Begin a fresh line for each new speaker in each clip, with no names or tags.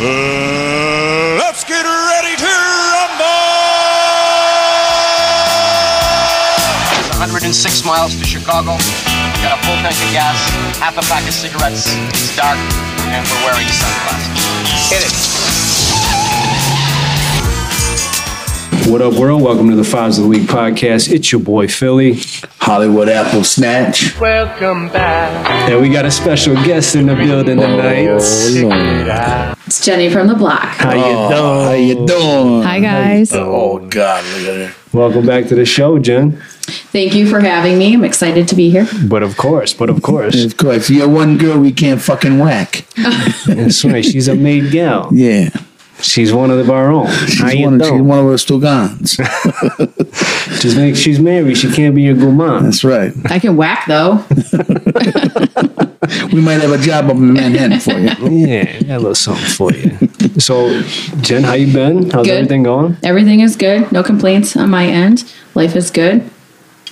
Uh, let's get ready to rumble!
106 miles to Chicago. Got a full tank of gas, half a pack of cigarettes. It's dark, and we're wearing sunglasses.
What up, world? Welcome to the Fives of the Week podcast. It's your boy Philly,
Hollywood Apple Snatch.
Welcome back.
and we got a special guest in the building tonight.
It's Jenny from the block.
How you doing?
Oh, How you doing?
Hi guys.
Oh God, look at her.
Welcome back to the show, Jen.
Thank you for having me. I'm excited to be here.
But of course, but of course,
Of course, you're one girl we can't fucking whack.
that's right. She's a maid gal.
Yeah,
She's one of our own. How
she's
you
one, of, she's
doing?
one of us Togans.
Just make she's married. She can't be your good mom.
That's right.
I can whack though.
We might have a job up in Manhattan for you.
Yeah, got a little something for you. So, Jen, how you been? How's
Good.
everything going?
Everything is good. No complaints on my end. Life is good.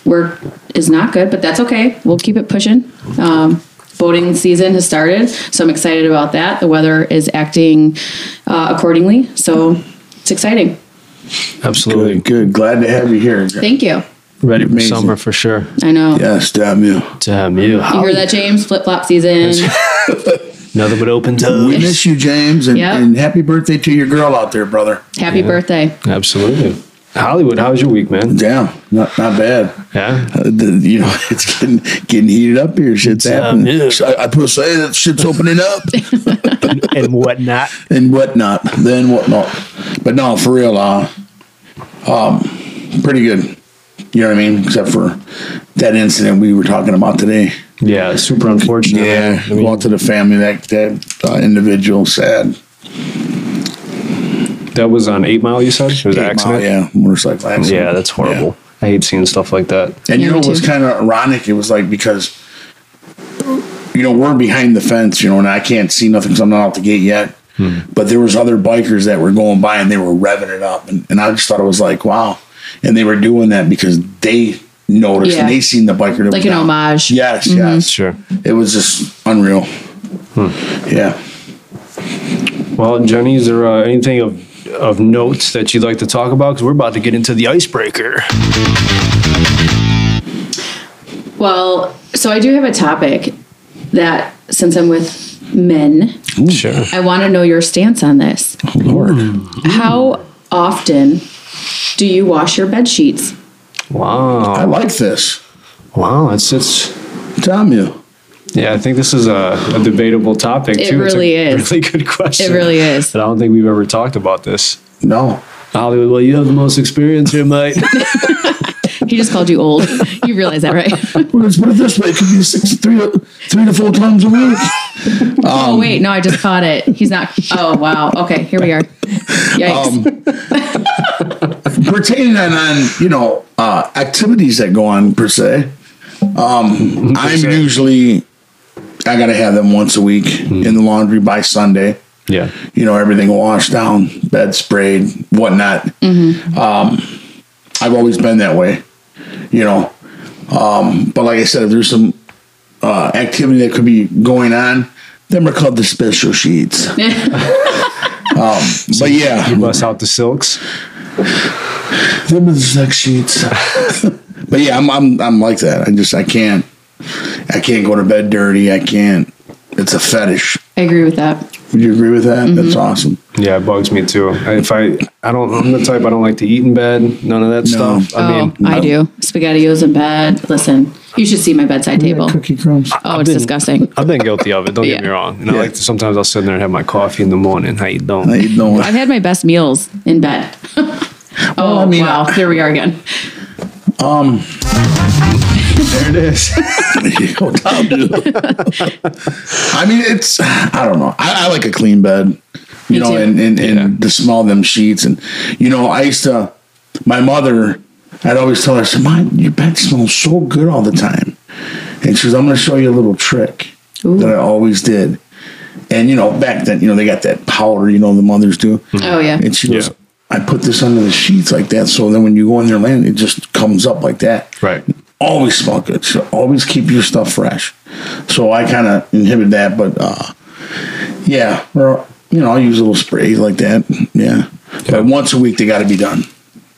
Work is not good, but that's okay. We'll keep it pushing. Um, boating season has started, so I'm excited about that. The weather is acting uh, accordingly, so it's exciting.
Absolutely.
good. Glad to have you here.
Thank you.
Ready for
Amazing.
summer for sure.
I know.
Yes, damn you.
Damn you.
You hear that, James? Flip flop season.
Nothing but open
We
toes.
miss you, James, and,
Yep.
and happy birthday to your girl out there, brother.
Happy birthday.
Absolutely. Hollywood, how was your week, man?
Damn, not not bad.
Yeah.
Uh, the, you know, it's getting getting heated up here. Shit's
Damn
happening.
you.
I, I put say that shit's opening up.
and whatnot.
and whatnot, then whatnot. But no, for real, uh, um, pretty good. You know what I mean? Except for that incident we were talking about today.
Yeah, super unfortunate. I mean,
lost to the family that that uh, individual. Sad.
that was on Eight Mile. You said it was an accident.
Yeah, motorcycle accident.
yeah. that's horrible. I hate seeing stuff like that.
And you
Yeah,
know
me
it was
too.
kind of ironic? It was like because you know we're behind the fence, you know, and I can't see nothing because I'm not out the gate yet. But there was other bikers that were going by and they were revving it up, and, and I just thought it was like wow, and they were doing that because they noticed and
Yeah.
they seen the biker that
Like
was
an
down.
homage. Mm-hmm.
Yes, yes,
Sure.
it was just unreal. Yeah.
Well, Jenny, is there uh, anything of of notes that you'd like to talk about? Because we're about to get into the icebreaker.
Well, so I do have a topic that since I'm with men,
Sure.
I want to know your stance on this. How often do you wash your bed sheets?
Wow.
I like this.
Wow. It's it's.
Tell you.
Yeah, I think this is a, a debatable topic
It
too. It's a
really is.
Really good question.
really is.
And I don't think we've ever talked about this.
No.
Hollywood, well, you have the most experience here, mate.
He just called you old. You realize that, right?
Well, let's put it this way: it could be six, three, three to four times a week.
oh wait, no, I just caught it. He's not. Oh wow. Okay, here we are. Yikes.
pertaining on, on you know uh, activities that go on per se. Um, I'm
se.
usually I gotta have them once a week in the laundry by Sunday.
yeah.
You know everything washed down, bed sprayed, whatnot. Um, I've always been that way. You know, um, but like I said, if there's some uh, activity that could be going on, them are called the special sheets. um, but yeah,
You bust out the silks.
them are the sex sheets. but yeah, I'm I'm I'm like that. I just I can't I can't go to bed dirty. I can't. It's a fetish.
I agree with that.
Would you agree with that? Mm-hmm. That's awesome.
Yeah, it bugs me too. If I, I don't, I'm the type I don't like to eat in bed. None of that
No.
stuff. I
oh, I do. Spaghettios in bed. Listen, you should see my bedside table.
Cookie crumbs.
Oh, it's
been-
disgusting.
I've been guilty of it. Don't get me
Yeah.
wrong. And I like to, sometimes I'll sit there and have my coffee in the morning. How you doing?
I eat no
I've had my best meals in bed. oh
I mean,
wow, there we are again.
there it is.
I mean, it's I don't know. I, I like a clean bed, you
Me
know,
too.
and and, and
Yeah.
the smell of them sheets, and you know, I used to. My mother, I'd always tell her, I said, "Mom, your bed smells so good all the time," and she was, "I'm going to show you a little trick that I always did." And you know, back then, you know, they got that powder, you know, the mothers do.
Oh yeah.
And she goes,
Yeah.
"I put this under the sheets like that, so then when you go in there and land, it just comes up like that."
right.
always smell good. So always keep your stuff fresh. So I kind of inhibit that, but uh, yeah, we're, you know, I'll use a little spray like that. Yeah.
Yeah.
But once a week, they got to be done.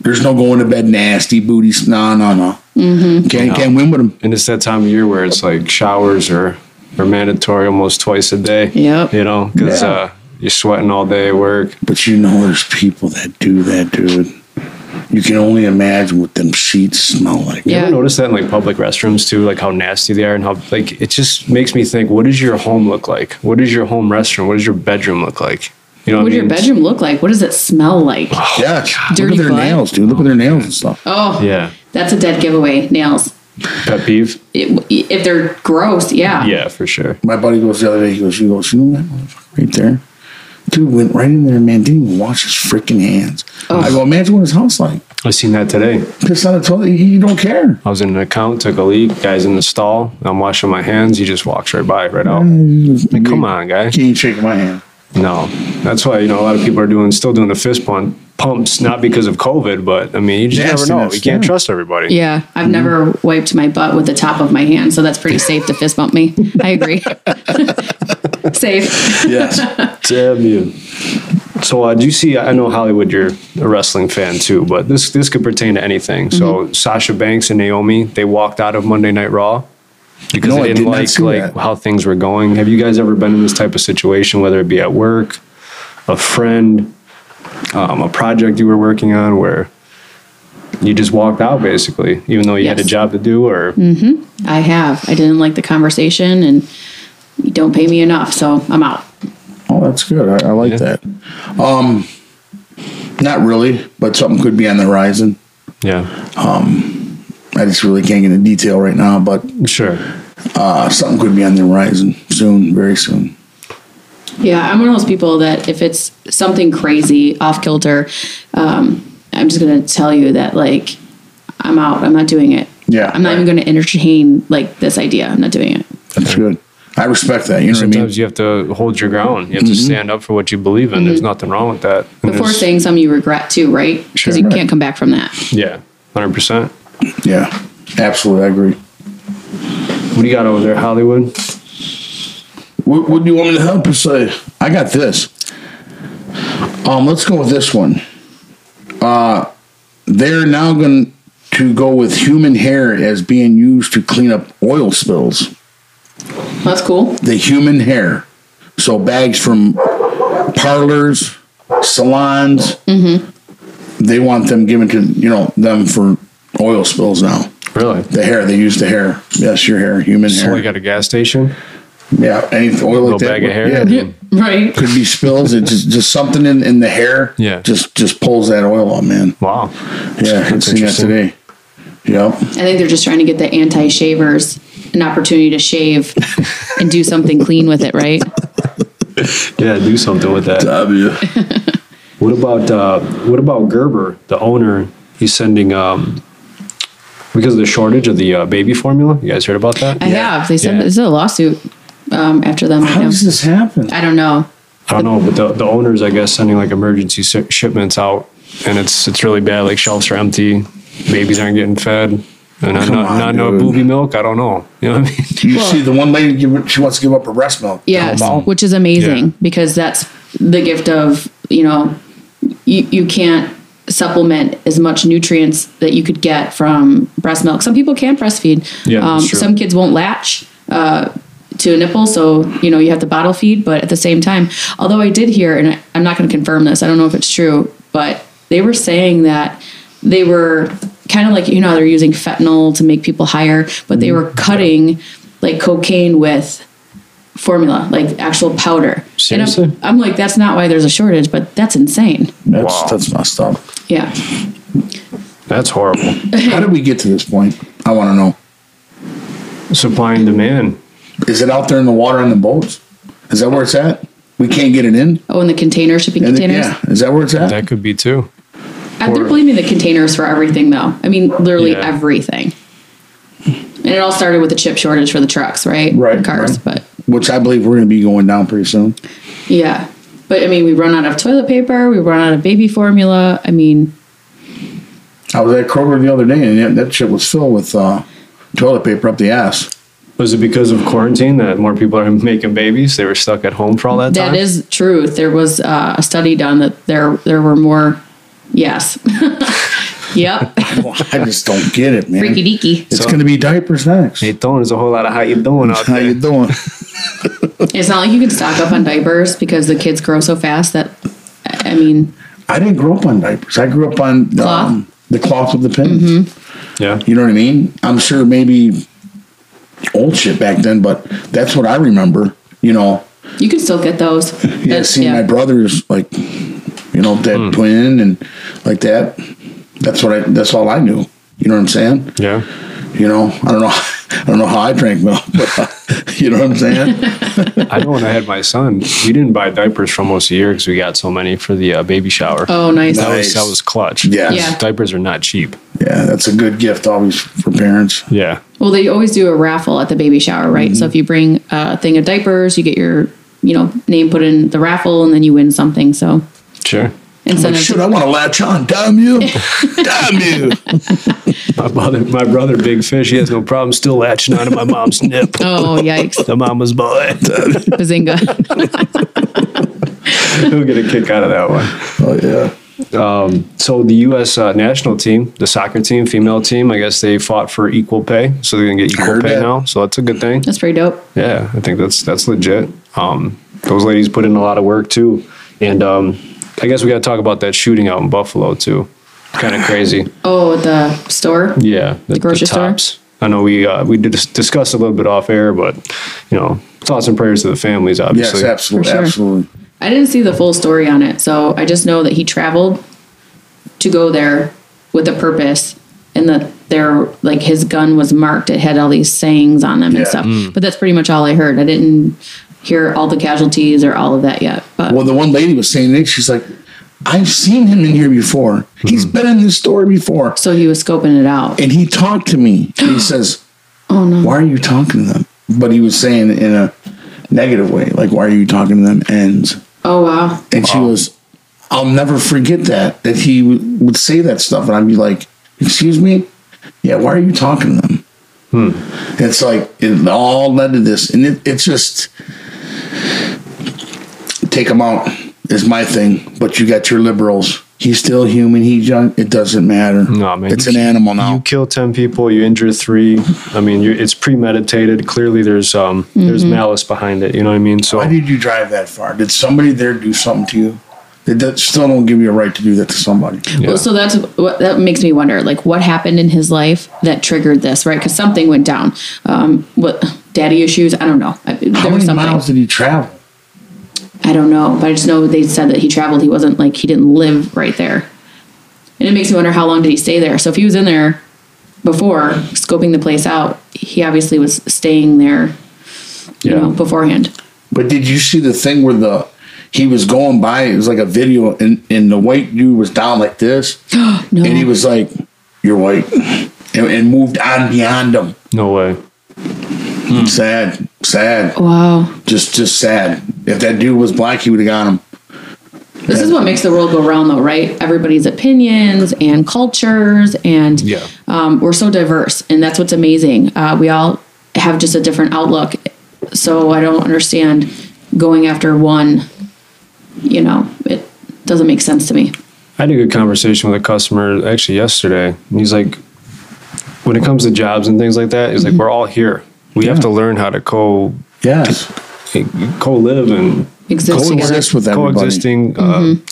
There's no going to bed nasty booties. No, no, no.
Mm-hmm.
Can't, can't win with them.
And it's that time of year where it's like showers are, are mandatory almost twice a day.
Yep.
You know, because
Yeah.
uh, you're sweating all day at work.
But you know, there's people that do that, dude. You can only imagine what them sheets smell like.
You
Yeah.
ever notice that in like public restrooms too, like how nasty they are and how like it just makes me think, what does your home look like? What does your home restroom? What does your bedroom look like? You know
What
what,
does
I
your
mean?
bedroom look like? What does it smell like?
Yeah. Look
Dirty
at their
butt.
nails, dude. Look at their nails and stuff.
Oh,
Yeah.
That's a dead giveaway. Nails.
Pet peeve?
It, if they're gross, yeah.
Yeah, for sure.
My buddy goes the other day. He goes, "You goes, you know that motherfucker right there, dude went right in there, man. Didn't even wash his freaking hands." I go, "Imagine what his house like.
I seen that today.
Piss on the toilet. He, he don't care.
I was in an account, took a leak, guy's in the stall, I'm washing my hands, he just walks right by, right out. Like, come on, guy.
He ain't shaking my hand.
No, that's why you know a lot of people are doing still doing the fist pump pumps, not because of COVID, but I mean you just never know.
Nastiness,
You can't
yeah.
trust everybody.
Yeah, I've
Mm-hmm.
never wiped my butt with the top of my hand, so that's pretty safe to fist bump me. I agree. safe.
Yes,
Damn you. So uh, do you see? I know Hollywood, you're a wrestling fan too, but this this could pertain to anything. So Sasha Banks and Naomi, they walked out of Monday Night Raw because
No, I
they didn't
did not
like
see
like
that.
how things were going. Have you guys ever been in this type of situation, whether it be at work, a friend, um, a project you were working on, where you just walked out basically, even though you had
Yes.
a job to do, or
I have. I didn't like the conversation, and you don't pay me enough, so I'm out.
oh, that's good. I, I like
Yeah.
that. Um, not really, but something could be on the horizon.
yeah,
I just really can't get into detail right now, but
sure.
uh, something could be on the horizon soon, very soon.
Yeah, I'm one of those people that if it's something crazy off kilter, um, I'm just gonna tell you that like I'm out. I'm not doing it.
Yeah,
I'm not even gonna entertain like this idea. I'm not doing it.
That's good. I respect that. You know what I mean?
Sometimes you have to hold your ground. You have to stand up for what you believe in. There's nothing wrong with that. And
Before
there's-
saying something you regret too, right? Because
Sure.
you can't come back from that.
yeah, hundred percent.
Yeah, absolutely. I agree.
What do you got over there, Hollywood?
What, what do you want me to help you say? I got this. Um, let's go with this one. Uh, they're now going to go with human hair as being used to clean up oil spills.
That's cool.
The human hair. So bags from parlors, salons. They want them given to you know them for oil spills now.
Really?
The hair they use the hair. Yes, your hair, human
So
hair.
we got a gas station,
yeah, any oil
little
like that.
bag of hair.
Yeah,
Right.
could be spills. It just just something in, in the hair.
Yeah.
Just just pulls that oil out, man.
Wow.
Yeah, I seen that
interesting.
today. Yep.
I think they're just trying to get the anti shavers an opportunity to shave and do something clean with it, right?
Yeah, do something with that.
W.
What about uh, what about Gerber, the owner? He's sending um, because of the shortage of the uh, baby formula. You guys heard about that?
I have. They said
Yeah.
there's a lawsuit um, after them.
How
Right now.
does this happen?
I don't know.
I don't know, but the, the owners, I guess, sending like emergency si- shipments out, and it's it's really bad. Like shelves are empty, babies aren't getting fed, and I'm
Come
not,
on,
not no
dude.
booby milk. I don't know. You know what I mean?
You
Well-
see, the one lady give, she wants to give up her breast milk.
Yes,
wow.
which is amazing
Yeah.
because that's the gift of you know you, you can't supplement as much nutrients that you could get from breast milk. Some people can breastfeed.
Yeah,
um,
that's true.
some kids won't latch uh, to a nipple, so you know you have to bottle feed. But at the same time, although I did hear, and I, I'm not going to confirm this, I don't know if it's true, but they were saying that they were kind of like you know they're using fentanyl to make people higher, but they were cutting like cocaine with formula, like actual powder.
Seriously?
And I'm, I'm like, that's not why there's a shortage, but that's insane.
That's
Wow.
that's messed up.
Yeah.
That's horrible.
How did we get to this point? I want to know.
Supply and demand.
Is it out there in the water on the boats? Is that where it's at? We can't get it in.
Oh, and the container shipping
And it-
containers.
yeah, is that where it's at?
That could be too.
Uh, They're blaming the containers for everything, though. I mean, literally
Yeah.
everything. And it all started with the chip shortage for the trucks, right?
Right,
The cars,
right.
but
Which I believe we're going to be going down pretty soon.
yeah. But I mean, we run out of toilet paper. We run out of baby formula. I mean,
I was at Kroger the other day, and that, that shit was filled with uh, toilet paper up the ass.
Was it because of quarantine that more people are making babies? They were stuck at home for all that, time.
That is true. There was uh, a study done that there there were more. Yes. yep.
I just don't get it, man.
Freaky deaky.
It's going to be diapers next.
Hey, Don, there's a whole lot of how you doing out
How
there.
you doing?
It's not like you can stock up on diapers because the kids grow so fast that I I mean
I didn't grow up on diapers. I grew up on
Cloth? Mm-hmm.
Um, the cloth with the pins.
Yeah,
You know what I mean? I'm sure maybe old shit back then, but that's what I remember. You know,
you can still get those. That-
yeah, seeing my brothers like, you know, that twin and like that. That's what I. That's all I knew. You know what I'm saying?
yeah.
You know, I don't know. I don't know how I drank milk, but uh, you know what I'm saying?
I know when I had my son, we didn't buy diapers for almost a year because we got so many for the uh, baby shower.
Oh, nice.
That
Nice.
was that was clutch.
Yes.
Yeah.
diapers are not cheap.
Yeah, that's a good gift always for parents.
Yeah,
Well, they always do a raffle at the baby shower, right?
Mm-hmm.
So if you bring a thing of diapers, you get your you know name put in the raffle, and then you win something. So
sure.
Like,
instead
shoot, I
of
want to latch on. Damn you! Damn you!
My brother, my brother, big fish. He has no problem still latching onto my mom's nip.
oh yikes,
The mama's boy.
bazinga!
He'll get a kick out of that one.
Oh yeah.
So the U.S. Uh, national team, the soccer team, female team, I guess they fought for equal pay, so they're gonna get equal
heard
pay
that.
now. So that's a good thing.
That's pretty dope.
Yeah, I think that's that's legit. Um, those ladies put in a lot of work too, and um, I guess we got to talk about that shooting out in Buffalo too. Kind of crazy.
Oh, at the store.
Yeah, the,
grocery store?
I know we uh, we did dis- discuss a little bit off air, but you know, thoughts and prayers to the families.
Yes,
Obviously,
absolutely,
For sure.
absolutely.
I didn't see the full story on it, so I just know that he traveled to go there with a purpose, and that there, like his gun was marked. It had all these sayings on them
Yeah. Mm.
and stuff. But that's pretty much all I heard. I didn't hear all the casualties or all of that yet. But
Well, the one lady was saying it. She's like, I've seen him in here before. He's been in this store before.
so he was scoping it out.
And he talked to me. And he says,
Oh no!
Why are you talking to them? But he was saying in a negative way, like, Why are you talking to them? And
Oh wow!
and she
Um,
was, I'll never forget that, that he w- would say that stuff. And I'd be like, Excuse me? Yeah, why are you talking to them?
Hmm.
It's like, it all led to this. And it, it's just, take them out is my thing. But you got your liberals. He's still human. He's young. It doesn't matter.
No, man.
It's an animal
you
now.
kill 10 people you injure three i mean you're, it's premeditated clearly there's um
Mm-hmm.
there's malice behind it you know what i mean so
Why did you drive that far? Did somebody there do something to you? They don't- still don't give you a right to do that to somebody.
Yeah.
Well, so that's what that makes me wonder, like what happened in his life that triggered this, right? Because something went down. Um, what daddy issues? I don't know. I,
How
there was
many
something.
miles did he travel?
I don't know, but I just know they said that he traveled. He wasn't like he didn't live right there, and it makes me wonder how long did he stay there. So if he was in there before scoping the place out, he obviously was staying there, you
Yeah.
know, beforehand.
But did you see the thing where the he was going by? It was like a video, and and the white dude was down like this,
No,
and he was like, "You're white," and, and moved on beyond him.
no way
Sad, sad,
wow.
just just sad. If that dude was black, he would have got him.
This is what makes the world go round, though, right? Everybody's opinions and cultures, and
Yeah.
um, we're so diverse, and that's what's amazing. Uh, we all have just a different outlook, so I don't understand going after one. You know, it doesn't make sense to me.
i had a good conversation with a customer actually yesterday and he's like when it comes to jobs and things like that he's
Mm-hmm.
like we're all here we have to learn how to co
Yes,
co-live and
Exist together.
coexist with everybody. Mm-hmm.
coexisting. Um,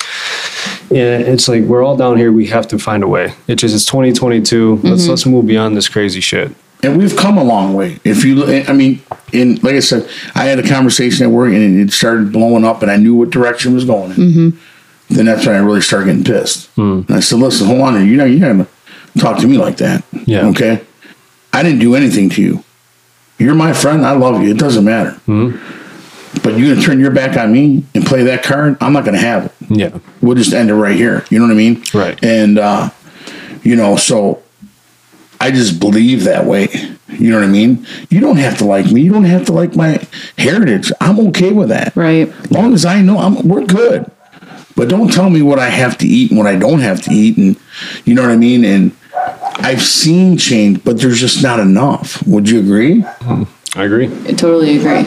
yeah, it's like we're all down here. We have to find a way. It's just it's 2022. Let's
Mm-hmm.
let's move beyond this crazy shit.
and we've come a long way. If you, look- I mean, in like I said, I had a conversation at work, and it started blowing up, and I knew what direction it was going in. Then that's when I really started getting pissed. And I said, "Listen, hold on, here. you know, you're not gonna talk to me like that,
Yeah.
Okay, I didn't do anything to you. You're my friend. I love you. It doesn't matter. But you're gonna turn your back on me and play that card. I'm not gonna have it."
Yeah,
we'll just end it right here. You know what I mean?
Right.
And uh, you know, so I just believe that way. You know what I mean? You don't have to like me. You don't have to like my heritage. I'm okay with that.
Right.
As long as I know I'm we're good. But don't tell me what I have to eat and what I don't have to eat and you know what I mean? And I've seen change, but there's just not enough. Would you agree?
I agree.
I totally agree.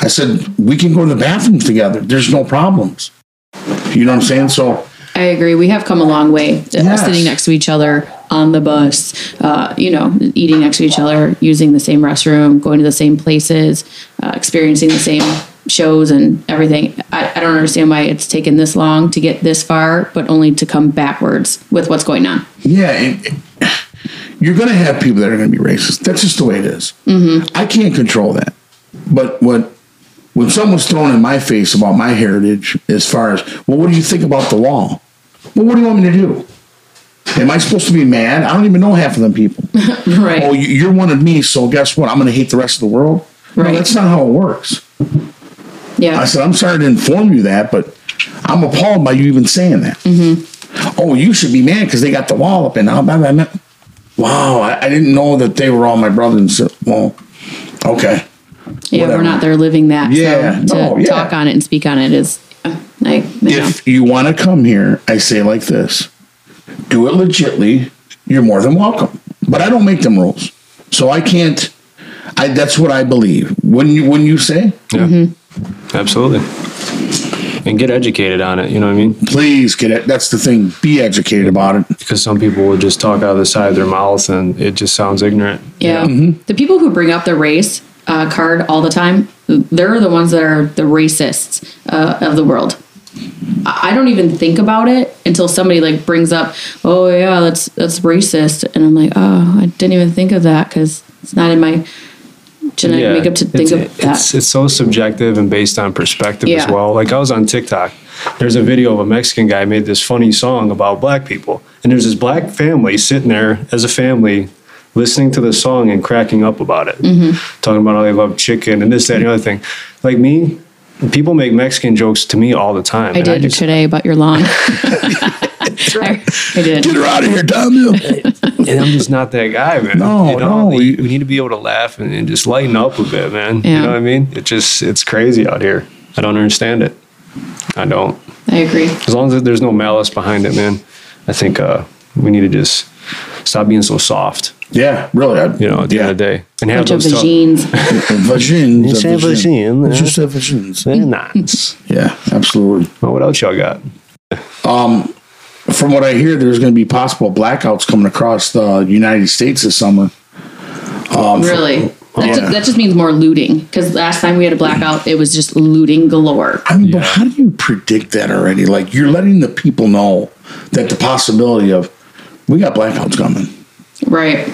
I said, we can go to the bathroom together. There's no problems. You know what I'm saying? So,
I agree. We have come a long way uh,
Yes.
sitting next to each other on the bus, uh, you know, eating next to each other, using the same restroom, going to the same places, uh, experiencing the same shows and everything. I, I don't understand why it's taken this long to get this far, but only to come backwards with what's going on.
yeah, and, and you're going to have people that are going to be racist. That's just the way it is.
Mm-hmm.
I can't control that. But what when someone's thrown in my face about my heritage, as far as, well, what do you think about the wall? Well, what do you want me to do? Am I supposed to be mad? I don't even know half of them people.
Right.
oh, you- you're one of me, so guess what? I'm going to hate the rest of the world.
Right.
No, that's not how it works.
yeah.
I said, I'm sorry to inform you that, but I'm appalled by you even saying that. Oh, you should be mad because they got the wall up and now. Blah, blah, blah. Wow, I, I didn't know that they were all my brothers. and sis- Well, okay.
yeah.
whatever.
We're not there living that.
Yeah,
So to
no, yeah.
talk on it and speak on it is, uh, I, you know,
If you want to come here, I say like this do it legitly. You're more than welcome. But I don't make them rules. So I can't. I, that's what I believe. Wouldn't you, wouldn't you say?
Yeah.
Mm-hmm.
Absolutely. And get educated on it. You know what I mean?
Please get it. That's the thing. Be educated about it.
Because some people will just talk out of the side of their mouth and it just sounds ignorant.
Yeah. The people who bring up the race uh, card all the time, they're the ones that are the racists uh, of the world. I I don't even think about it until somebody like brings up, "Oh yeah, that's that's racist," and I'm like, "Oh, I didn't even think of that because it's not in my genetic makeup to think
it's,
of that."
It's, it's so subjective and based on perspective as
Yeah.
well. Like I was on TikTok. There's a video of a Mexican guy made this funny song about black people, and there's this black family sitting there as a family listening to the song and cracking up about it,
Mm-hmm.
talking about how they love chicken and this, that, and the other thing. Like me, people make Mexican jokes to me all the time.
I
and
did
just-
today about your lawn. I, I did.
Get her out of here, Tommy.
and I'm just not that guy, man.
No,
you know,
no,
You,
you-
we need to be able to laugh and, and just lighten up a bit, man. You
Yeah.
know what I mean? It just it's crazy out here. I don't understand it. I don't.
I agree.
As long as there's no malice behind it, man. I think uh, we need to just stop being so soft.
Yeah, really. I,
You know, at the end of the day, and have
Bunch of
those tough
vagines.
Vagin.
It's a vagin, yeah.
It's just a vagin.
They're nuts.
Yeah, absolutely.
well, what else y'all got?
From what I hear, there's going to be possible blackouts coming across the United States this summer.
Really? That, ju-
Yeah.
that just means more looting. Because last time we had a blackout, it was just looting galore.
I mean, but how do you predict that already? Like, you're letting the people know that the possibility of we got blackouts coming.
Right.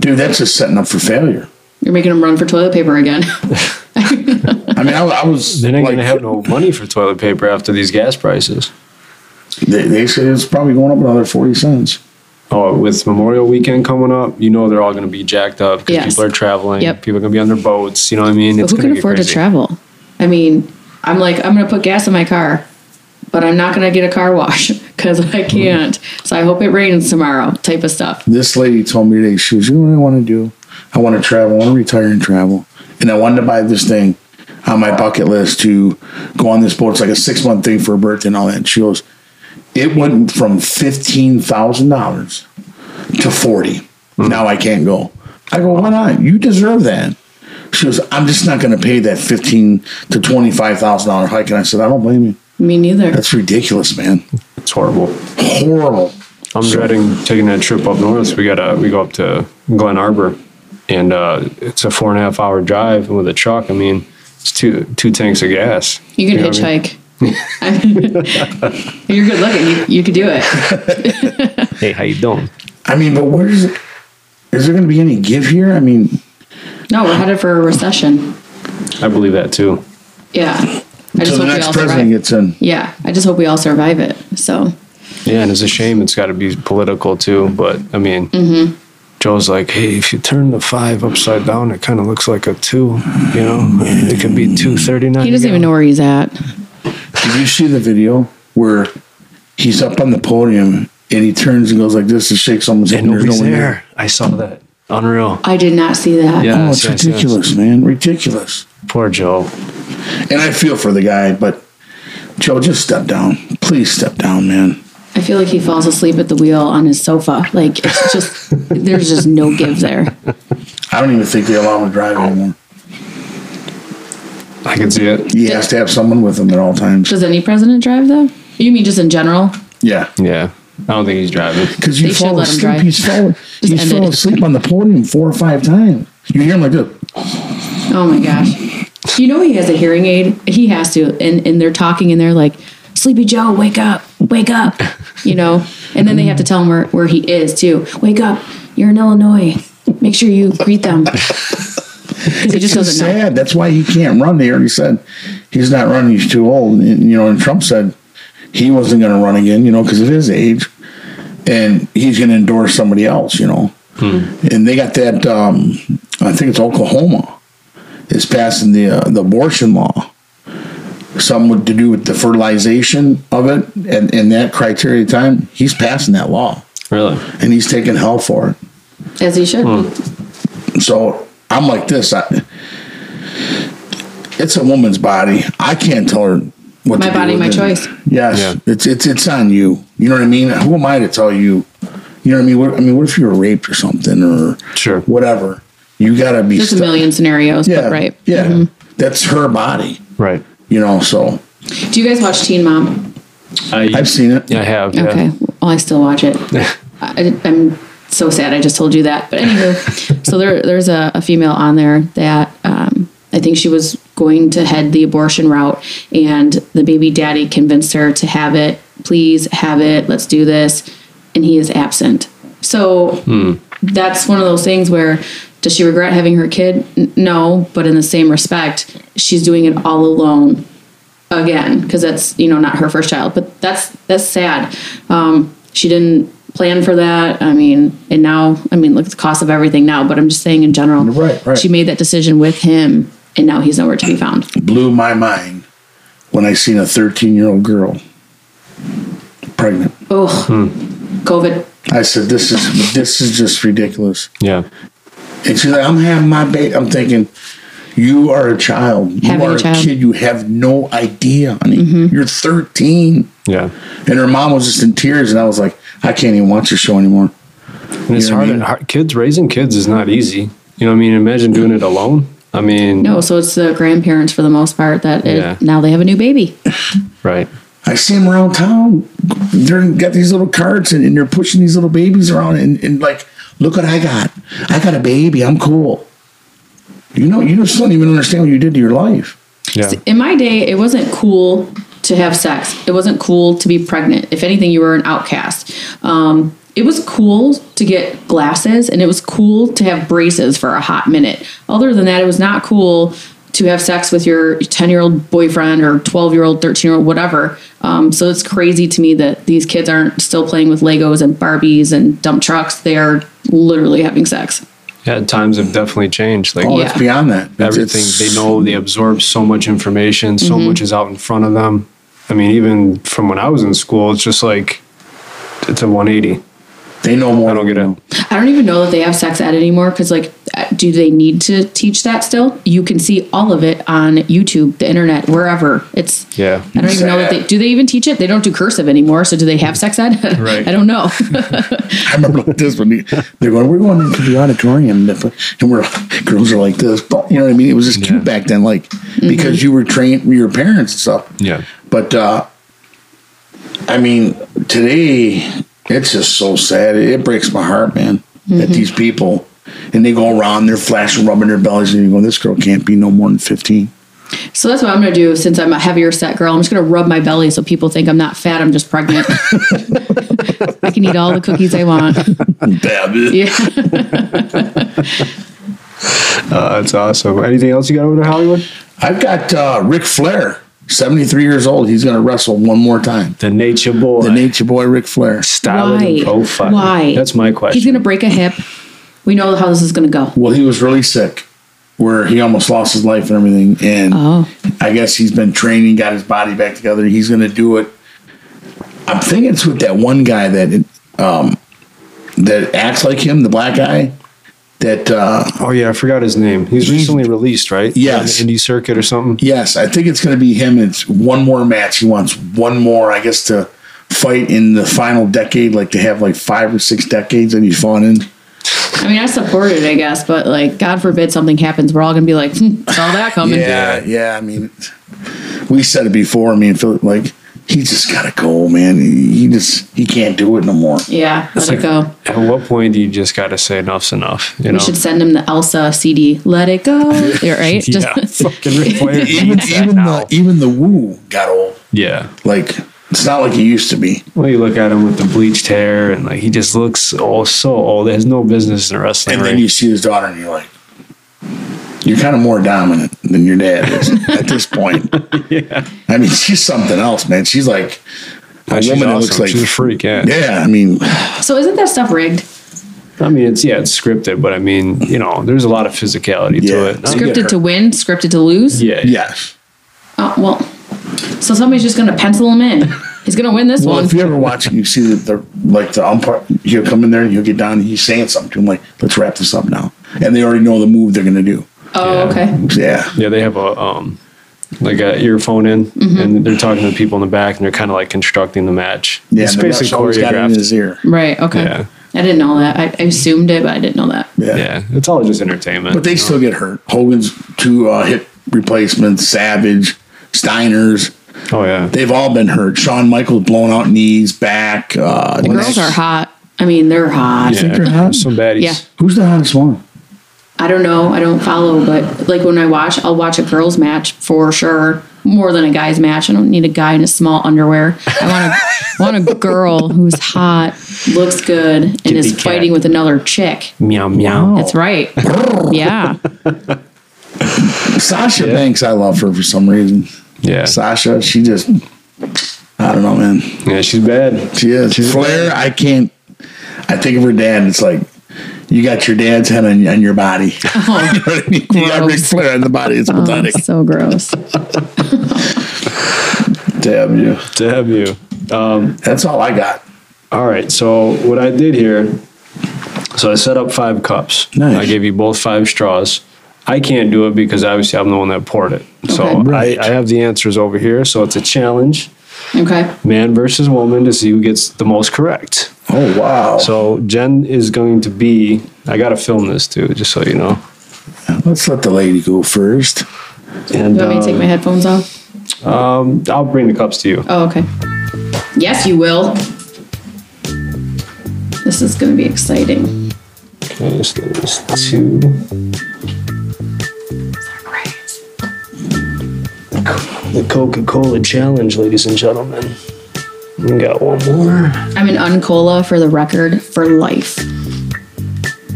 Dude, that's just setting up for failure.
You're making them run for toilet paper again.
I mean, I, I was.
They're not
like,
going to have no money for toilet paper after these gas prices.
They, they say it's probably going up another 40 cents.
Oh, with Memorial Weekend coming up, you know they're all going to be jacked up because
Yes.
people are traveling.
Yep.
People are going to be on their boats. You know what I mean?
but who
gonna
can
get
afford to
crazy.
travel? I mean, I'm like, I'm going to put gas in my car, but I'm not going to get a car wash because I can't. So I hope it rains tomorrow, type of stuff.
this lady told me today, she was, you know what I want to do? I want to travel. I want to retire and travel. And I wanted to buy this thing on my bucket list to go on this boat. It's like a six month thing for her birthday and all that. And she goes, it went from $15,000 to 40. Now I can't go. I go, why not? You deserve that. She goes, I'm just not going to pay that fifteen to twenty-five thousand dollar hike, and I said, I don't blame you.
Me neither.
That's ridiculous, man.
It's horrible.
Horrible.
I'm dreading taking that trip up north. We gotta we go up to Glen Arbor, and uh, it's a four and a half hour drive. And with a truck, I mean, it's two two tanks of gas.
You can
know what I mean?
hitchhike. You're good looking. You, you could do it.
Hey, how you doing?
I mean, but where is it? Is there going to be any give here? I mean,
No, we're headed for a recession.
I believe that too.
Yeah. I
So
just
the
hope we
next
all
president
survive.
gets in.
Yeah. I just hope we all survive it. So
Yeah, and it's a shame it's got to be political too. But I mean,
Mm-hmm.
Joe's like, hey, if you turn the five upside down, it kind of looks like a two. You know, it could be two thirty nine.
he doesn't even know where he's at.
Did you see the video where he's up on the podium and he turns and goes like this and shakes someone's hand?
And
and there's
nobody's
no one
there. I saw that. Unreal.
I did not see that.
Yeah,
Oh, it's ridiculous, man. Ridiculous.
Poor Joe.
And I feel for the guy, but Joe, just step down. Please step down, man.
I feel like he falls asleep at the wheel on his sofa. Like it's just there's just no give there.
I don't even think they allow him to drive anymore.
I can see it.
He has to have someone with him at all times.
Does any president drive though? You mean just in general?
Yeah,
Yeah. I don't think he's driving.
because
They
you
should
fall
let him
asleep.
drive.
He's fallen.
end
He's fallen
it.
asleep on the podium four or five times. You hear him like this.
Oh my gosh. You know he has a hearing aid. He has to. And and they're talking and they're like, Sleepy Joe, wake up, wake up. You know? And then they have to tell him where, where he is too. Wake up. You're in Illinois. Make sure you greet them. Because he
It's
just doesn't know.
sad. That's why he can't run. They already said he's not running. He's too old. And, you know, and Trump said he wasn't going to run again. You know, because of his age, and he's going to endorse somebody else. You know, and they got that. Um, I think it's Oklahoma is passing the uh, the abortion law. Something with- to do with the fertilization of it, and and that criteria time. He's passing that law,
Really?
and he's taking hell for it.
As he should.
So I'm like this. I, it's a woman's body. I can't tell her what
My
to do
body,
with
my
it.
choice.
Yes,
Yeah.
it's it's it's on you. You know what I mean? Who am I to tell you? You know what I mean? What, I mean, what if you were raped or something or
Sure.
whatever? You gotta be.
There's a
stu-
million Mm-hmm. scenarios,
Yeah,
but right.
Yeah, that's her body.
Right.
You know, so
Do you guys watch Teen Mom?
I,
I've seen it.
I have. Yeah.
Okay. Well, I still watch it. I, I'm so sad I just told you that. But anywho, so there, there's a, a female on there that um, I think she was going to head the abortion route, and the baby daddy convinced her to have it. Please have it. Let's do this. And he is absent. So that's one of those things where does she regret having her kid? N- no, but in the same respect, she's doing it all alone again because that's you know not her first child but that's that's sad um, she didn't plan for that i mean and now i mean look at the cost of everything now but i'm just saying in general
Right, right.
she made that decision with him and now he's nowhere to be found
Blew my mind when I seen a 13 year old girl pregnant.
oh
Hmm.
covid
I said, "This is this is just ridiculous."
Yeah.
And she's like, I'm having my baby. I'm thinking, you are a child. You
Having
are
a
a,
child. Mm-hmm.
kid. You have no idea, honey. You're 13.
Yeah.
And her mom was just in tears. And I was like, I can't even watch the show anymore.
And it's
You know what I
hard,
mean?
hard. Kids raising kids is not easy. You know what I mean? Imagine doing it alone. I mean,
no so it's the grandparents for the most part that it,
Yeah.
now they have a new baby
right.
I see them around town. They're got these little carts and, and they're pushing these little babies around. And, and like, look what I got. I got a baby. I'm cool. You know, you just don't even understand what you did to your life.
Yeah.
in my day it wasn't cool to have sex it wasn't cool to be pregnant if anything you were an outcast um, it was cool to get glasses and it was cool to have braces for a hot minute other than that it was not cool to have sex with your 10 year old boyfriend or 12 year old 13 year old whatever um, so it's crazy to me that these kids aren't still playing with legos and barbies and dump trucks they are literally having sex
Yeah. Times have definitely changed. Like
Oh,
Yeah.
it's beyond that. It's-
everything
it's-
they know, they absorb so much information. So
Mm-hmm.
much is out in front of them. I mean, even from when I was in school, it's just like it's a 180.
They know more.
I don't get
than
it.
you.
I don't even know that they have sex ed anymore because, like, uh, do they need to teach that still? You can see all of it on YouTube, the internet, wherever. It's
Yeah.
I don't even know that they do. They even teach it. They don't do cursive anymore. So do they have sex ed?
Right.
I don't know.
I remember like this when he- they're going, we're going into the auditorium, and we're girls are like this. But you know what I mean? It was just
Yeah.
cute back then, like because you were trained, your parents and stuff.
Yeah.
But uh, I mean, today it's just so sad. It, it breaks my heart, man. That these people and they go around, they're flashing, rubbing their bellies, and you go, this girl can't be no more than fifteen.
so that's what I'm gonna do since I'm a heavier set girl. I'm just gonna rub my belly so people think I'm not fat. I'm just pregnant. I can eat all the cookies I want.
Yeah.
Yeah.
Uh, that's awesome. Anything else you got over there, Hollywood?
I've got uh, Ric Flair, seventy-three years old. He's going to wrestle one more time.
The Nature Boy.
The Nature Boy, Ric Flair.
Style
Why?
and profile.
Why?
That's my question.
He's gonna break a hip. We know how this is gonna go.
Well, he was really sick, where he almost lost his life and everything. And
Oh.
I guess he's been training, got his body back together. He's going to do it. I'm thinking it's with that one guy that um, that acts like him, the black guy. That uh,
Oh yeah, I forgot his name. He's recently released, right?
Yes.
On the indie circuit or something.
yes, I think it's going to be him. It's one more match. He wants one more, I guess, to fight in the final decade, like to have like five or six decades that he's fought in.
I mean, I support it, I guess, but like, God forbid something happens, we're all gonna be like, hmm, saw that coming.
Yeah, yeah. I mean, we said it before. I mean, Phil, like he just gotta go, man. He he just he can't do it no more.
Yeah, let it go.
At what point do you just got to say enough's enough? You know,
We should send him the Elsa CD. Let it go. You're right. Just,
yeah, fucking replay it.
Even even the even the woo got old.
e- Yeah.
Like it's not like it used to be.
Well, you look at him with the bleached hair, and like he just looks oh so old. There's no business in a wrestling.
And
ring.
then you see his daughter, and you're like, you're kind of more dominant than your dad is at this point. I mean, she's something else, man. She's like a
Oh, she's
woman that looks
awesome.
like.
she's a freak. Yeah.
yeah, I mean,
so isn't that stuff rigged?
I mean, it's yeah, it's scripted, but I mean, you know, there's a lot of physicality
Yeah.
to it. I'm-
get her.
Scripted to win, scripted to lose.
yeah.
yeah.
Oh well. So somebody's just gonna pencil him in. He's gonna win this
Well,
one.
if you ever watch it, you see that the like the umpire, he'll come in there and he'll get down. And he's saying something to him like, "Let's wrap this up now," and they already know the move they're gonna do.
Oh, okay.
Yeah,
Yeah, they have a um, like a earphone in,
Mm-hmm.
and they're talking to the people in the back, and they're kind of like constructing the match.
yeah.
it's
and the ref's
basically
always got it in
choreographed.
his ear.
Right. Okay.
Yeah.
I didn't know that. I, I assumed it, but I didn't know that.
Yeah.
Yeah, it's all just entertainment.
but they still get hurt. Hogan's two uh, hip replacements, Savage, Steiner's.
oh yeah,
They've all been hurt. Shawn Michaels blown out knees, back. Uh,
The girls are hot. I mean, they're hot.
yeah.
they're hot.
some baddies.
Yeah.
Who's the hottest one?
I don't know. I don't follow, but like when I watch, I'll watch a girls' match for sure more than a guy's match. I don't need a guy in a small underwear. I want a want a girl who's hot, looks good, and is
Kitty cat.
fighting with another chick.
Meow meow.
That's right. yeah. Oh,
Sasha Banks. I love her for some reason.
Yeah,
Sasha, she just. I don't know, man.
yeah, she's bad.
She is. Flair, I can't. I think of her dad. It's like you got your dad's head on, on your body. you know what I mean? You got Ric
gross.
Flair on the body. It's
Oh,
pathetic.
so gross.
Damn you.
To have you.
That's all I got.
All right. So what I did here, so I set up five cups.
Nice.
I gave you both five straws. I can't do it because obviously I'm the one that poured it.
Okay.
So
Right.
I, I have the answers over here. So it's a challenge,
Okay.
man versus woman, to see who gets the most correct.
Oh wow. So
So Jen is going to be. I gotta film this too, just so you know.
let's let the lady go first.
And
You want me to take my
um,
headphones off?
I'll bring the cups to you.
Oh, okay. Yes, you will. This is going to be exciting.
Okay, just get this two. The Coca Cola challenge, ladies and gentlemen. We got one more.
I'm an uncola for the record for life.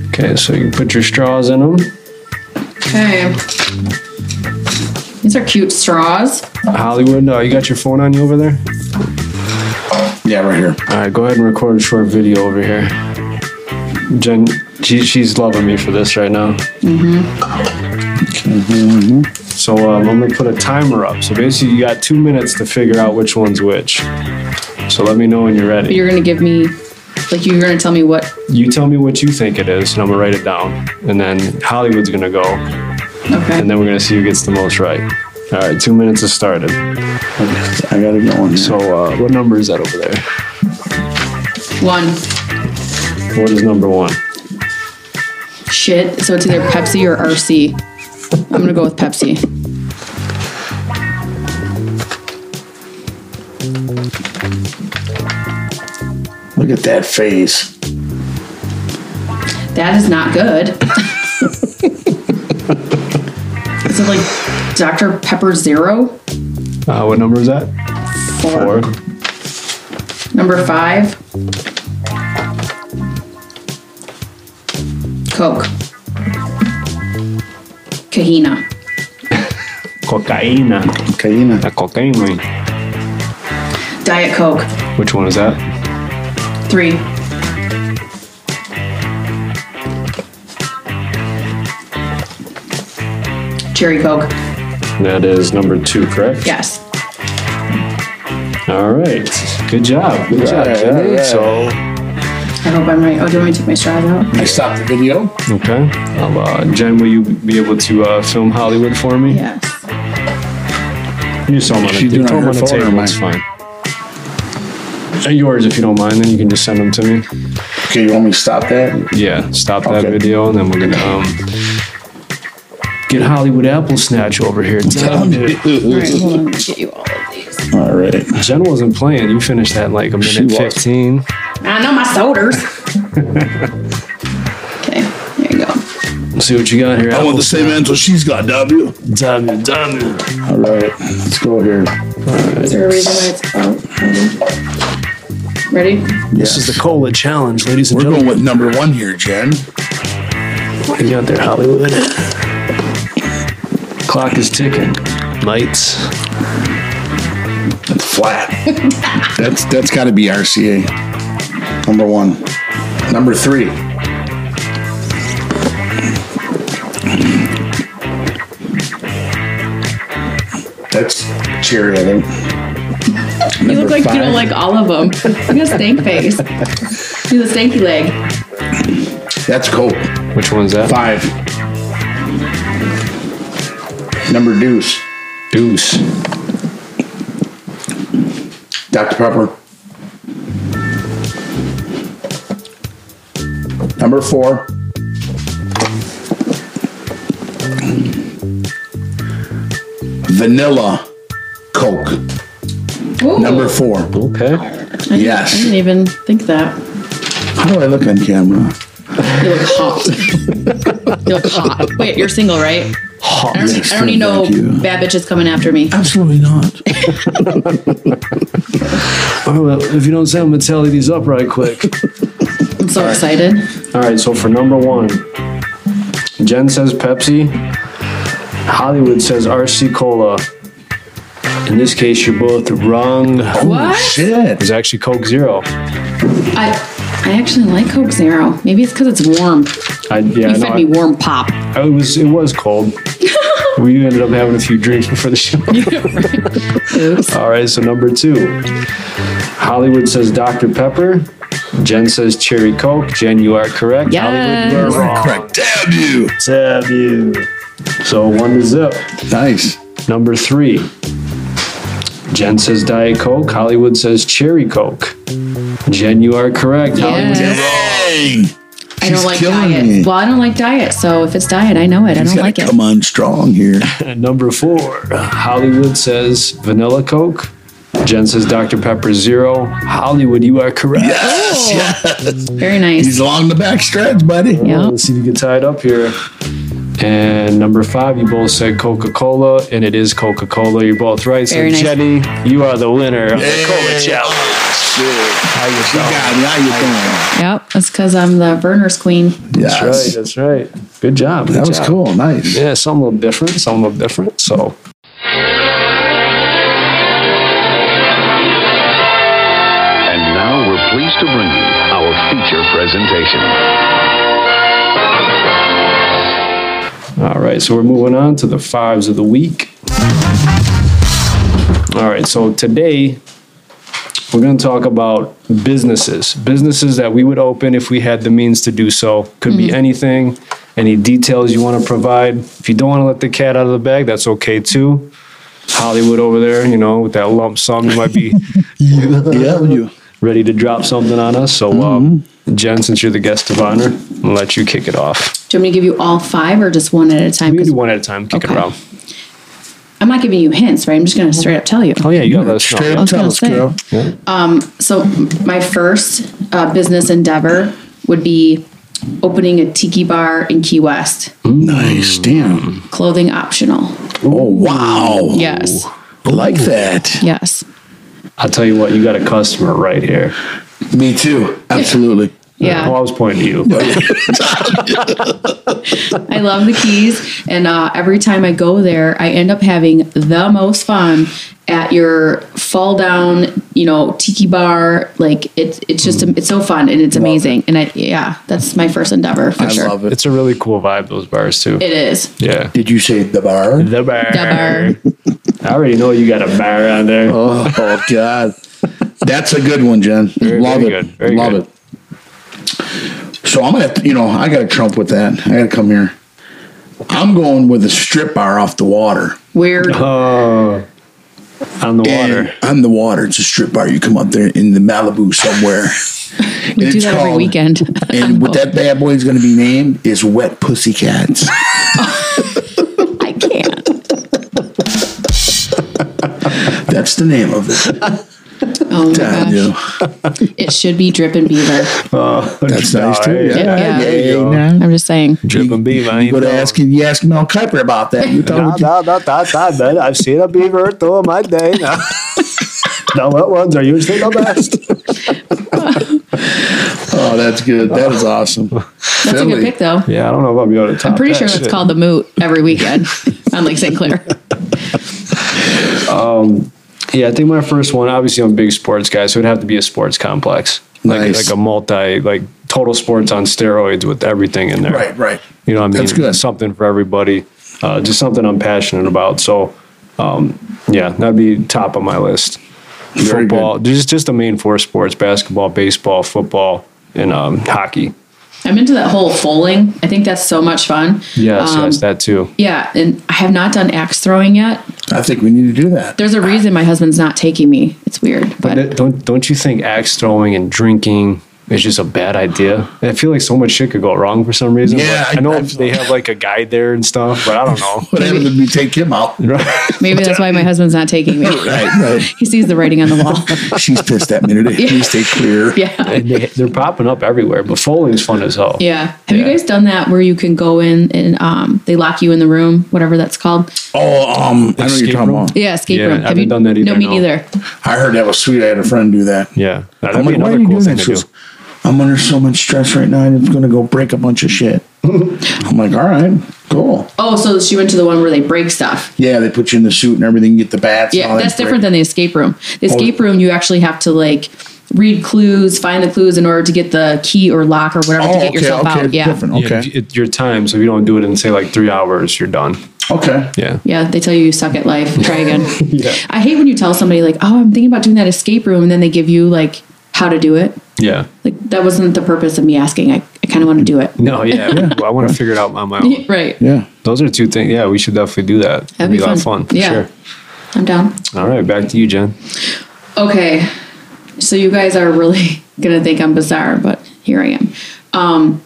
Okay, so you put your straws in them.
Okay. These are cute straws.
Hollywood, no, you got your phone on you over there?
Yeah, right here.
All right, go ahead and record a short video over here. Jen, she, she's loving me for this right now. Mm-hmm. So um, I'm gonna put a timer up. So basically, you got two minutes to figure out which one's which. So let me know when you're ready.
You're going to give me, like, you're going to tell me what.
You tell me what you think it is, and I'm gonna write it down. And then Hollywood's gonna go, and
Okay.
then we're gonna see who gets the most right. All right, two minutes has started.
I gotta go on.
So
So
uh, what number is that over there?
One.
What is number one?
Shit. So it's either Pepsi or RC. I'm going to go with Pepsi.
look at that face.
That is not good. is it like Dr. Pepper Zero?
Uh, what number is that?
Four.
Four.
Number five. Coke. Kahina.
Cocaína.
Cocaine.
La cocaine.
Diet Coke.
Which one is that?
Three. Cherry Coke.
That is number two, correct?
Yes.
All right. Good job. Good job.
Right,
Jenny.
right.
So,
I hope I'm right. Oh, do you want me to take my straws out?
I stopped the video.
okay. I'll, uh, Jen, will you be able to uh, film Hollywood for me?
Yes.
You saw him on,
She
the, you
doing
saw
it on
him
her
on the
phone
Uh,
or
table. It's fine. And yours, if you don't mind, then you can just send them to me.
Okay, you want me to stop that?
Yeah, stop that
Okay.
video, and then we're gonna um, get Hollywood Apple Snatch over here. Damn, dude.
All right, hold on. Let me get you all of these.
All right.
Jen wasn't playing. You finished that in like a
She
minute
was.
fifteen.
I know my sodas. okay, there you go.
Let's see what you got here.
I want
Apple
the same answer she's got, W.
Diamond, diamond.
All right, let's go here.
Is there a reason why it's out? Ready?
This is the cola challenge, ladies and
We're going
gentlemen.
with number one here, Jen.
What do you got there, Hollywood? Clock is ticking. Lights.
It's flat. that's that's got to be RCA. Number one. Number three. That's cherry, I think.
You look like you don't like all of them. You got a stank face. You have a stanky leg.
That's Coke.
Which one's that?
Five. Number Deuce.
Deuce.
Dr. Pepper. Number four. Vanilla Coke.
Ooh,
Number four.
Okay.
I
Yes.
didn't even think that.
How do I look on camera?
You look hot. you look hot. Wait, you're single, right? I don't,
Yes,
I don't even know
thank you.
bad bitch is coming after me.
Absolutely not.
Oh, well, if you don't say, I'm gonna tally these up right quick.
I'm so excited.
All right, so for number one, Jen says Pepsi, Hollywood says RC Cola. In this case, you're both wrong. It
What?
Shit.
was actually Coke Zero.
I I actually like Coke Zero. Maybe it's because it's warm.
I, yeah,
you
no,
fed
I-
me warm pop.
I, it was it was cold. we ended up having a few drinks before the show.
Oops.
All right, so number two, Hollywood says Dr Pepper. Jen says Cherry Coke. Jen, you are correct. Hollywood, you are wrong.
Correct. Damn you.
Tab you. So one to zip.
Nice.
Number three. Jen says Diet Coke. Hollywood says Cherry Coke. Jen, you are correct. Hollywood.
Yes.
Dang.
I don't like
killing
diet.
me.
Well, I don't like diet, so if it's diet, I know it. I
He's
don't
got
like
to
it.
come on strong here.
And number four. Hollywood says Vanilla Coke. Jen says Dr. Pepper Zero. Hollywood, you are correct.
Yes, yes.
Very nice.
He's along the back stretch, buddy.
Yeah.
Let's see if you get tied up here. And number five, you both said Coca Cola, and it is Coca Cola. You're both right.
Very nice.
so, Jenny, you are the winner of the Cola
Hey.
Challenge.
Shit.
How you
You
doing?
got me. How you
Yep. That's because I'm the Verner's queen.
doing?
That's right. That's right. Good job.
That
good
was
job.
cool. Nice.
Yeah, some a little different, some a little different. So
And now we're pleased to bring you our feature presentation.
all right, so we're moving on to the fives of the week. All right, so today we're going to talk about businesses, businesses that we would open if we had the means to do so. Could be
Mm-hmm.
anything. Any details you want to provide? If you don't want to let the cat out of the bag, that's okay too. Hollywood over there, you know, with that lump sum, you might be
Yeah, you.
ready to drop something on us. So, um,
Mm-hmm.
Jen, since you're the guest of honor, I'll let you kick it off.
Do you want me to give you all five or just one at a time?
We can
'Cause
do one at a time. Kick it
Okay.
around.
I'm not giving you hints, right? I'm just going to straight up tell you.
Oh yeah, you got us.
Straight
I
up
was
tell
gonna
us,
say. um,
girl.
So, my first uh, business endeavor would be opening a tiki bar in Key West,
Nice. Damn.
clothing optional.
Oh, wow.
Yes.
I Like that.
Yes.
I'll tell you what, you got a customer right here.
Me too. Absolutely.
Yeah.
Well, I was pointing to you.
I love the keys, and uh, every time I go there, I end up having the most fun at your fall down, you know, tiki bar. Like it's it's just it's so fun and it's amazing. And I yeah, that's my first endeavor for
I
sure.
love it.
It's a really cool vibe. Those bars too.
It is.
Yeah.
Did you say the bar?
The bar.
The
I already know you got a bar on there.
Oh, God. That's a good one, Jen. Love
very
it.
good, very
Love
good.
it. So I'm gonna, have to, you know, I got to trump with that. I got to come here. I'm going with a strip bar off the water.
Weird.
Oh. On the
And
water.
on the water. It's a strip bar. You come up there in the Malibu somewhere. And
We do
it's
that every
called-
weekend.
And what that bad boy is going to be named is Wet Pussycats.
I can't.
That's the name of it.
Oh my
Damn
gosh.
you.
It should be Drippin' Beaver.
That's nice too.
Yeah.
Yeah.
There you
you go.
go.
I'm just saying.
Drip and beaver. I ain't
Go to
know.
asking you asking Mel Kiper about that. You thought
Nah,
what you-
nah, nah, nah, nah, man. I've seen a beaver through my day. Now, now what ones are usually the best?
Oh, that's good. That is awesome.
That's a good pick, though.
Yeah, I don't know if I'll be able to top
I'm pretty
that
sure it's
shit.
called the Moot every weekend on Lake St. Clair.
Yeah, I think my first one. Obviously, I'm a big sports guy, so it'd have to be a sports complex, like
Nice.
like a multi, like total sports on steroids with everything in there.
Right, right.
You know, what I mean,
That's good.
something for everybody, uh, just something I'm passionate about. So, um, yeah, that'd be top of my list.
Very good.
football, just just the main four sports: basketball, baseball, football, and um, hockey.
I'm into that whole foaling. I think that's so much fun.
Yes,
Um,
yes, that too.
Yeah, and I have not done axe throwing yet.
I think we need to do that.
There's a reason my husband's not taking me. It's weird, but,
Th- Don't don't you think axe throwing and drinking is just a bad idea? I feel like so much shit could go wrong for some reason.
Yeah,
but I,
I-
know
I-
they have like a guide there and stuff, but I don't know.
What happened if we take him out? Right,
maybe that's why my husband's not taking me.
right.
He sees the writing on the wall.
She's pissed that minute. Please stay clear.
yeah.
And they, they're popping up everywhere, but foaling's fun as hell.
Yeah. Have you
Yeah.
guys done that where you can go in and um, they lock you in the room, whatever that's called?
Oh, um, I know what
Escape
you're talking
room?
about.
Yeah, escape
Yeah, I
room. Have
haven't
you
done that either,
No, me
no.
neither.
I heard that was sweet. I had a friend do that.
yeah. That'd
I'm
be
like, why are
another
you
cool thing
doing that?
to
She
do.
goes, I'm under so much stress right now. I'm going to go break a bunch of shit. I'm like, all right, cool.
Oh, so she went to the one where they break stuff.
Yeah, they put you in the suit and everything. You get the bats. and
Yeah,
all that
that's
great-
different than the escape room. The escape room, you actually have to like read clues, find the clues in order to get the key or lock or whatever
Oh,
to get
okay,
yourself
okay,
out. Yeah.
different.
Yeah,
Okay,
if you- it- your time, so if you don't do it in say like three hours, you're done.
okay.
Yeah.
Yeah, they tell you you suck at life. Try again.
Yeah.
I hate when you tell somebody like, "Oh, I'm thinking about doing that escape room," and then they give you like how to do it.
Yeah.
Like that wasn't the purpose of me asking. I, I kind of want to do it.
No, yeah. Well, I want to figure it out on my own.
right.
Yeah.
Those are two things. Yeah, we should definitely do that. That'd,
be
be, a lot of
fun.
fun. For
Yeah.
sure.
I'm down.
All right, back to you, Jen.
Okay. So you guys are really going to think I'm bizarre, but here I am. Um,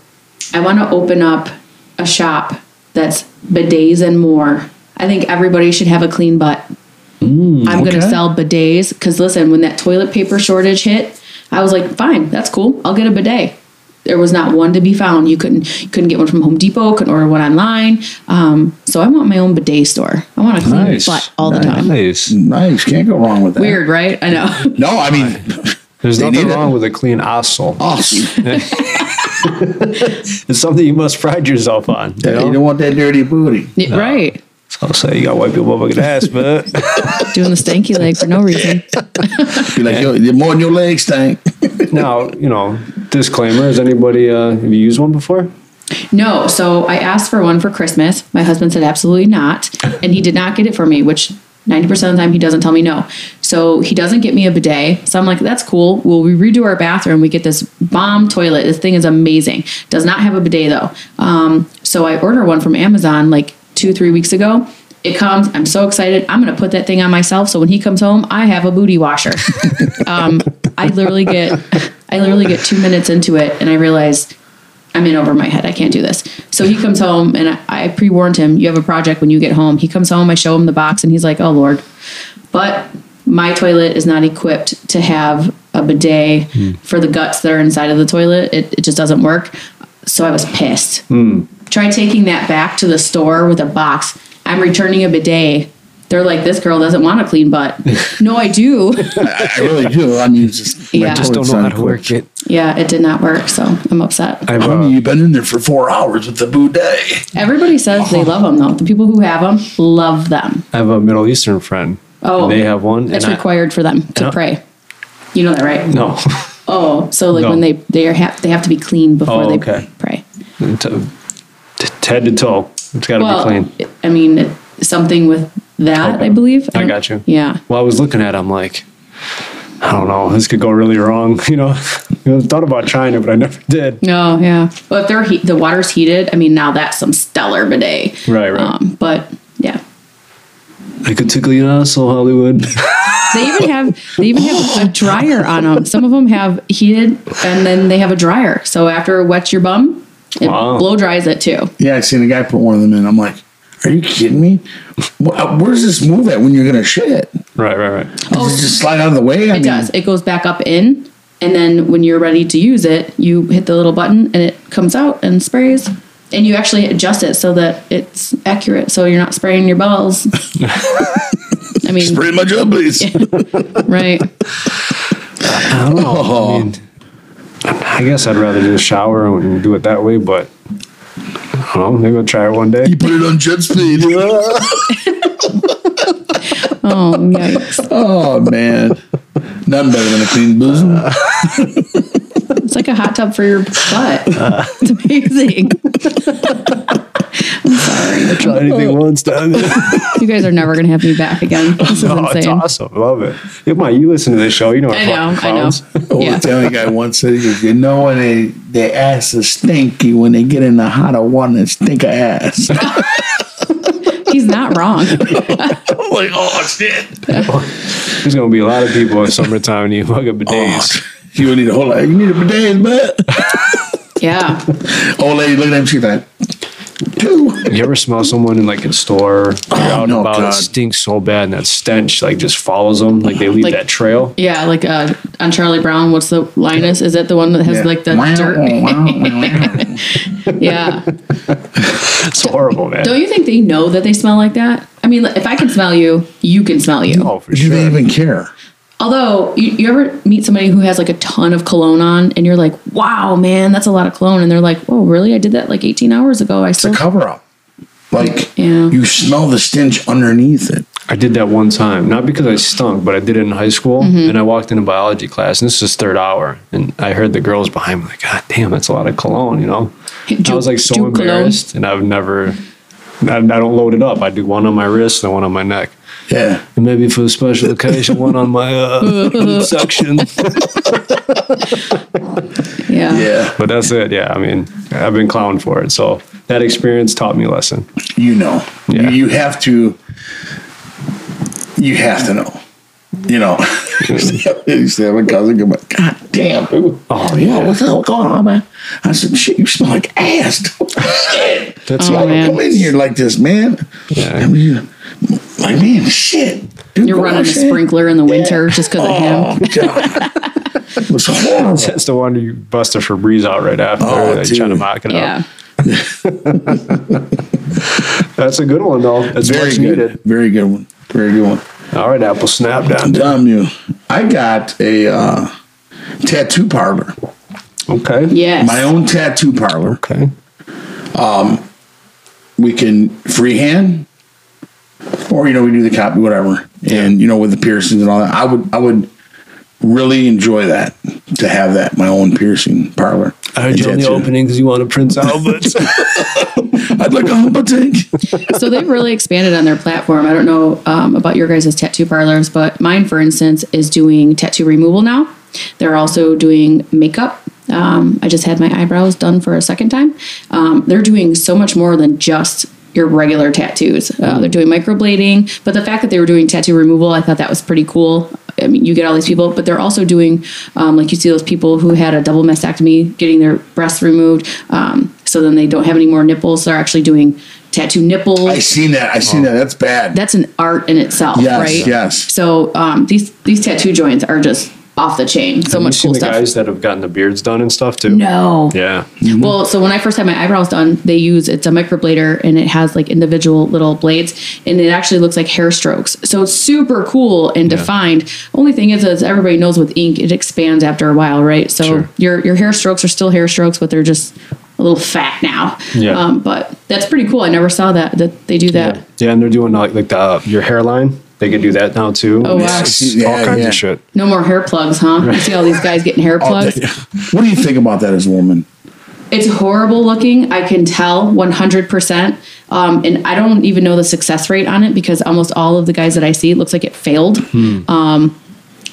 I want to open up a shop that's bidets and more. I think everybody should have a clean butt.
Mm,
I'm going to
okay.
sell bidets because listen, when that toilet paper shortage hit, I was like, fine, that's cool. I'll get a bidet. There was not one to be found. You couldn't you couldn't get one from Home Depot. Couldn't order one online. Um, so I want my own bidet store. I want a clean
Nice.
butt all the time.
Nice.
Nice. Can't go wrong with that.
Weird, right? I know.
No, I mean,
There's
They
nothing
need it.
wrong with a clean asshole.
us.
It's something you must pride yourself on. You
Yeah,
know?
You don't want that dirty booty.
Yeah, Right.
So I'll say you got to wipe your motherfucking ass, man.
Doing the stanky leg for no reason.
Be like, yo, you're more than your legs stank.
now, you know, disclaimer: Has anybody uh, have you used one before?
No, so I asked for one for Christmas. My husband said absolutely not. And he did not get it for me, which 90% of the time he doesn't tell me no. So he doesn't get me a bidet. So I'm like, that's cool. Well, we redo our bathroom. We get this bomb toilet. This thing is amazing. Does not have a bidet though. Um, so I order one from Amazon like two, three weeks ago. It comes. I'm so excited. I'm going to put that thing on myself. So when he comes home, I have a booty washer. um, I literally get, I literally get two minutes into it and I realize I'm in over my head. I can't do this. So he comes home and I, I pre warned him, you have a project when you get home. He comes home, I show him the box, and he's like, oh, Lord. But my toilet is not equipped to have a bidet for the guts that are inside of the toilet. It, it just doesn't work. So I was pissed. Try taking that back to the store with a box. I'm returning a bidet. They're like, this girl doesn't want a clean butt. no, I do.
I, I really do. I mean, it's just,
Yeah. I just
toilet's not equipped.
it.
yeah, it did not work. So I'm upset.
I've,
I
uh,
mean, you've been in there for four hours with the boudet.
Everybody says they love them, though. The people who have them love them.
I have a Middle Eastern friend.
Oh,
they have one.
That's
and I-
required for them to
No.
pray. You know that, right?
no,
Oh, so like
No.
when they they are ha- they have to be clean before
Oh,
they
okay.
pray.
To- to- head to toe. It's got to
well,
be clean.
I mean, it- something with that,
Okay.
I believe.
I
don't-
got you.
Yeah.
Well, I was looking at. it, I'm like, I don't know. This could go really wrong. You know, I thought about trying it, but I never did.
No, yeah. Well, if they're heat, the water's heated. I mean, now that's some stellar bidet.
Right, right.
Um, but yeah,
I could tickle your asshole, Hollywood.
They even have they even have a dryer on them. Some of them have heated, and then they have a dryer. So after it wets your bum, it
Wow.
blow dries it too.
Yeah, I seen a guy put one of them in. I'm like, are you kidding me? Wh- uh, Where's this move at when you're gonna shit? Does
Right, right, right.
it just slide out of the way? I
It does. It goes back up in, and then when you're ready to use it, you hit the little button and it comes out and sprays. And you actually adjust it so that it's accurate, so you're not spraying your balls. I mean,
Pretty much up, please.
right?
Oh,
I guess I'd rather just shower and do it that way, but I don't know. Maybe I'll try it one day.
you put it on jet speed.
Oh, yikes!
oh man, nothing better than a clean bosom.
It's like a hot tub for your butt.
Uh.
It's amazing.
Try anything once, done.
You guys are never gonna have me back again. This is
no, it's
insane.
awesome. Love it. Yeah, my, you listen to this show. You know,
I
I
know. I know.
Oh,
Yeah.
the Italian guy once said, he goes, "You know when they their ass is stinky when they get in the hotter one and stink of ass." I'm
He's not wrong.
like, oh shit!
There's gonna be a lot of people in summertime and you hug up bidets.
You would need a whole lot. You need a bidet, but
Yeah.
old Oh, lady look at him. She's like, two.
You ever smell someone in like a store or out and
Oh, no,
about?
God.
It stinks so bad, and that stench like just follows them. Like they leave
Like-
that trail.
Yeah, like uh, on Charlie Brown, what's the Linus? Is that the one that has like the dirt? Yeah.
It's horrible, man.
Don't you think they know that they smell like that? I mean, if I can smell you, you can smell you.
Oh, for
Do they
sure.
even care?
Although, you, you ever meet somebody who has like a ton of cologne on and you're like, wow, man, that's a lot of cologne. And they're like, whoa, really? I did that like 18 hours ago. I still.
It's a cover up. Like
Yeah.
you smell the stench underneath it.
I did that one time, not because I stunk, but I did it in high school.
Mm-hmm.
And I walked into biology class, and this is third hour, and I heard the girls behind me like, "God damn, that's a lot of cologne," you know. I was like so
Duke cologne.
embarrassed, and I've never, I, I don't load it up. I do one on my wrist and one on my neck.
Yeah.
And maybe for a special occasion, one on my uh, suction.
Yeah.
Yeah.
But that's it. Yeah, I mean, I've been clowned for it, so that experience taught me a lesson.
You know.
Yeah.
You, you have to. You have to know. You know. you say, my cousin, go, God damn. dude.
Oh,
Yo,
yeah.
what's going on, man? I said, shit, you smell like ass. dude. shit.
That's
Oh,
Why
man.
you come in here like this, man? I mean, like, man, shit. Dude,
You're
go
running
on,
a
shit.
sprinkler in the winter just 'cause just because of
Oh,
him.
God. It was horrible.
That's the one you bust a Febreze out right after,
Oh,
like, trying to
dude.
mock it
Yeah.
up. That's a good one, though. That's
Very
much
good.
needed.
Very good one. Very good one.
All right, Apple Snap
I'm
down.
telling Um, you, I got a uh, tattoo parlor,
Okay.
Yes.
my own tattoo parlor.
Okay.
We can freehand, or you know, we do the copy, whatever. And you know, with the piercings and all that, I would, I would really enjoy that to have that my own piercing parlor.
I heard
and
you on the
tattoo.
opening because you want to Prince Albert.
I'd like a humble tank.
so they've really expanded on their platform. I don't know um, about your guys' tattoo parlors, but mine, for instance, is doing tattoo removal now. They're also doing makeup. Um, I just had my eyebrows done for a second time. Um, they're doing so much more than just your regular tattoos. Uh, they're doing microblading, but the fact that they were doing tattoo removal, I thought that was pretty cool. I mean, you get all these people, but they're also doing, um, like you see those people who had a double mastectomy, getting their breasts removed, um, so then they don't have any more nipples. They're actually doing tattoo nipples
I seen that. I seen
Oh.
that. That's bad.
that's an art in itself,
Yes,
right?
yes.
So um, these these tattoo joints are just off the chain. So
Have you
much
seen
cool
the
stuff.
guys that have gotten the beards done and stuff too?
No.
Yeah.
Well, so when I first had my eyebrows done, they use it's a microblader and it has like individual little blades, and it actually looks like hair strokes. So it's super cool and defined. Only thing is, as everybody knows with ink, it expands after a while, right? So
Sure.
your your hair strokes are still hair strokes, but they're just a little fat now.
Yeah.
Um, but that's pretty cool. I never saw that that they do that.
Yeah, and they're doing like, like the uh, your hairline. They can do that now too.
Oh, wow.
It's
Yeah,
all kinds
yeah.
of shit.
No more hair plugs, huh? You see all these guys getting hair
Oh,
plugs.
that- what do you think about that as a woman?
It's horrible looking. I can tell 100%. Um, and I don't even know the success rate on it because almost all of the guys that I see, it looks like it failed. Um,
Hmm.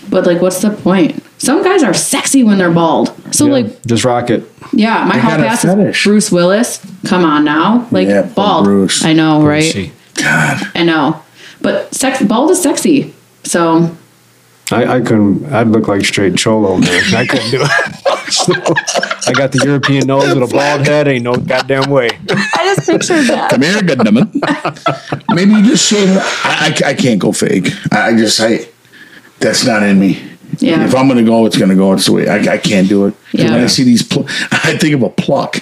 but like, what's the point? Some guys are sexy when they're bald. So
Yeah.
like,
just rock it.
yeah, my hall
got a
pass is
fetish.
Bruce Willis. Come on now. Like
Yeah, poor
bald.
Bruce.
I know, right?
See.
I know. But sex bald is sexy. So
I, I couldn't. I'd look like straight cholo man. I couldn't do it. I got the European nose with a bald head. Ain't no goddamn way.
I just pictured that.
Come here, good woman. Maybe you just shave. I, I, I can't go fake. I I just I. That's not in me.
Yeah.
If I'm gonna go, it's gonna go. It's the way I, I can't do it.
Yeah.
When I see these, pl- I think of a pluck.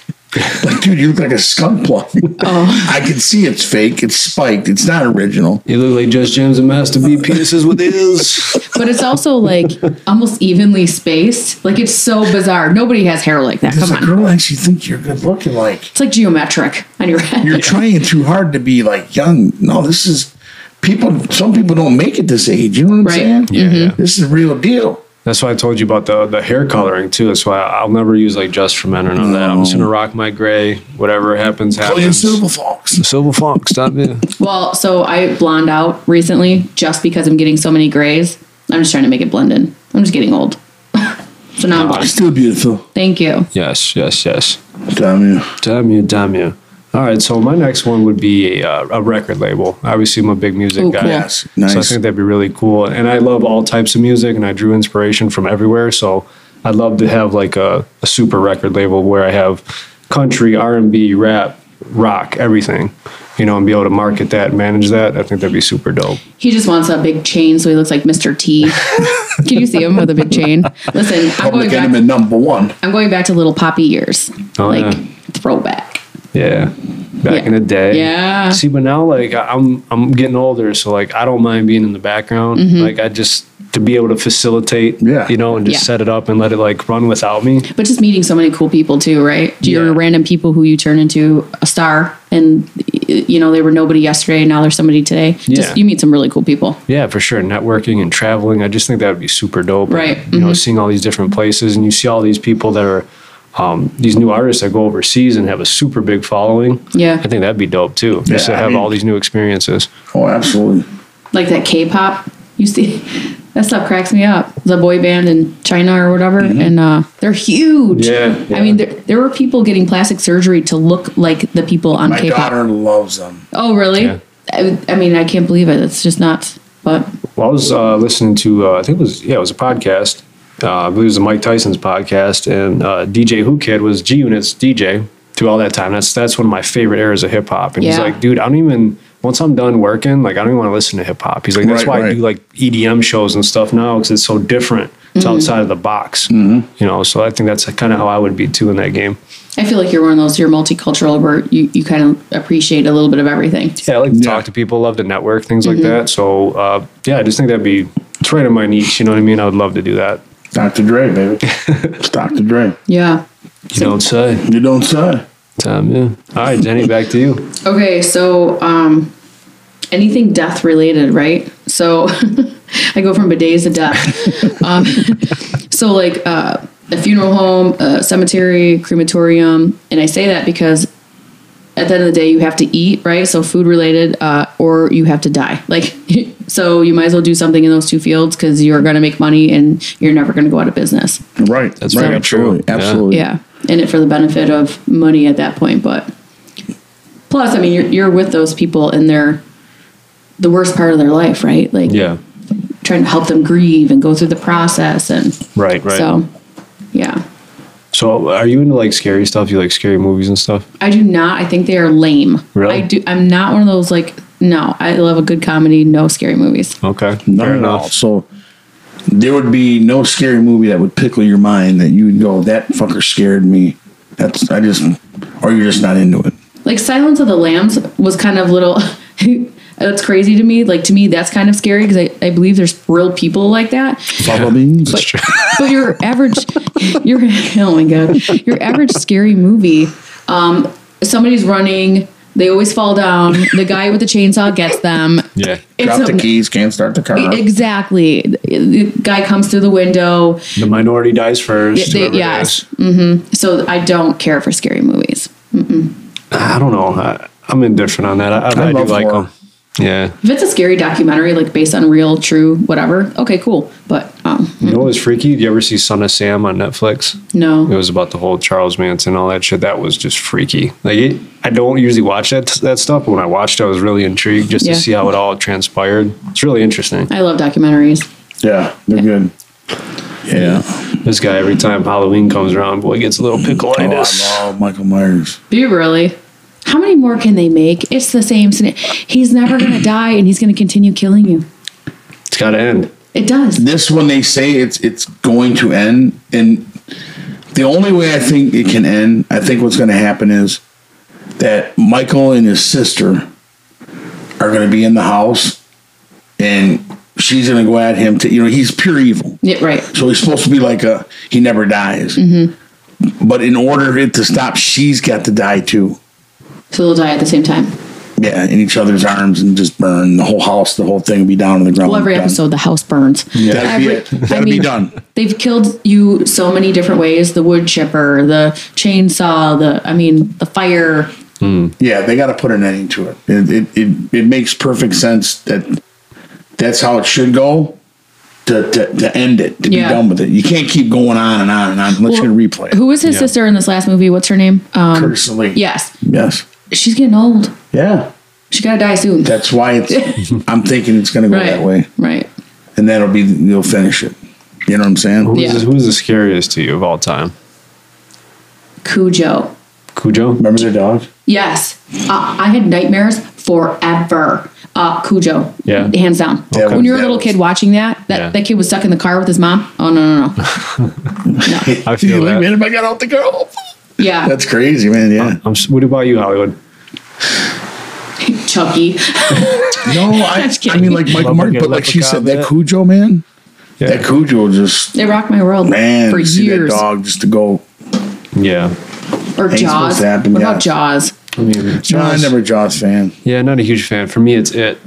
Like, dude, you look like a skunk pluck. Oh. I can see it's fake. It's spiked. It's not original.
You look like Just Jim's and Master B penises with his.
But it's also like almost evenly spaced. Like it's so bizarre. Nobody has hair like that.
Does
Come
a
on.
girl actually think you're good looking? Like
It's like geometric on your head.
you're trying too hard to be like young. No, this is people. Some people don't make it this age. You know what I'm
Right.
saying?
Yeah, yeah.
This is the real deal.
That's why I told you about the the hair coloring too. That's why I'll never use like Just for Men or none of that. I'm just gonna rock my gray. Whatever happens,
Playing
happens.
Silver Fox.
Silver Fox, stop me.
Well, so I blonde out recently just because I'm getting so many grays. I'm just trying to make it blend in. I'm just getting old. so now I'm blonde.
Still beautiful.
Thank you.
Yes, yes, yes.
Damn you.
Damn you, damn you. All right, so my next one would be a, uh, a record label. Obviously, I'm a big music
Ooh,
guy.
cool.
Yes.
So I
Nice.
think that'd be really cool. And I love all types of music and I drew inspiration from everywhere. So I'd love to have like a, a super record label where I have country, R and B, rap, rock, everything. You know, and be able to market that, manage that. I think that'd be super dope.
He just wants a big chain so he looks like Mr. T. Can you see him with a big chain? Listen, I'm going,
Public
back,
Enemy number one.
I'm going back to little poppy years.
Oh,
like
yeah.
throwback.
Yeah. Back
Yeah.
in the day.
Yeah.
See, but now like I- I'm I'm getting older, so like I don't mind being in the background.
Mm-hmm.
Like I just to be able to facilitate,
Yeah.
you know, and just
Yeah.
set it up and let it like run without me.
But just meeting so many cool people too, right? You're
Yeah.
random people who you turn into a star and you know, they were nobody yesterday, now they're somebody today.
Yeah.
Just you meet some really cool people.
Yeah, for sure. Networking and traveling. I just think that would be super dope.
Right. Mm-hmm.
You know, seeing all these different places and you see all these people that are um, these new artists that go overseas and have a super big following.
Yeah.
I think that'd be dope too. just
Yeah,
to
I
have
mean-
all these new experiences.
Oh, absolutely.
like that K-pop. You see, that stuff cracks me up. The boy band in China or whatever, and uh, they're huge.
Mm-hmm. Yeah, yeah.
I mean, there, there were people getting plastic surgery to look like the people on
My
K-pop.
daughter loves them.
Oh, really?
Yeah.
I, I mean, I can't believe it. It's just nuts. But
Well, I was uh, listening to, uh, I think it was, yeah, it was a podcast. Uh, I believe it was the Mike Tyson's podcast, and uh, DJ Who Kid was G Unit's DJ through all that time. That's that's one of my favorite eras of hip hop. And he's
Yeah.
like, dude, I don't even once I'm done working, like I don't even want to listen to hip hop. He's like, that's
Right,
why I
right.
do like EDM shows and stuff now because it's so different. It's outside of the box, you know. So I think that's kind of how I would be too in that game.
I feel like you're one of those. You're multicultural, where you, you kind of appreciate a little bit of everything.
Yeah, I like to
Yeah.
talk to people, love to network, things like that. So uh, yeah, I just think that'd be it's right in my niche. You know what I mean? I would love to do that.
Dr. Dre, baby. it's Dr. Dre.
Yeah.
You uh, don't say.
You don't say.
Time, Um, yeah. All right, Jenny, back to you.
Okay, so um, anything death related, right? So I go from bidets to death. um, so like uh, a funeral home, a cemetery, crematorium, and I say that because at the end of the day, you have to eat, right? So food related, uh, or you have to die. Like, so you might as well do something in those two fields because you're going to make money and you're never going to go out of business.
Right. That's right.
very
absolutely.
true. Yeah.
Absolutely.
Yeah, in it for the benefit of money at that point. But plus, I mean, you're you're with those people in their the worst part of their life, right? Like
Yeah.
trying to help them grieve and go through the process, and
Right, right. So,
so yeah.
are you into like scary stuff? You like scary movies and stuff?
I do not. I think they are lame.
Really?
I do. I'm not one of those like. No, I love a good comedy. No scary movies.
Okay.
None at all. So there would be no scary movie that would pickle your mind that you would go, that fucker scared me. That's, I just, or you're just not into it.
Like Silence of the Lambs was kind of little. that's crazy to me. Like to me, that's kind of scary because I, I believe there's real people like that.
Baba beans.
but, but your average your oh my god your average scary movie um somebody's running they always fall down the guy with the chainsaw gets them
Yeah.
it's
Drop the
a-
keys, can't start the car.
exactly the guy comes through the window
The minority dies first.
Yeah, they-
whoever it
yes.
is.
so i don't care for scary movies
I don't know. I, I'm indifferent on that. I, I,
I
I do
love
like
horror.
them. Yeah.
if it's a scary documentary like based on real true whatever okay cool but um
You know what was freaky? Did you ever see Son of Sam on Netflix?
no
It was about the whole Charles Manson, all that shit. That was just freaky. Like, it, I don't usually watch that that stuff, but when I watched, it, I was really intrigued just
Yeah.
to see how it all transpired. It's really interesting.
i love documentaries
Yeah, they're good. Yeah.
This guy, every time Halloween comes around, boy gets a little
Oh, I
pickleitis.
love Michael Myers.
Do you really? How many more can they make? It's the same. scena- He's never going to die, and he's going to continue killing you.
it's got to end.
It does.
This one they say it's it's going to end, and the only way I think it can end, I think what's going to happen is that Michael and his sister are going to be in the house, and she's going to go at him to you know he's pure evil.
Yeah, right.
So he's supposed to be like a he never dies.
Mm-hmm.
But in order for it to stop, she's got to die too.
So they'll die at the same time.
Yeah, in each other's arms and just burn the whole house. The whole thing will be down on the ground.
Well, every
Done.
episode, the house burns.
That'd be it.
I
That'd be
mean,
done.
They've killed you so many different ways: the wood chipper, the chainsaw, the I mean, the fire.
Yeah, they got to put an ending to it. It, it, it. it makes perfect sense that that's how it should go. To, to, to end it, to
Yeah.
be done with it. You can't keep going on and on and on unless
Well,
you replay it.
Who was his sister in this last movie? What's her name? Um,
Personally.
Yes,
Yes.
she's getting old.
Yeah.
She gotta die soon.
That's why it's. I'm thinking it's going to go
right.
that way,
Right.
and that'll be you'll finish it. You know what I'm saying?
Who's,
Yeah.
the, who's the scariest to you of all time?
Cujo.
Cujo?
Remember the dog?
Yes. Uh, I had nightmares forever. Uh, Cujo.
Yeah.
Hands down.
That
When
was-
you're a
that
little
was-
kid watching that, that,
Yeah.
that kid was stuck in the car with his mom. Oh, no, no, no. no.
I feel
Like,
that.
man, if I got out the girl,
Yeah.
that's crazy, man. Yeah.
I'm, s- what about you, Hollywood?
Chucky.
No, Oh, I,
Just
I
kidding.
mean like Michael
Love
Mark,
to get
but like she
leprechaun
said, that
bit.
Cujo man,
Yeah.
that Cujo just
It rocked my world
man
for
to see
years.
that dog just to go.
yeah.
Or
Ain't supposed
Jaws.
to happen,
what
yeah.
about Jaws?
I mean,
No, I never a Jaws fan.
Yeah, not a huge fan. For me, it's it.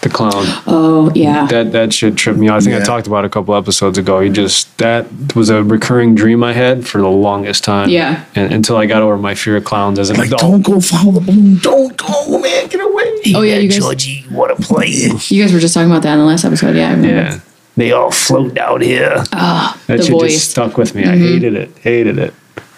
The clown.
Oh, yeah.
That that shit tripped me out. I think I
Yeah.
talked about it a couple episodes ago. He just that was a recurring dream I had for the longest time.
Yeah.
And until I got over my fear of clowns as an
Like,
adult.
don't go follow the balloon. Don't go, man. Get away.
Oh, yeah, you guys-
Georgie, what a play.
you guys were just talking about that in the last episode. Yeah. I remember.
Yeah.
They all float down here.
That
Ah, The Mm-hmm.
shit
voice.
just stuck with me. I hated it. Hated it.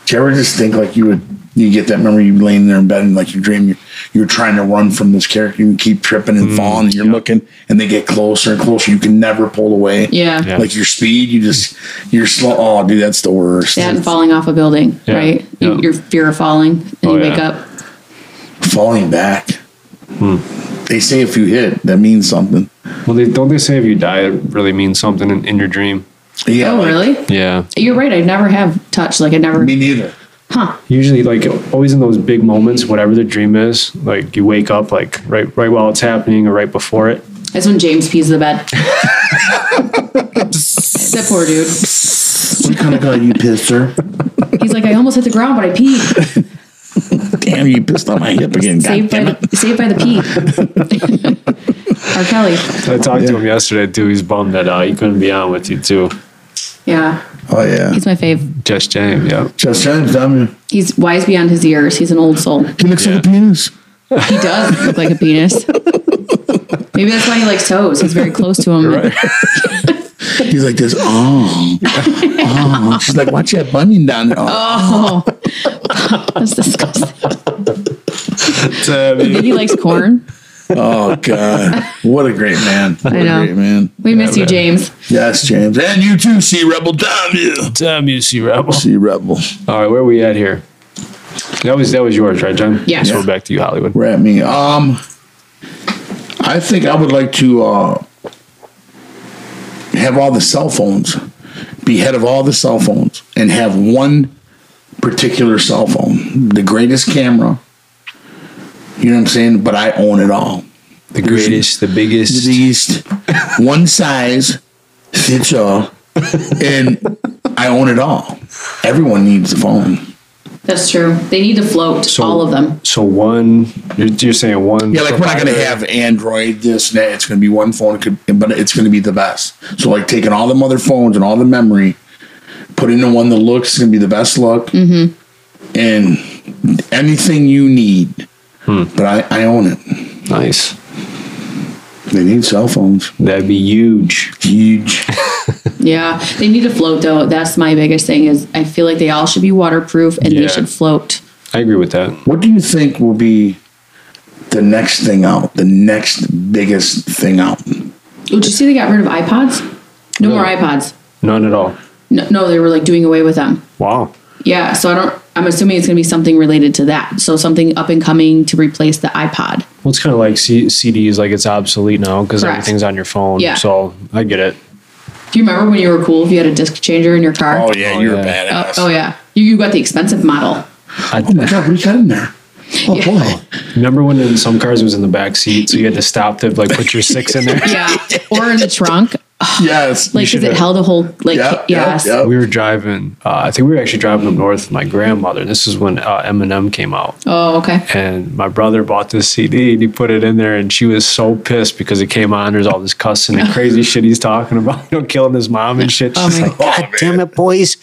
Do you ever just think like you would, you get that memory, you laying there in bed and like you dream, you're, you're trying to run from this character, you keep tripping and falling, and you're looking, and they get closer and closer. You can never pull away.
Yeah. Yeah.
Like your speed, you just, you're slow. Oh, dude, that's the worst.
That and falling off a building,
Yeah.
right? You-
Yeah.
Your fear of falling and
Oh,
you wake
yeah.
up.
falling back. Hmm. They say if you hit, that means something.
Well, they, don't they say if you die, it really means something in, in your dream?
Yeah.
Oh,
like-
really?
Yeah.
You're right. I never have touched. Like, I never.
Me neither.
Huh.
Usually, like always in those big moments, whatever the dream is, like you wake up like right right while it's happening or right before it.
That's when James pees the bed. that poor dude.
We kind of got you pissed, sir.
He's like, I almost hit the ground, but I peed.
Damn, you pissed on my hip again.
Saved by
goddamn it.
the saved by the pee. R. Kelly.
I talked to him yesterday too. He's bummed that uh, he couldn't be on with you too.
Yeah,
Oh yeah.
he's my fave.
Just James, yeah.
Just James, dumb.
He's wise beyond his years. He's an old soul.
He looks
Yeah.
like a penis.
He does look like a penis. Maybe that's why he likes toes. He's very close to him.
He's like this. Oh, oh. She's like, watch that bunion down there. Oh,
Oh, that's disgusting.
Tabby.
He likes corn.
oh, god, what a great man. What
I know.
a great man.
We miss you, James.
Yes, James, and you too, Sea Rebel. Damn you,
Damn you, Sea Rebel.
Sea Rebel.
All right, where are we at here? That was that was yours, right, John?
Yeah.
So we're back to you, Hollywood.
We're at me. Um, I think I would like to uh, have all the cell phones, be head of all the cell phones, and have one particular cell phone, the greatest camera. You know what I'm saying? But I own it all.
The
greatest,
the biggest.
Diseased, one size fits all, and I own it all. Everyone needs a phone.
That's true. They need to float all of them.
So one, you're, you're saying one.
Yeah, like we're not going to
provider.
have Android, this, and that. It's going to be one phone, it could- but it's going to be the best. So, like taking all them other phones and all the memory, put into one that looks going to be the best look,
Mm-hmm.
and anything you need. But I, I own it.
Nice.
They need cell phones.
That'd be huge.
Huge.
Yeah, they need to float though. That's my biggest thing is I feel like they all should be waterproof and
Yeah.
they should float.
I agree with that.
what do you think will be the next thing out? The next biggest thing out?
Would you see they got rid of iPods? No more iPods.
None at all.
No, no, they were like doing away with them.
Wow.
Yeah, so I don't. I'm assuming it's going to be something related to that. So something up and coming to replace the iPod.
Well, it's kind of like C- CDs, like it's obsolete now because
Correct.
everything's on your phone.
Yeah.
So I get it.
Do you remember when you were cool if you had a disc changer in your car?
Oh yeah,
Oh,
you're
yeah.
badass.
Oh, oh, yeah, you, you got the expensive model.
I,
Oh my god, what do you got in there? Oh boy.
remember when in some cars it was in the back seat, so you had to stop to like put your six in there.
Yeah, or in the trunk.
Yes.
Like, because it
have-
held a whole like
Yeah, yeah,
yes.
yeah.
We were driving. Uh, I think we were actually driving up north with my grandmother. This is when uh, Eminem came out,
Oh, okay.
and my brother bought this CD and he put it in there, and she was so pissed because it came on. There's all this cussing and crazy shit he's talking about, you know, killing his mom and shit.
Oh
She's like
Oh,
"Oh."
God damn it, boys.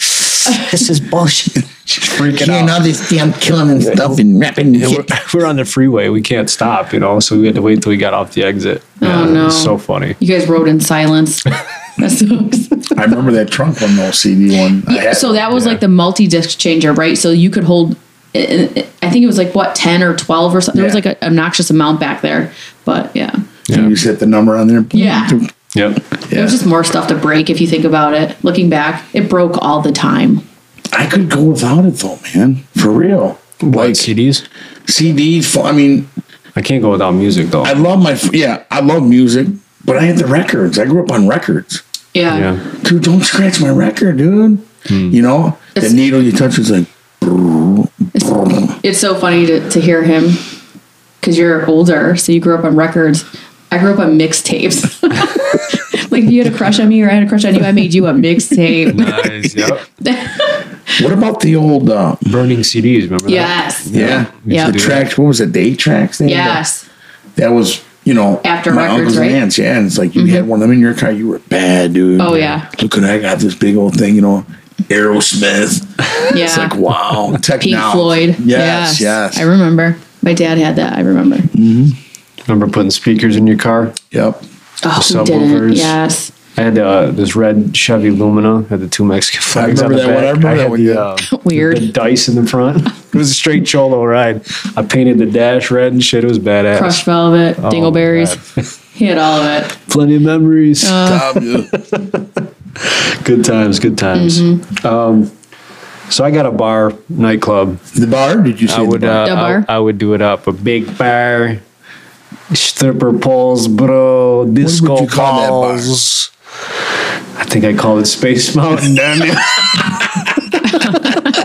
This is bullshit.
freaking
Hearing all
out.
this damn killing and stuff and rapping and
And we're,
shit.
we're on the freeway. We can't stop, you know. So we had to wait till we got off the exit. Yeah,
Oh, no.
it was so funny.
You guys rode in silence. That sucks.
I remember that trunk one though, CD one. I had-
so that was like the multi disc changer, right? So you could hold. I I think it was like what ten or twelve or something. There was
Yeah.
like an obnoxious amount back there, but yeah,
you just hit the number on there.
Yeah.
Yep.
it
Yeah.
was just more stuff to break if you think about it. Looking back, it broke all the time.
I could go without it though, man. For real. Like
CDs.
CD. pho- I mean,
I can't go without music though.
I love my yeah. I love music, but I had the records. I grew up on records.
Yeah,
yeah.
Dude, don't scratch my record, dude.
Hmm.
You know the
It's-
needle you touch is like.
It's, it's so funny to, to hear him because you're older, so you grew up on records. I grew up on mixtapes. like if you had a crush on me or I had a crush on you, I made you a mixtape.
Nice. Yep.
What about the old? Uh,
Burning CDs. Remember that?
yes,
yeah.
Yeah.
The tracks. What was it? The eight tracks. Thing?
yes.
That was. You know,
After
my
records,
uncles
right? Mm-hmm.
and aunts, yeah, and it's like you had one of them in your car, you were bad, dude.
Oh, yeah.
Look at I got this big old thing, you know, Aerosmith.
Yeah.
It's like wow,
Pink
technology.
Floyd.
Yes, yes.
I remember. My dad had that. I remember.
Remember putting speakers in your car?
yep.
Oh, who
Subwoofers.
didn't? Yes.
I had uh, this red Chevy Lumina. Had the two Mexican flags on
remember
the back.
that one. I remember
had
that one,
the,
yeah.
uh,
Weird.
The dice in the front. It was a straight cholo ride. I painted the dash red and shit. It was badass.
Crushed Velvet,
Oh,
Dingleberries. Uh.
God.
He had all of it.
Plenty of memories.
Um,
good times. Good times.
Mm-hmm.
Um, so I got a bar nightclub.
the bar? Did you say
I
the
would.
bar?
Uh,
The bar?
I, I would do it up. A big bar. Stripper poles, bro. Disco
you call that bar?
balls. I think I called it Space Mountain.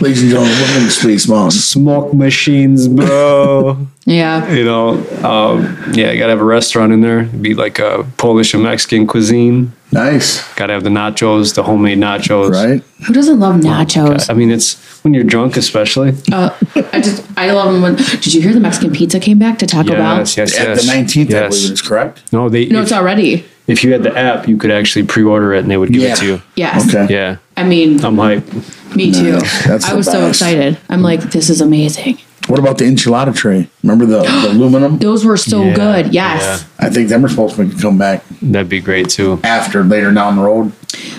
Ladies and gentlemen, welcome to Space Moms.
Smoke machines, bro.
Yeah.
you know, um, yeah, you gotta have a restaurant in there. It'd be like a Polish and Mexican cuisine.
Nice,
Gotta have the nachos, the homemade nachos.
right?
Who doesn't love nachos?
I mean, it's when you're drunk, especially.
Uh, I just, I love them. When, did you hear the Mexican pizza came back to Taco Bell?
yes, yes,
At
yes.
the nineteenth, I believe it
Yes.
is correct.
No, they.
No,
if,
it's already.
if you had the app, you could actually pre-order it, and they would give
Yeah.
it to you.
Yes.
Okay.
Yeah,
I mean,
I'm hype.
me too.
Nice. That's
I
the
was so
best.
excited. I'm like, this is amazing.
What about the enchilada tray? Remember the, the aluminum?
Those were so
Yeah,
good. Yes.
I think them are supposed to come back
That'd be great too.
after later down the road.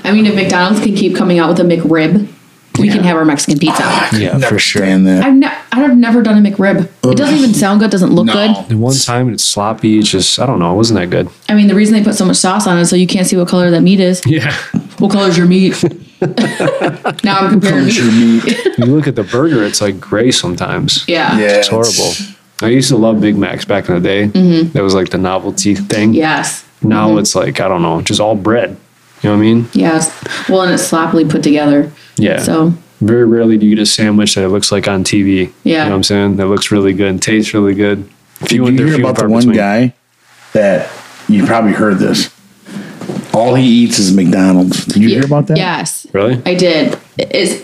I mean, if McDonald's can keep coming out with a McRib, we can have our Mexican pizza.
Yeah, for sure.
And that
I've, ne- I've never done a McRib. It doesn't even sound good, doesn't look
No.
good.
The one time it's sloppy. It's just I don't know. It wasn't that good.
I mean, the reason they put so much sauce on it is so you can't see what color that meat is.
Yeah.
What color is your meat? now I'm comparing
Close your
meat.
meat.
you look at the burger, it's like gray sometimes.
Yeah.
Yeah,
It's horrible. I used to love Big Macs back in the day.
Mm-hmm.
That was like the novelty thing.
Yes.
Now it's like I don't know, just all bread. You know what I mean?
Yes. Well, and it's sloppily put together.
Yeah.
So
Very rarely do you get a sandwich that it looks like on TV. You
Yeah.
know what I'm saying? That looks really good and tastes really good. If
Did you
went there,
hear
few
about
and
the
far
one
between.
guy that you probably heard this? All he eats is McDonald's. Did you hear about that?
Yes.
Really?
I did. Is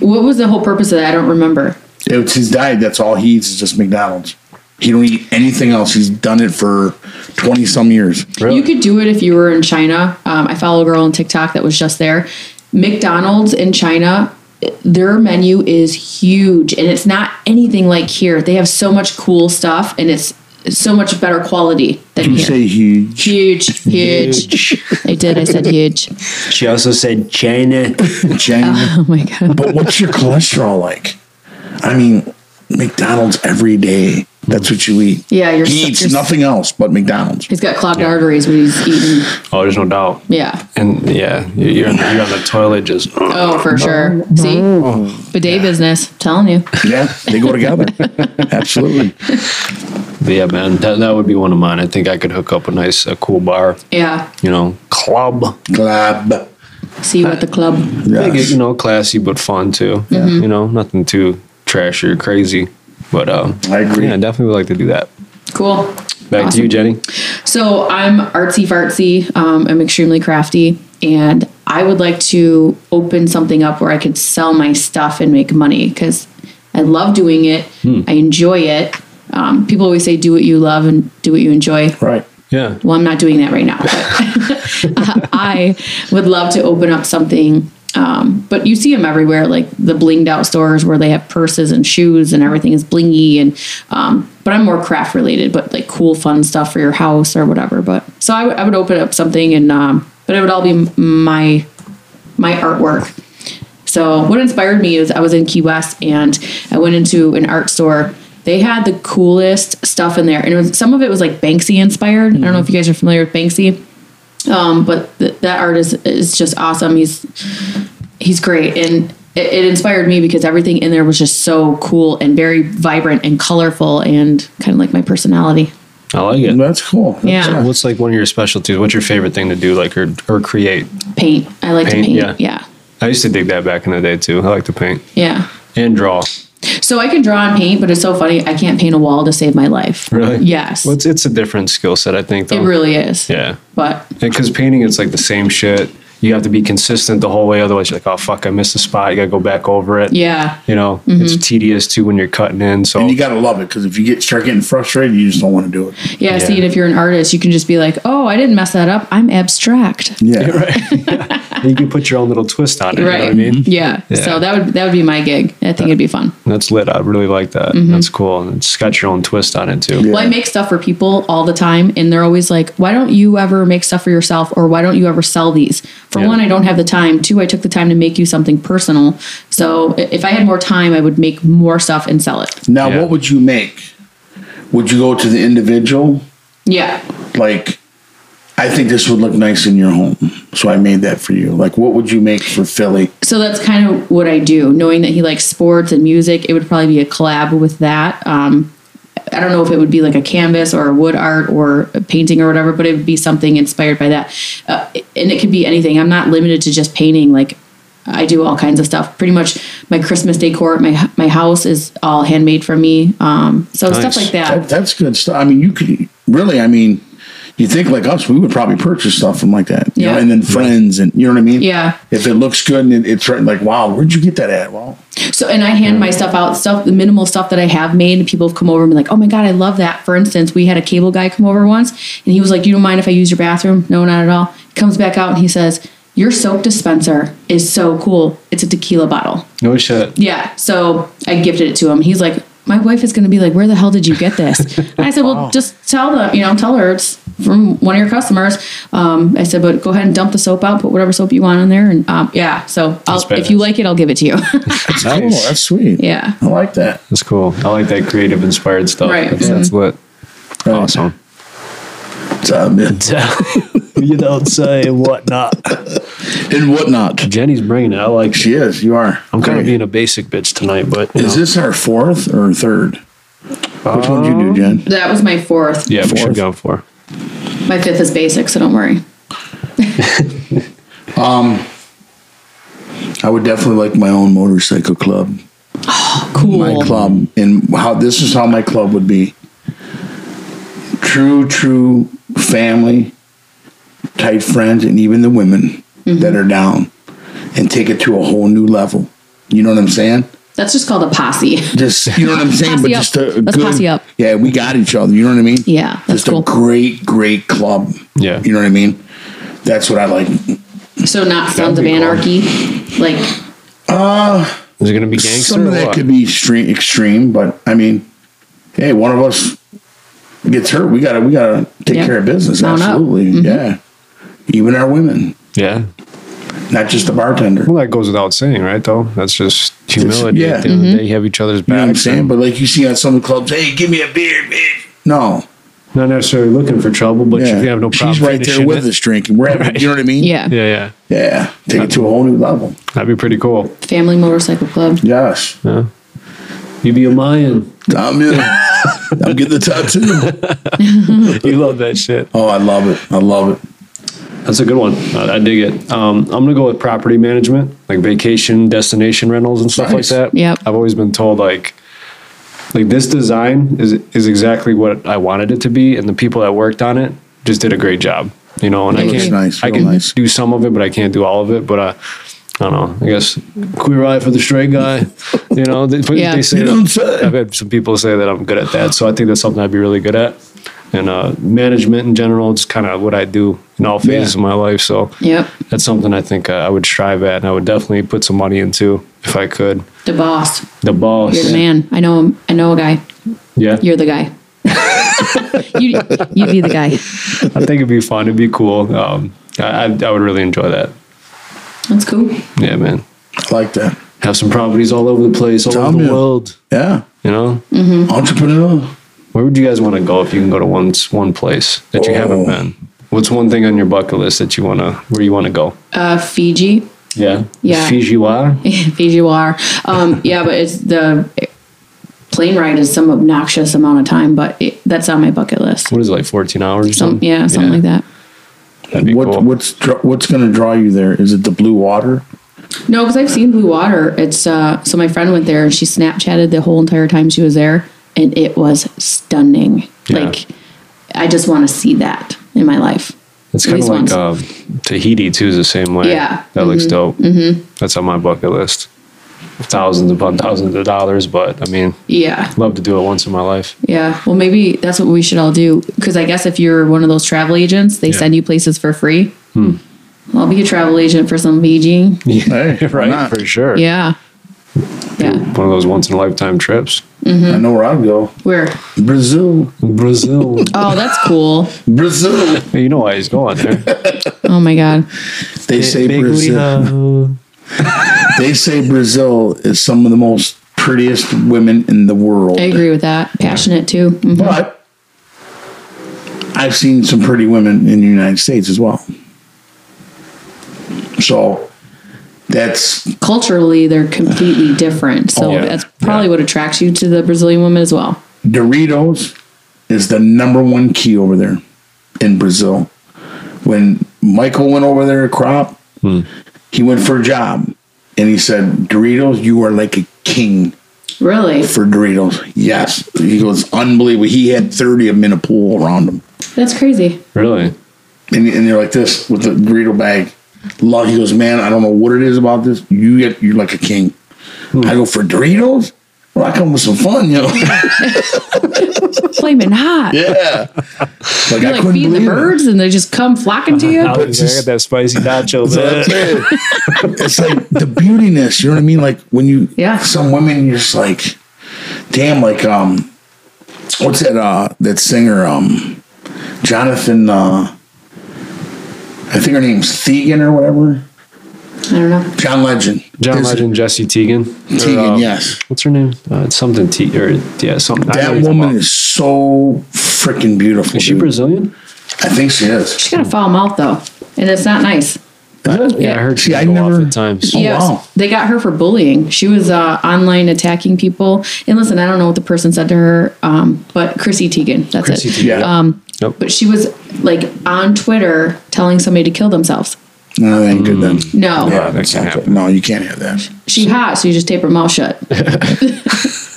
what was the whole purpose of that? I don't remember.
It's his diet. That's all he eats is just McDonald's. He don't eat anything else. He's done it for twenty some years.
Really?
You could do it if you were in China. Um, I follow a girl on TikTok that was just there. McDonald's in China, their menu is huge and it's not anything like here. They have so much cool stuff and it's so much better quality than
You
here.
say huge.
huge, huge. I did. I said huge.
She also said China.
Jen,
Oh my god.
but what's your cholesterol like? I mean, McDonald's every day. That's what you eat.
Yeah, you're-
he eats
you're-
nothing else but McDonald's.
He's got clogged arteries when he's eating.
Oh, there's no doubt.
Yeah.
And yeah, you- you're on the, you're on the toilet just.
Oh, for sure. See, bidet business. Telling you.
Yeah, they go together. Absolutely.
But yeah, man, that, that would be one of mine. I think I could hook up a nice, a cool bar,
Yeah.
you know, club.
Glab.
See you at the club.
Make it,
Yes.
you know, classy but fun too. You know, nothing too trashy or crazy. But um,
I agree.
Yeah, definitely would like to do that.
Cool.
Back to you,
Awesome.
Jenny.
So I'm artsy fartsy. Um, I'm extremely crafty, and I would like to open something up where I could sell my stuff and make money because I love doing it. I enjoy it. Um, people always say, "Do what you love and do what you enjoy."
Right.
Yeah.
Well, I'm not doing that right now. but I would love to open up something. Um, but you see them everywhere, like the blinged out stores where they have purses and shoes and everything is blingy. And um, but I'm more craft related, but like cool, fun stuff for your house or whatever. But so I would- I would open up something, and um, but it would all be m- my my artwork. So what inspired me is I was in Key West and I went into an art store. They had the coolest stuff in there, and it was, some of it was like Banksy inspired. I don't know if you guys are familiar with Banksy, um, but th- that artist is just awesome. He's he's great, and it, it inspired me because everything in there was just so cool and very vibrant and colorful and kind of like my personality.
I like it.
That's cool. That's
Yeah.
awesome.
What's like one of your specialties? What's your favorite thing to do, like or or create?
Paint. I like
Paint,
to paint.
yeah.
yeah.
I used to dig that back in the day too. I like to paint
Yeah.
and draw.
So I can draw and paint, but it's so funny. I can't paint a wall to save my life.
Really?
Yes.
Well, it's, it's a different skill set, I think. Though.
It really is.
Yeah.
But
Because painting, it's like the same shit. You have to be consistent the whole way. Otherwise, you're like, oh fuck, I missed a spot. You gotta go back over it.
yeah,
You know,
Mm-hmm.
it's tedious too when you're cutting in. So
And you gotta love it because if you get start getting frustrated, you just don't want to do it.
yeah. See,
Yeah.
and if you're an artist, you can just be like, "Oh, I didn't mess that up. I'm abstract."
Yeah.
you can put your own little twist on it. You know what I
Right.
mean?
yeah.
Yeah.
So that would that would be my gig. I think it'd be fun.
Mm-hmm. That's lit. I really like that.
Mm-hmm.
That's cool. And it's got your own twist on it too.
Well, I make stuff for people all the time, and they're always like, "Why don't you ever make stuff for yourself?" or "Why don't you ever sell these?" For
Yeah.
one, I don't have the time. Two, I took the time to make you something personal. So i- if I had more time, I would make more stuff and sell it.
Now,
Yeah.
what would you make? Would you go to the individual?
Yeah.
Like, I think this would look nice in your home, so I made that for you. Like, what would you make for Philly?
so that's kind of what I do. Knowing that he likes sports and music, it would probably be a collab with that. Um, I don't know if it would be like a canvas or a wood art or a painting or whatever, but it would be something inspired by that. Uh, and it could be anything. I'm not limited to just painting. Like I do all kinds of stuff. Pretty much my Christmas decor at my my house is all handmade from me. Um, so stuff
Nice.
like that.
That, that's good stuff. I mean, you could really. I mean, you think like us, we would probably purchase stuff from like that, you know,
Yeah.
and then friends, and you know what I mean.
Yeah.
If it looks good and it, it's right, like, wow, where'd you get that at? Well,
So, and I hand my stuff out, stuff, the minimal stuff that I have made. and People have come over and been like, oh my God, I love that. For instance, we had a cable guy come over once and he was like, you don't mind if I use your bathroom? No, not at all. He comes back out and he says, your soap dispenser is so cool. It's a tequila bottle.
No shit.
Yeah. So I gifted it to him. He's like, my wife is going to be like, where the hell did you get this? And I said, well, just tell them, you know, tell her it's from one of your customers. Um, I said, but go ahead and dump the soap out, put whatever soap you want in there. And um, yeah, so I'll,
That's
if you
badass.
like it, I'll give it to you.
That's
oh, that's sweet.
yeah.
I like that.
That's cool. I like that creative inspired stuff.
Right.
That's, that's lit. Awesome.
It's, um,
you don't say whatnot.
and whatnot.
Jenny's bringing it. I like it.
She is. You are.
I'm kind of
Great.
being a basic bitch tonight, but you
Is
know.
this our fourth or third? Which one did you do, Jen?
That was my fourth.
yeah, we should
fourth?
go for.
My fifth is basic, so don't worry.
I would definitely like my own motorcycle club.
Cool.
My club, and how this is how my club would be. True, true family, tight friends, and even the women that are down, and take it to a whole new level. You know what I'm saying?
That's just called a posse.
Just you know what I'm saying, but
Posse up.
just a
Let's
good.
posse up.
Yeah, we got each other. You know what I mean?
Yeah, that's
just a
cool.
great, great club.
Yeah.
you know what I mean. That's what I like.
So not Sons of
be cool.
Anarchy. Like
Is it going to be gangster?
Some
or
of that
what?
could be extreme, extreme, but I mean, hey, one of us gets hurt, we gotta we gotta take
Yeah.
care of business.
Mount up. Mm-hmm.
Absolutely, yeah. Even our women,
yeah.
not just the bartender.
Well, that goes without saying, right? Though that's just humility.
yeah.
At the end
Mm-hmm.
of the day, you have each other's
You know what I'm
backs.
saying?
and
But like you see on some clubs, hey, give me a beer, bitch. No.
Not necessarily looking for trouble, but
Yeah.
you have no problem.
She's right there
finishing
with
it.
us drinking. We're having, you know what I mean?
Yeah.
Yeah, yeah.
Yeah. Take it to a whole new level.
That'd be pretty cool.
Family Motorcycle Club.
Yes.
You be a lion.
I'm in. I'm getting the tattoo.
You love that shit.
Oh, I love it. I love it.
That's a good one. I, I dig it. Um, I'm gonna go with property management, like vacation destination rentals and stuff
Nice.
like that.
Yep.
I've always been told like, like this design is is exactly what I wanted it to be, and the people that worked on it just did a great job. You know, and I
It looks
can't,
nice,
I
real
can
nice.
do some of it, but I can't do all of it. But uh, I don't know. I guess queer eye for the straight guy. You know, they,
Yeah.
they say
You
that-
don't say.
I've had some people say that I'm good at that, so I think that's something I'd be really good at. And uh, management in general, it's kind of what I do in all phases
Yeah.
of my life. So
Yep.
that's something I think uh, I would strive at, and I would definitely put some money into if I could.
The boss.
The boss,
You're the man. I know him. I know a guy.
yeah,
You're the guy. you you'd be the guy.
I think it'd be fun. It'd be cool. Um, I, I I would really enjoy that.
That's cool.
Yeah, man.
I like that.
Have some properties all over the place, all
Tell
over the
me.
world.
Yeah.
You know,
Mm-hmm.
Entrepreneur.
where would you guys want to go if you can go to one one place that you haven't
Oh.
been? What's one thing on your bucket list that you wanna where you want to go?
Uh, Fiji.
Yeah.
Yeah.
Fijiwara.
Fiji War. Um, yeah, but it's the plane ride is some obnoxious amount of time, but it, that's on my bucket list.
What is it, like 14 hours or
Some,
something?
yeah, something like that.
That'd be
What,
cool.
What's dr- what's going to draw you there? Is it the blue water?
No, because I've seen Blue Water. It's uh, so my friend went there and she Snapchatted the whole entire time she was there, and it was stunning.
Yeah.
Like, I just want to see that in my life.
it's
at
kind of
least
like
once.
uh, Tahiti, too, is the same way.
Yeah.
That looks dope. Mm-hmm. That's on my bucket list. Thousands upon thousands of dollars, but I mean,
Yeah,
love to do it once in my life.
yeah. Well, maybe that's what we should all do. Because I guess if you're one of those travel agents, they send you places for free. I'll be a travel agent for some Fiji.
Hey, why not?
for sure.
Yeah, yeah.
One of those once in a lifetime trips.
I know where I'd go.
Where?
Brazil.
Brazil.
Oh, that's cool.
Brazil.
Hey, you know why he's going there.
Oh my god.
They say Brazil. They say Brazil is some of the most prettiest women in the world.
I agree with that. Passionate too. Mhm.
But I've seen some pretty women in the United States as well. So that's
Culturally, they're completely different. So
Oh, yeah.
that's probably
Yeah.
what attracts you to the Brazilian woman as well.
Doritos is the number one key over there in Brazil. When Michael went over there to crop, he went for a job and he said, Doritos, you are like a king
Really?
for Doritos. Yes. He goes, unbelievable. He had 30 of them in a pool around him.
That's crazy.
Really?
and, and they're like this with the Dorito bag. Love, he goes, man, I don't know what it is about this. You get, you're like a king. I go for Doritos. Well, I come with some fun, you know.
Flaming hot.
yeah, like
You
I
like
couldn't
feed the
believe it.
birds and they just come flocking to you.
was there, I got that spicy nacho.
So that's it. it's like the beautiness, you know what I mean? Like when you,
Yeah.
some women, you're just like, damn, like um, what's that uh that singer um, Jonathan uh, I think her name's Thegan or whatever.
I don't know.
John Legend.
John
There's-
Legend, Jesse Teagan.
Tegan,
Or, uh,
yes.
What's her name? Uh, it's something T or yeah, something. I know
That
what you're talking
woman
about.
is so freaking beautiful.
Is she
dude.
Brazilian?
I think she is.
She's got a foul mouth though, and it's not nice.
Yeah, I heard she
See, I
go off
never-
at times.
Oh,
Yes.
wow.
They got her for bullying. She was uh, online attacking people. And listen, I don't know what the person said to her, um, but Chrissy Teigen. That's
Chrissy
it.
Teigen.
Yeah. Um,
But she was like on Twitter telling somebody to kill themselves.
no, that ain't good then.
No,
Yeah,
that
that's
can't
not good.
happen.
No, you can't have that.
she hot, so you just tape her mouth shut.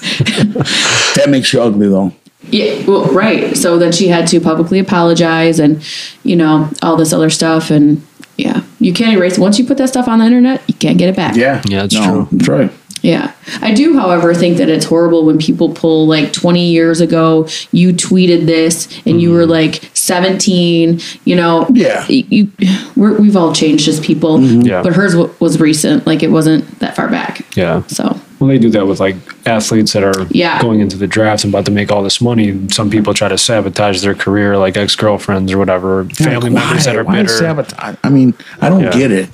That makes you ugly though.
yeah, well, right. So then she had to publicly apologize and, you know, all this other stuff. And yeah, you can't erase Once you put that stuff on the internet, you can't get it back.
Yeah.
Yeah, that's
No,
true.
That's right.
Yeah. I do, however, think that it's horrible when people pull like 20 years ago, you tweeted this and you were like 17, you know.
Mm-hmm. Yeah. Mm-hmm.
y- You, we're, we've all changed as people.
Yeah.
But hers w- was recent. Like it wasn't that far back.
Yeah.
So,
Well, they do that with like athletes that are
Yeah.
going into the draft and about to make all this money. Some people try to sabotage their career, like ex girlfriends or whatever, family members that are
why
bitter.
Sabotage? I mean, I don't
Yeah.
get it.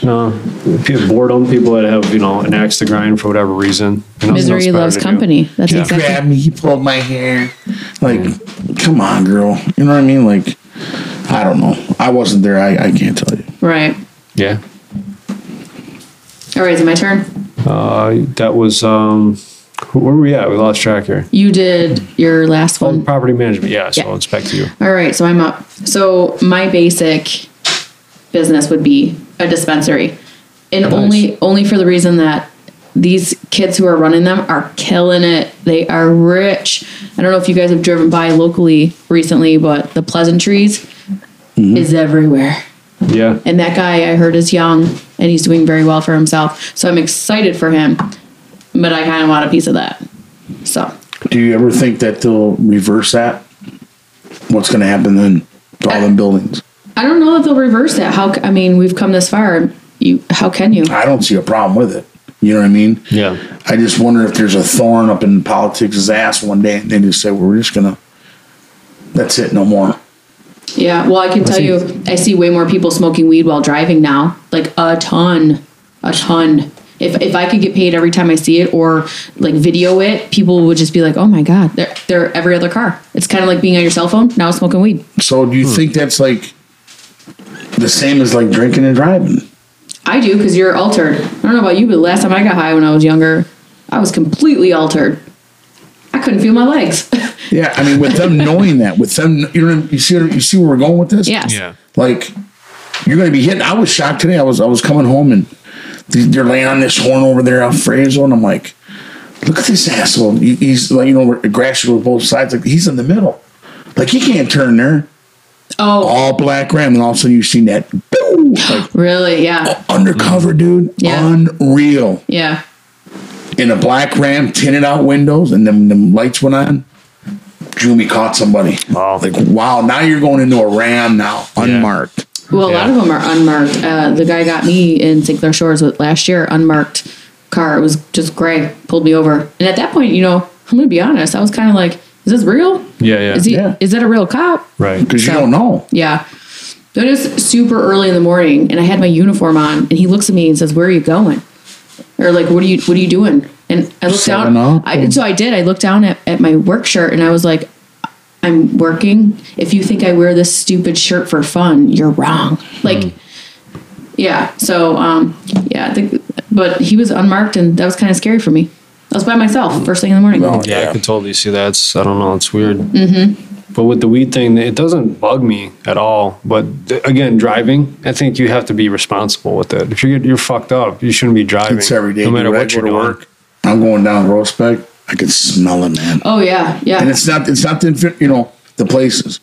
No, people, boredom, people that have, you know, an axe to grind for whatever reason. and nothing else
Misery
better
loves
to do.
company. That's
Yeah.
exactly.
grabbed me. He pulled my hair. Like, come on, girl. You know what I mean? Like, I don't know. I wasn't there. I, I can't tell you.
Right.
Yeah.
All right, is it my turn?
Uh, that was, um, wh- where were we at? We lost track here.
You did your last
Oh,
one.
property management. Yeah. So
Yeah.
it's back to you.
All right, so I'm up. So my basic business would be a dispensary, and only only for the reason that these kids who are running them are killing it. They are rich. I don't know if you guys have driven by locally recently, but the pleasantries is everywhere.
Yeah.
And that guy I heard is young and he's doing very well for himself. So I'm excited for him, but I kind of want a piece of that. So
Do you ever think that they'll reverse that? What's going to happen then to all them buildings?
I don't know if they'll reverse that. How c- I mean, we've come this far. You, how can you?
I don't see a problem with it. You know what I mean?
Yeah.
I just wonder if there's a thorn up in politics' ass one day and they just say, well, we're just going to, that's it, no more.
Yeah. Well, I can tell you, I see way more people smoking weed while driving now. Like a ton, a ton. If if I could get paid every time I see it or like video it, people would just be like, "Oh my god, they're they're every other car." It's kind of like being on your cell phone now smoking weed.
So do you think that's like the same as like drinking and driving?
I do because you're altered. I don't know about you, but last time I got high when I was younger, I was completely altered. I couldn't feel my legs.
Yeah, I mean, with them knowing that, with them, you know, you see, you see where we're going with this.
yes.
like you're going to be hitting. I was shocked today. I was, I was coming home and th- they're laying on this horn over there, Alfredo, and I'm like, look at this asshole. He- He's like, you know, we're grassy with both sides. Like he's in the middle. Like he can't turn there.
Oh,
All black ram, and all of a sudden you seen that boom, like
really? Yeah.
undercover dude,
Yeah.
unreal.
Yeah.
in a black ram, tinted out windows, and then the lights went on. Drew me caught somebody.
Wow.
Like, wow, now you're going into a ram now, unmarked.
Well, a lot
Yeah.
of them are unmarked. Uh, the guy got me in St. Clair Shores with last year, unmarked car. It was just gray, pulled me over. And at that point, you know, I'm going to be honest, I was kind of like, is this real?
Yeah. Yeah.
Is he,
Yeah.
is that a real cop?
right.
Because you
So-
don't know.
Yeah. But it was super early in the morning and I had my uniform on and he looks at me and says, Where are you going? Or like, what are you what are you doing? And I looked
Seven
down
up?
I so I did. I looked down at, at my work shirt and I was like, I'm working. If you think I wear this stupid shirt for fun, you're wrong. Like
Mm.
Yeah. So um yeah, I think but he was unmarked and that was kinda scary for me. I was by myself first thing in the morning.
Oh,
Yeah, I can totally see that. It's, I don't know. It's weird. Mm-hmm. But with the weed thing, it doesn't bug me at all. But th- again, driving, I think you have to be responsible with it. If you're you're fucked up, you shouldn't be driving.
It's every day.
no matter
dude. I
what
go
you're
to
doing.
work. I'm going down Rosebeck. I can smell it, man.
Oh yeah, yeah.
And it's not, it's not the, infi- you know, the places.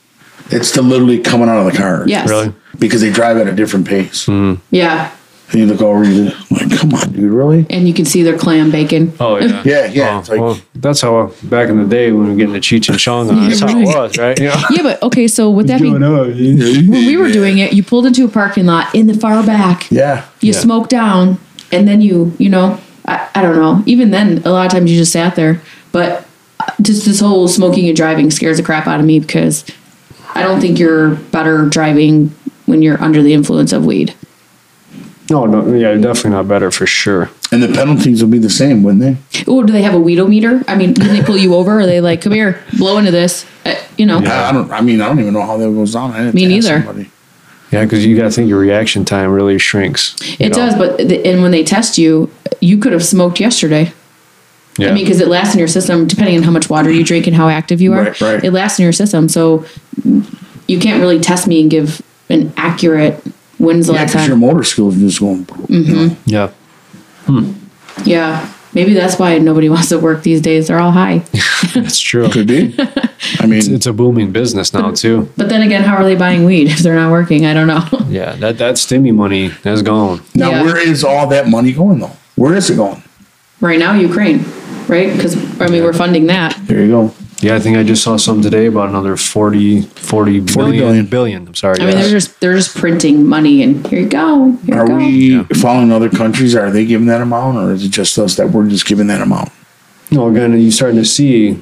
It's the literally coming out of the car.
yes.
Really? Hmm.
Because they drive at a different pace.
Yeah.
And you look over, you like, come on, dude, really?
And you can see their clam bacon.
Oh yeah.
Yeah, yeah.
Oh,
it's like,
well, that's how back in the day when we were getting the Cheech and Chong on, that's how it was, right? You know?
Yeah, but okay, so with that being
uh, yeah.
when we were doing it, you pulled into a parking lot in the far back.
yeah.
You
Yeah.
smoked down, and then you, you know, I, I don't know. Even then, a lot of times you just sat there. But uh, just this whole smoking and driving scares the crap out of me because I don't think you're better driving when you're under the influence of weed.
No, no, yeah, definitely not better for sure.
And the penalties will be the same, wouldn't they?
Oh, do they have a weedometer? I mean, when they pull you over, are they like, "Come here, blow into this"? Uh, you know,
I, I don't. I mean, I don't even know how that goes down. I didn't
Me
ask
neither.
somebody.
Yeah, because you got to think your reaction time really shrinks. you
it
know?
does. But the, and when they test you, you could have smoked yesterday.
Yeah.
I mean, because it lasts in your system, depending on how much water you drink and how active you are,
Right, right.
it lasts in your system. So you can't really test me and give an accurate when's the
Yeah,
last
because your
time. Mm-hmm.
motor skills are just going.
yeah.
Yeah. Maybe that's why nobody wants to work these days. They're all high.
It's true.
Could be. I mean,
It's a booming business now, too.
But then again, how are they buying weed if they're not working? I don't know.
Yeah, that, that stimmy money has gone.
now
yeah.
where is all that money going though? Where is it going?
Right now, Ukraine, right? Because, I mean, we're funding that.
There you go.
Yeah, I think I just saw some today about another 40, 40,
40
billion-
billion.
billion, I'm sorry.
I mean,
yeah.
they're just they're just printing money, and here you go. Here
Are
you go.
we following other countries? Are they giving that amount, or is it just us that we're just giving that amount?
no, again, you're starting to see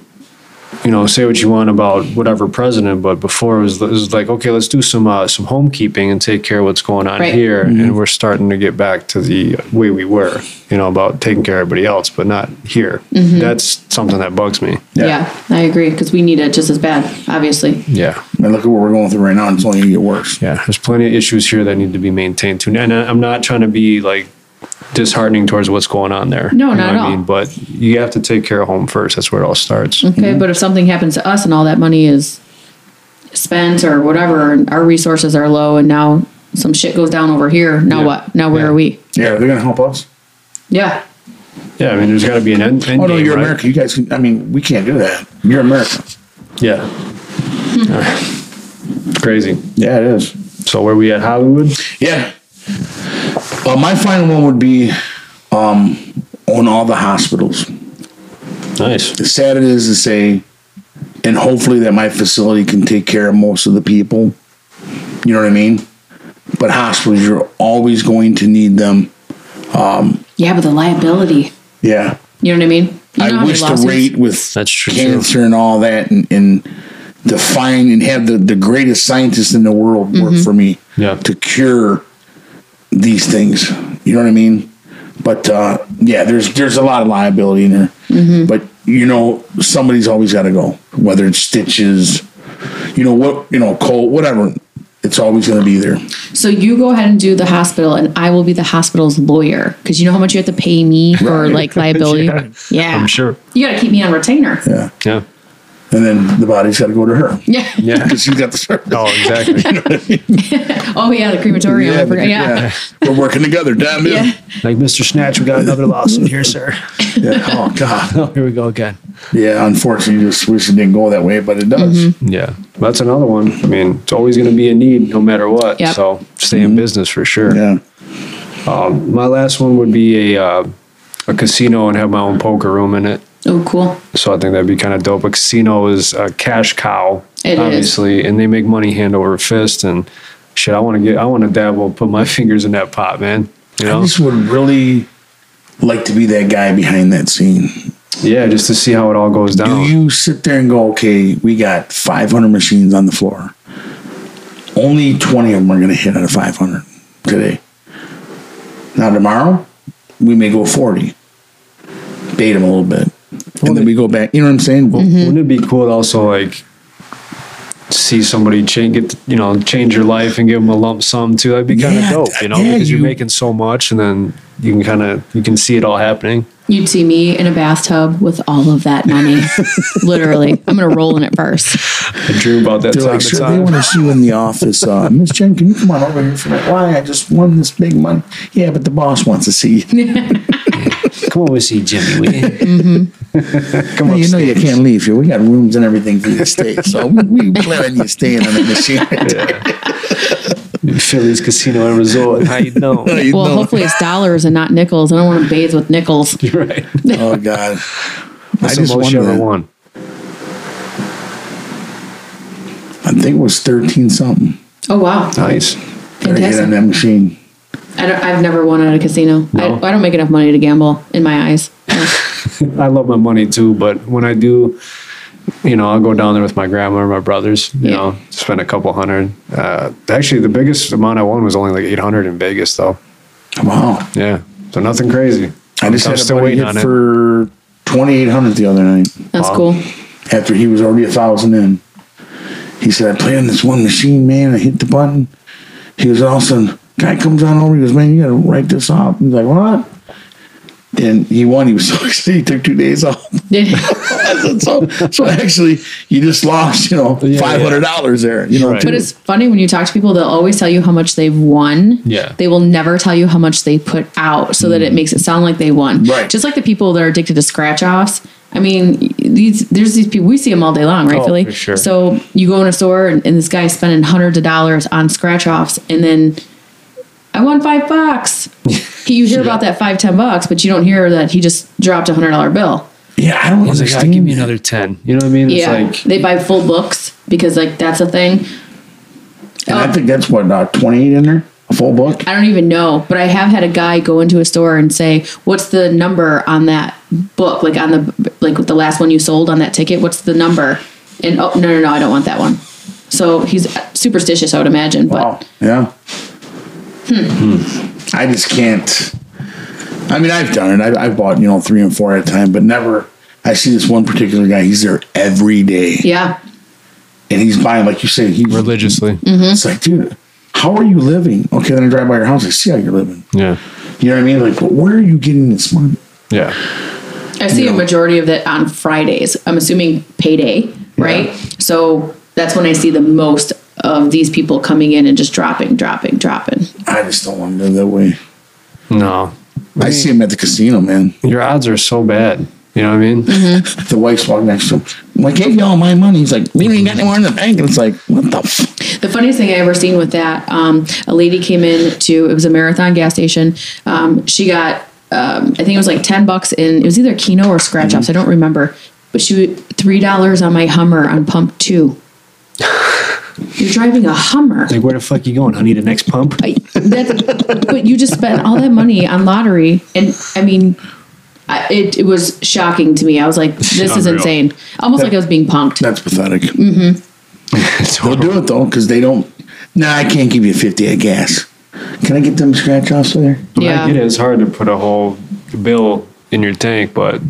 you know, say what you want about whatever president, but before it was, it was like, okay, let's do some uh, some homekeeping and take care of what's going on
Right.
here, and we're starting to get back to the way we were, you know, about taking care of everybody else, but not here.
Mm-hmm.
That's something that bugs me.
Yeah, I agree because we need it just as bad, obviously.
Yeah,
And look at what we're going through right now. and It's only going to get worse.
yeah. There's plenty of issues here that need to be maintained too, and I- I'm not trying to be like disheartening towards what's going on there.
No,
You
not
what
at all.
But you have to take care of home first. That's where it all starts.
Okay, but if something happens to us and all that money is spent or whatever, and our resources are low, and now some shit goes down over here, now
Yeah.
what? Now where
Yeah.
are we?
Yeah, they're going to help us.
Yeah,
Yeah, I mean, there's got to be an end, end
Oh no,
game,
you're
right?
America. You guys can. I mean, we can't do that. You're America.
Yeah. Crazy.
Yeah, it is.
So where we at Hollywood?
Yeah. Uh, my final one would be um, on all the hospitals.
Nice.
As sad it is to say, and hopefully that my facility can take care of most of the people. You know what I mean? But hospitals, you're always going to need them.
yeah, but the liability.
Yeah.
You know what I mean? You know how
I
many
wish the
lawsuits-
rate with
That's true, too.
cancer and all that and, and define and have the, the greatest scientists in the world work for me
Yeah.
to cure these things. You know what I mean? But uh, yeah, there's there's a lot of liability in there. But you know, somebody's always got to go, whether it's stitches, you know what, you know, cold, whatever. It's always going to be there.
So you go ahead and do the hospital, and I will be the hospital's lawyer because you know how much you have to pay me for like liability.
Yeah.
yeah.
I'm sure.
you got to keep me on retainer.
Yeah,
Yeah.
and then the body's got to go to her
Yeah.
Yeah.
because she's got the service.
oh, exactly.
Oh yeah, the crematorium. I forgot. Yeah. yeah.
we're working together. Damn it.
like Mr. Snatch, we got another lawsuit here, sir.
Yeah. Oh God.
Oh, here we go again.
Yeah. Unfortunately, just wish it didn't go that way, but it does.
Yeah. That's another one. I mean, it's always going to be a need no matter what.
Yep.
So stay in business for sure.
Yeah.
My last one would be a, uh, a casino and have my own poker room in it.
Oh, cool.
So I think that'd be kind of dope. A casino is a cash cow,
It is.
obviously, and they make money hand over fist. And shit, I want to get, I want to dabble, put my fingers in that pot, man. You
I
know,
just would really like to be that guy behind that scene.
yeah, just to see how it all goes
Do
down.
you sit there and go, okay, we got 500 machines on the floor. Only 20 of them are going to hit out of 500 today. Now, tomorrow, we may go 40. Bait them a little bit. And then we go back. You know what I'm saying?
Wouldn't it be cool to also like see somebody change, get you know, change your life and give them a lump sum too? That'd be kind of
Yeah,
dope, you know,
yeah,
because
you-
you're making so much, and then you can kind of you can see it all happening.
You'd see me in a bathtub with all of that money. Literally, I'm gonna roll in it first.
I dream about that
They're
time
like,
to
sure, they
time.
want to see you in the office. Uh, Miss Jen, can you come on over here for that? Why? I just won this big money. Yeah, but the boss wants to see you.
Come over, see Jimmy. We,
Come on, you know you can't leave here. We got rooms and everything for you to stay. So we, we plan on you staying on the machine.
Philly's Casino and Resort. How you know?
Oh, You
Well,
know.
hopefully it's dollars and not nickels. I don't want to bathe with nickels.
You're right.
Oh God,
That's
I just
the most you
wonder
ever
that.
won.
I think it was thirteen something.
Oh wow,
Nice.
Uh, Gotta get on
fantastic!
that machine.
I don't, I've never won at a casino.
No?
I, I don't make enough money to gamble in my eyes.
I love my money too, but when I do, you know, I'll go down there with my grandma or my brothers, you
Yeah.
know, spend a couple hundred. Uh, actually, the biggest amount I won was only like 800 in Vegas, though.
Wow,
Yeah. So nothing crazy.
I just
I'm
had
still
a buddy
waiting
hit
on it.
for twenty eight hundred the other night
That's
Wow.
cool.
after he was already a thousand in. He said, "I play on this one machine, man. I hit the button." He was all of a sudden, guy comes on over. He goes, "Man, you gotta write this off." He's like, "What?" And he won. He was so excited. He took two days off.
but
I said, so, so actually, you just lost, you know,
Yeah,
five hundred dollars there. You know,
Right.
too.
it's funny when you talk to people; they'll always tell you how much they've won.
Yeah. Mm.
They will never tell you how much they put out, so that it makes it sound like they won.
Right.
Just like the people that are addicted to scratch offs. I mean, these there's these people we see them all day long, right,
Oh,
Philly?
for sure.
So you go in a store and, and this guy's spending hundreds of dollars on scratch offs, and then I won five bucks. He- you hear about that five ten bucks, but you don't hear that he just dropped a hundred dollar bill.
yeah, I don't
He's like, "Ah,
understand.
give me another 10. You know what I mean?
yeah,
It's like,
they buy full books because like that's a thing.
and I
Oh.
think that's what uh, twenty eight in there. full book?
I don't even know, but I have had a guy go into a store and say, "What's the number on that book? Like on the like the last one you sold on that ticket? What's the number?" And oh no, no, no, I don't want that one. So he's superstitious, I would imagine. But
Wow. Yeah. Hmm. I just can't. I mean, I've done it. I've, I've bought, you know, three and four at a time, but never. I see this one particular guy. He's there every day,
yeah,
and he's buying, like you said, he.
religiously.
Mm. Mm-hmm.
It's like, dude, how are you living? Okay, then I drive by your house. I see how you're living.
Yeah.
You know what I mean? Like, but where are you getting this money?
Yeah.
I see a majority of that on Fridays. I'm assuming payday, right? So that's when I see the most of these people coming in and just dropping, dropping, dropping.
I just don't want to live that way.
No.
I see him at the casino, man.
Your odds are so bad. You know what I mean?
Mm-hmm.
The wife's walking next to him. I'm like, hey, y'all, my money. He's like, we ain't got any more in the bank. And it's like, what the f?
The funniest thing I ever seen with that, um, a lady came in to it was a marathon gas station. Um, she got um, I think it was like ten bucks in it was either Keno or scratch offs. I don't remember, but she was three dollars on my Hummer on pump two. You're driving a Hummer.
Like, where the fuck you going, honey? The next pump?
I- That's, but you just spent all that money on lottery, and I mean, I, it, it was shocking to me. I was like, "This is
Unreal.
insane!" Almost like I was being punked.
That's pathetic. They'll do it, though, because they don't. Nah, I can't give you 50 at gas. Can I get them scratch offs there?
I get it.
Yeah.
It's hard to put a whole bill in your tank, but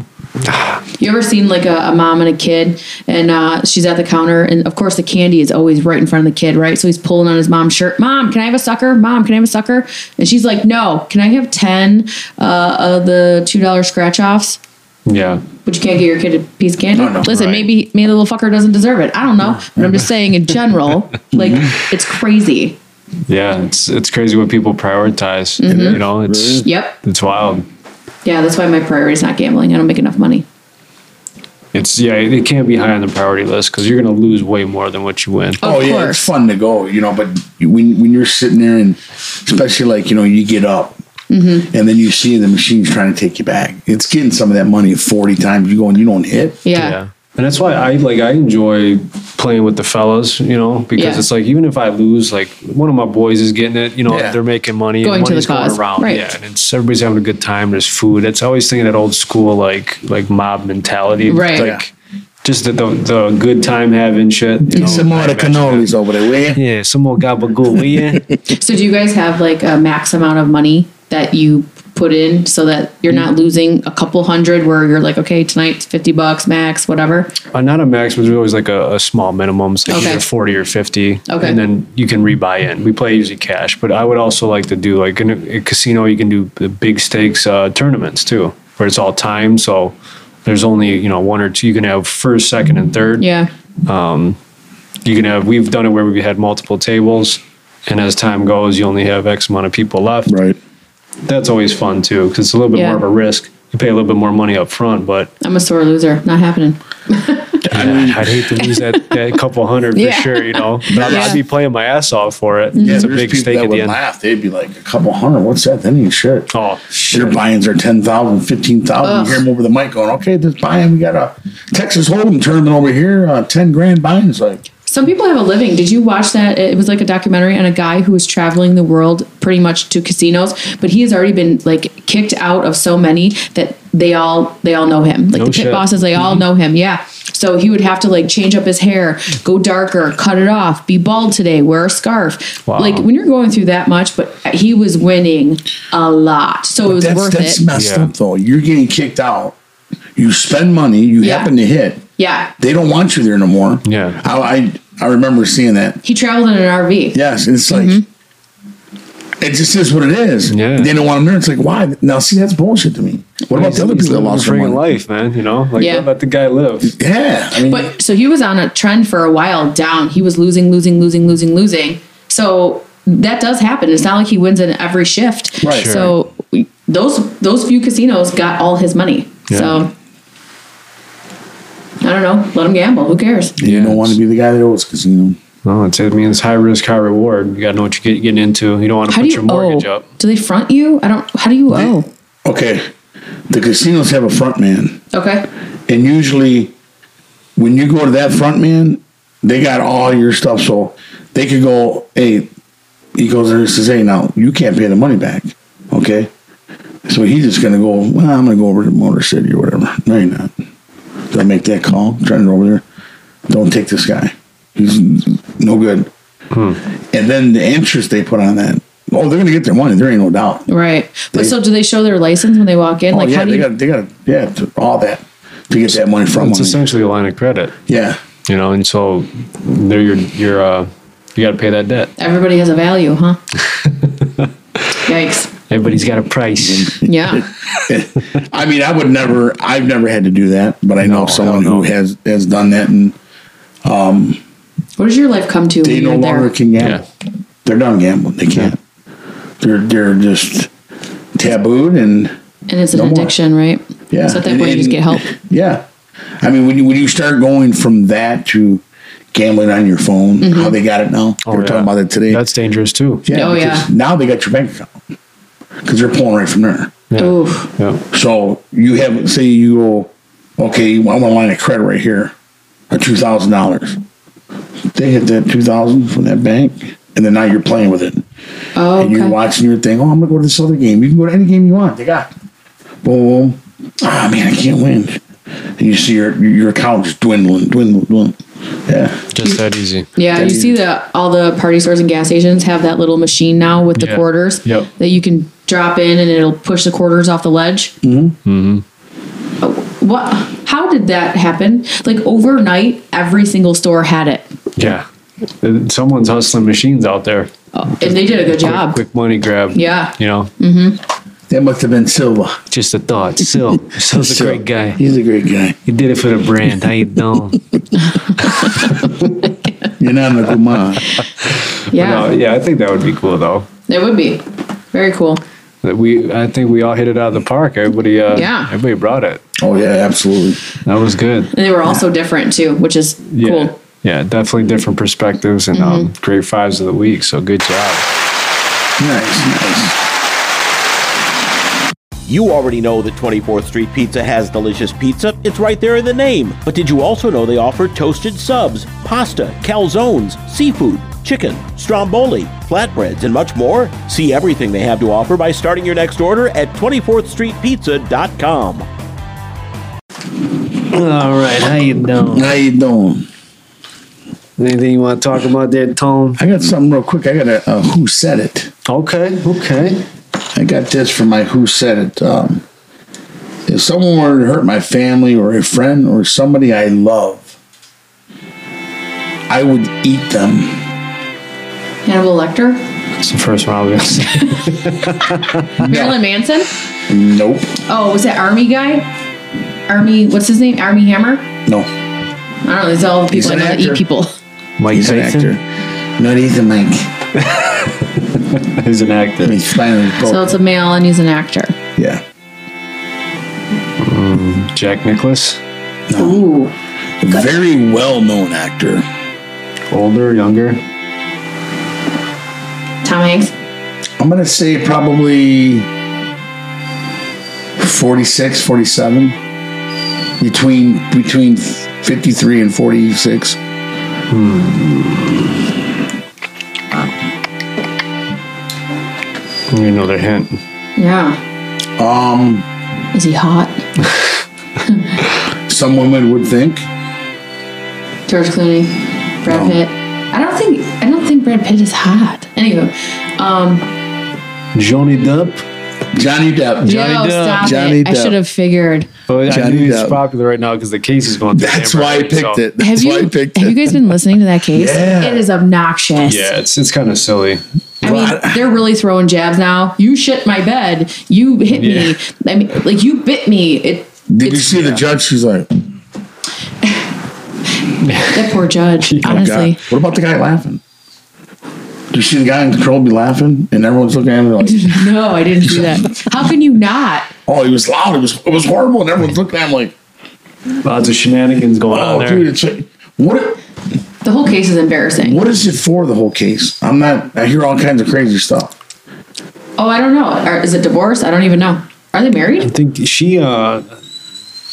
You ever seen like a, a mom and a kid, and uh, she's at the counter, and of course the candy is always right in front of the kid, right? So he's pulling on his mom's shirt. Mom, can I have a sucker? Mom, can I have a sucker? And she's like, No. Can I have ten uh, of the two dollar scratch offs?
yeah.
But you can't get your kid a piece of candy.
Oh, No, no,
Listen,
right.
maybe maybe the little fucker doesn't deserve it. I don't know, but I'm just saying in general,
Mm-hmm.
like it's crazy.
Yeah. It's it's crazy what people prioritize.
Mm-hmm.
You know, it's
Yep.
it's wild.
Yeah, that's why my priority is not gambling. I don't make enough money.
It's yeah, it can't be high on the priority list because you're gonna lose way more than what you win.
Of
oh yeah,
course.
it's fun to go, you know. But when when you're sitting there, and especially like you know, you get up, and then you see the machine's trying to take you back. It's getting some of that money forty times. You go and you don't hit.
Yeah.
And that's why I like I enjoy playing with the fellas, you know, because
Yeah.
it's like even if I lose, like one of my boys is getting it, you know,
Yeah.
they're making money,
Going
and
to the
money's
cause,
going around,
right.
yeah, and it's everybody's having a good time. There's food. It's always thinking that old school like like mob mentality,
Right.
Like just the, the the good time having shit. You know,
Some more
Oh, I
of the
imagine that.
cannolis over there, will ya?
Yeah, some more gabagool, will ya?
So do you guys have like a max amount of money that you put in so that you're not losing a couple hundred where you're like, okay, tonight's fifty bucks max, whatever.
Uh, not a max, but there's always like a, a small minimum, so like
Okay.
either 40 or 50.
Okay.
And then you can rebuy in. We play usually cash, but I would also like to do like in a, a casino, you can do the big stakes uh, tournaments too, where it's all time. So there's only, you know, one or two. You can have first, second, and third.
Yeah.
You can have, we've done it where we had multiple tables. And as time goes, you only have X amount of people left.
Right.
That's always fun too, because it's a little bit
Yeah.
more of a risk. You pay a little bit more money up front, but
I'm a sore loser. Not happening.
I would hate to lose that, that couple hundred for
Yeah.
sure, you know. But I'd,
Yeah.
I'd be playing my ass off for it.
Yeah,
it's a
there's
big
people
stake
that
at
would
the end.
laugh. They'd be like a couple hundred. What's that? That ain't shit.
Oh,
Their buy-ins are 10,000, 15,000. You hear them over the mic going, okay, this buy-in, we got a Texas Hold'em tournament over here, uh, 10 grand buy-ins. Like,
Some people have a living. Did you watch that? It was like a documentary on a guy who was traveling the world pretty much to casinos, but he has already been like kicked out of so many that they all they all know him. Like
No
the pit
shit. Mm-hmm.
bosses, they all know him. Yeah. So he would have to like change up his hair, go darker, cut it off, be bald today, wear a scarf.
Wow.
Like when you're going through that much, but he was winning a lot. So it was
that's,
worth
that's
it.
messed
Yeah.
up, though. You're getting kicked out. You spend money. You
Yeah.
happen to hit.
yeah.
They don't want you there no more.
Yeah.
I I, I remember seeing that.
He traveled in an RV.
Yes, and it's like
Mm-hmm.
it just is what it is.
Yeah.
They don't want them there. It's like why? Now see, that's bullshit to me. What about the other people that lost their money?
friggin' life, man? You know, like
Yeah.
let the guy live.
Yeah, I mean,
But so he was on a trend for a while down. He was losing, losing, losing, losing, losing. So that does happen. It's not like he wins in every shift.
Right. Sure.
So we- those those few casinos got all his money.
Yeah.
So I don't know. Let him gamble. Who cares?
you don't want to be the guy that owes casino.
No, it's, I mean, it's high risk, high reward. You got to know what you're get- getting into. You don't want to
How
put
do
your
you owe?
mortgage up.
Do they front you? I don't. How do you owe?
Okay, the casinos have a front man,
Okay.
and usually when you go to that front man, they got all your stuff. So they could go, hey, he goes there and says, "Hey, now you can't pay the money back, okay?" So he's just gonna go. Well, I'm gonna go over to Motor City or whatever. No, you're not. Do I make that call? Turn it over there. Don't take this guy. He's no good. And then the interest they put on that. Oh, they're gonna get their money. There ain't no doubt.
Right.
They-
But so do they show their license when they walk in?
Oh
like
yeah,
how do
they
you
got they got yeah to- all that to get that money from
It's
them.
essentially a line of credit,
Yeah,
you know, and so they're your, your uh, you got to pay that debt.
everybody has a value, huh? Yikes.
Everybody's got a price.
Yeah.
I mean, I would never. I've never had to do that, but I know
No,
someone
hell no.
who has has done that, and
What does your life come to
they
when
no
you're
longer
there?
can gamble. They're done gambling. They can't. They're they're just tabooed, and
and it's an
no more.
addiction, right?
Yeah,
So at that
and-
point, you just
and-
get help.
yeah. I mean, when you when you start going from that to gambling on your phone,
Mm-hmm.
how they got it now?
Oh,
we were
yeah.
talking about it today.
That's dangerous too.
yeah,
Oh,
because
yeah.
Now they got your bank account because they're pulling right from there.
Yeah.
Oof.
Yeah.
So you have, say you go, okay, I want a line of credit right here, a two thousand dollars. They hit that two thousand from that bank, and then now you're playing with it,
Oh,
and you're
okay.
watching your thing. Oh, I'm gonna go to this other game. You can go to any game you want. They got boom. Ah, man, I can't win. And you see your your account just dwindling, dwindling, dwindling. Yeah,
Just that easy.
Yeah, you see that all the party stores and gas stations have that little machine now with the
Yeah.
quarters
Yep.
that you can drop in and it'll push the quarters off the ledge. Mm-hmm. Mm-hmm. What? How did that happen? Like overnight, every single store had it,
Yeah. Someone's hustling machines out there.
and they did a good job.
Quick money grab.
Yeah.
You know,
that must have been Silva.
Just a thought. Sil. Sil's a
Sil.
great guy.
He's a great guy.
He did it for the brand. How you doing?
You're not a good man.
Yeah,
No, uh, yeah, I think that would be cool though.
uh,
it would be very cool.
That we, I think we all hit it out of the park. Everybody, uh,
Yeah.
everybody brought it.
Oh yeah, absolutely.
That was good.
And they were also different too, which is
Yeah,
cool. Mm-hmm.
yeah, definitely different perspectives and um, great fives of the week. So good job.
Nice, nice.
You already know that 24th Street Pizza has delicious pizza. It's right there in the name. But did you also know they offer toasted subs, pasta, calzones, seafood, chicken, stromboli, flatbreads, and much more? See everything they have to offer by starting your next order at 24thstreetpizza.com.
All right. How you doing?
How you doing?
Anything you want to talk about there, Tom?
I got something real quick. I got a, a who said it.
Okay. Okay.
I got this from my who said it. Um, if someone were to hurt my family or a friend or somebody I love, I would eat them.
Hannibal Lecter,
It's the first one I was gonna say.
Marilyn Manson.
Nope.
Oh, was that Army guy? Army, what's his name? Army Hammer?
No.
I don't know. These are all the
He's
people I
an
know that
actor.
eat people.
Mike
He's an
Tyson.
actor. Not Ethan Mike.
He's an actor.
He's finally broke.
So it's a male and he's an actor.
yeah.
Jack Nicholas,
Ooh.
Very well known actor.
older, younger.
Tom Hanks?
I'm going to say probably 46, 47. Between between 53 and 46.
I need another hint.
Yeah.
Um,
Is he hot?
some women would think.
George Clooney? Brad
No.
Pitt? I don't think I don't think Brad Pitt is hot. Anywho. Um
Johnny Depp.
Johnny Depp.
yo,
Depp.
stop
Johnny
it. I
Depp.
should have figured.
But I
Johnny
knew he's
Depp.
popular right now because the case is going. through
That's
the
why I
hammer,
picked
so-
it.
Have
That's
you,
why I picked
have you
it.
guys been listening to that case?
Yeah.
It is obnoxious.
Yeah, it's it's kind of silly.
I mean, they're really throwing jabs now. You shit my bed. You hit
Yeah.
me. I mean, like you bit me. It.
Did you
it's-
see the judge? She's like, oh,
That poor judge.
God.
honestly,
What about the guy laughing? Did you see the guy in control be laughing? And everyone's looking at him like,
no, I didn't do that. How can you not?
oh, he was loud. It was it was horrible. And everyone's looking at him like,
Lots of shenanigans going on
oh,
there.
dude, it's like, what
The whole case is embarrassing.
what is it for the whole case? I'm not. I hear all kinds of crazy stuff.
Oh, I don't know. Are, is it divorce? I don't even know. Are they
I
married?
think she uh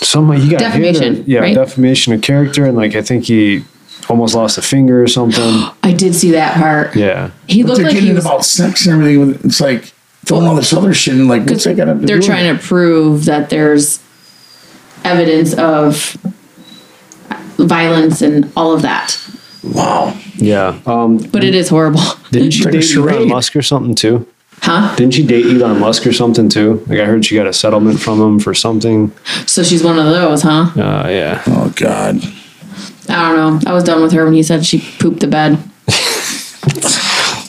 somehow he got hit or-
Defamation,
yeah
right?
defamation of character and like I think he almost lost a finger or something.
I did see that part.
yeah.
He
But
looked
they're
like he
getting
was,
about sex and everything. with- It's like throwing all this other shit in. Like, what's that got to do?
they're
with it?
trying to prove that there's evidence of violence and all of that.
Wow.
Yeah. Um,
But it is horrible.
didn't she
Like a
date Elon
charade.
Musk or something too?
Huh?
Didn't she date Elon Musk or something too? Like I heard she got a settlement from him for something.
So she's one of those, huh?
Uh, yeah.
Oh God.
I don't know. I was done with her when he said she pooped the bed.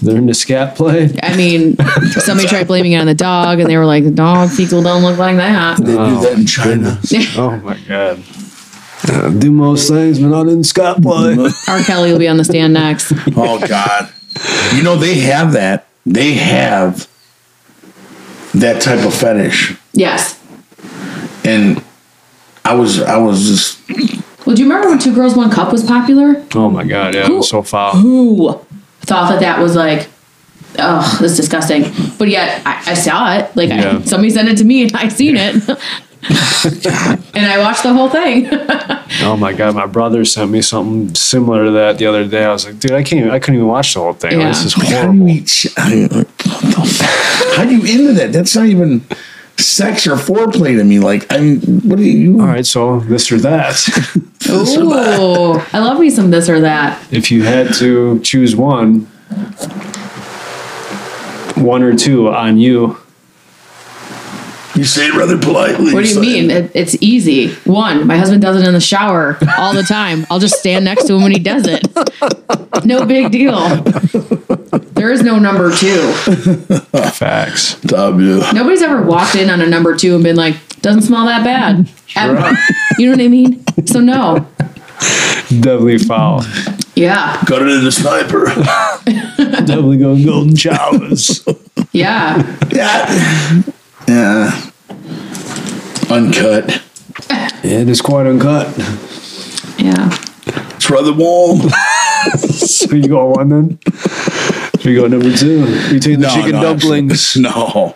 They're into scat play.
I mean, somebody tried blaming it on the dog, and they were like, the dog fecal don't look like that.
They do that in China.
Oh my god. Uh, do most things, but not in scat play.
R. Kelly will be on the stand next.
Oh God. You know they have that. They have that type of fetish.
Yes.
And I was I was just
Well, do you remember when Two Girls, One Cup was popular?
Oh my god. Yeah. it was so foul.
Who thought that that was like, oh, that's disgusting. But yet, I, I saw it. Like,
Yeah.
I, somebody sent it to me, and I seen it. and I watched the whole thing.
Oh my god, my brother sent me something similar to that the other day. I was like, dude, I can't. Even, I couldn't even watch the whole thing.
Yeah.
This is
how do you
horrible.
eat shit? How do you, what the fuck? How do you into that? That's not even sex or foreplay to me. Like I mean, what are you?
All right, so this or that.
Ooh, I love me some this or that.
if you had to choose one, one or two on you.
You say it rather politely.
What do
It's
you
like-
mean? It, it's easy. One, my husband does it in the shower all the time. I'll just stand next to him when he does it. No big deal. There is no number two.
Facts.
W.
Nobody's ever walked in on a number two and been like, doesn't smell that bad. Ever. You know what I mean? So, no.
Definitely foul.
Yeah.
Cut it in the sniper.
Definitely going golden showers.
Yeah.
yeah. Yeah. Uncut.
it is quite uncut.
Yeah.
It's rather warm.
So you go one then. So you go number two. You take the chicken dumplings.
No.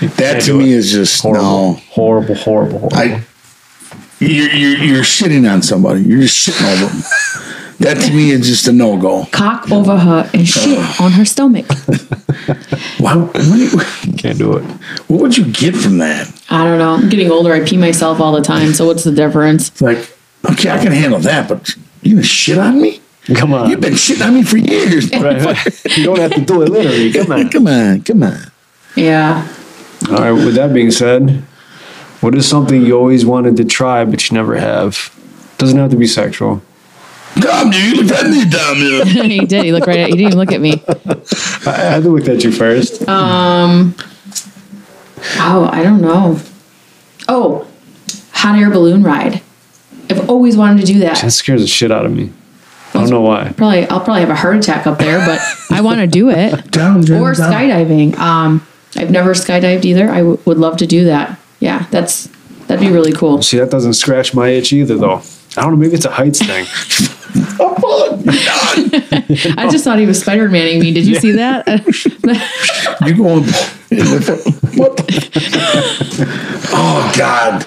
That to
do
me is just
Horrible,
no.
horrible, horrible, horrible.
I you're, you're you're shitting on somebody. You're just shitting over them. That to me is just a no go.
Cock over her and shit on her stomach.
Why? What, do you-
can't do it.
what would you get from that?
I don't know. I'm getting older. I pee myself all the time. So, what's the difference?
It's like, okay, I can handle that, but you gonna shit on me?
Come on.
You've been shitting on me for years.
Right, right. You don't have to do it literally. Come on.
Come on, come on.
Yeah.
All right. With that being said, what is something you always wanted to try but you never have? Doesn't have to be sexual.
Damn you, look at me, damn you.
he did. He looked right at you. He didn't even look at me.
I, I looked at you first.
Oh, I don't know. Oh, hot air balloon ride. I've always wanted to do that.
That scares the shit out of me. I don't know why.
probably I'll probably have a heart attack up there, but I want to do it.
Down, down,
or
down.
skydiving. Um, I've never skydived either. I w- would love to do that. Yeah, that's that'd be really cool.
See, that doesn't scratch my itch either, though. I don't know. Maybe it's a heights thing.
I just thought he was Spider Manning me. Did you see that?
You going? what? the- oh God,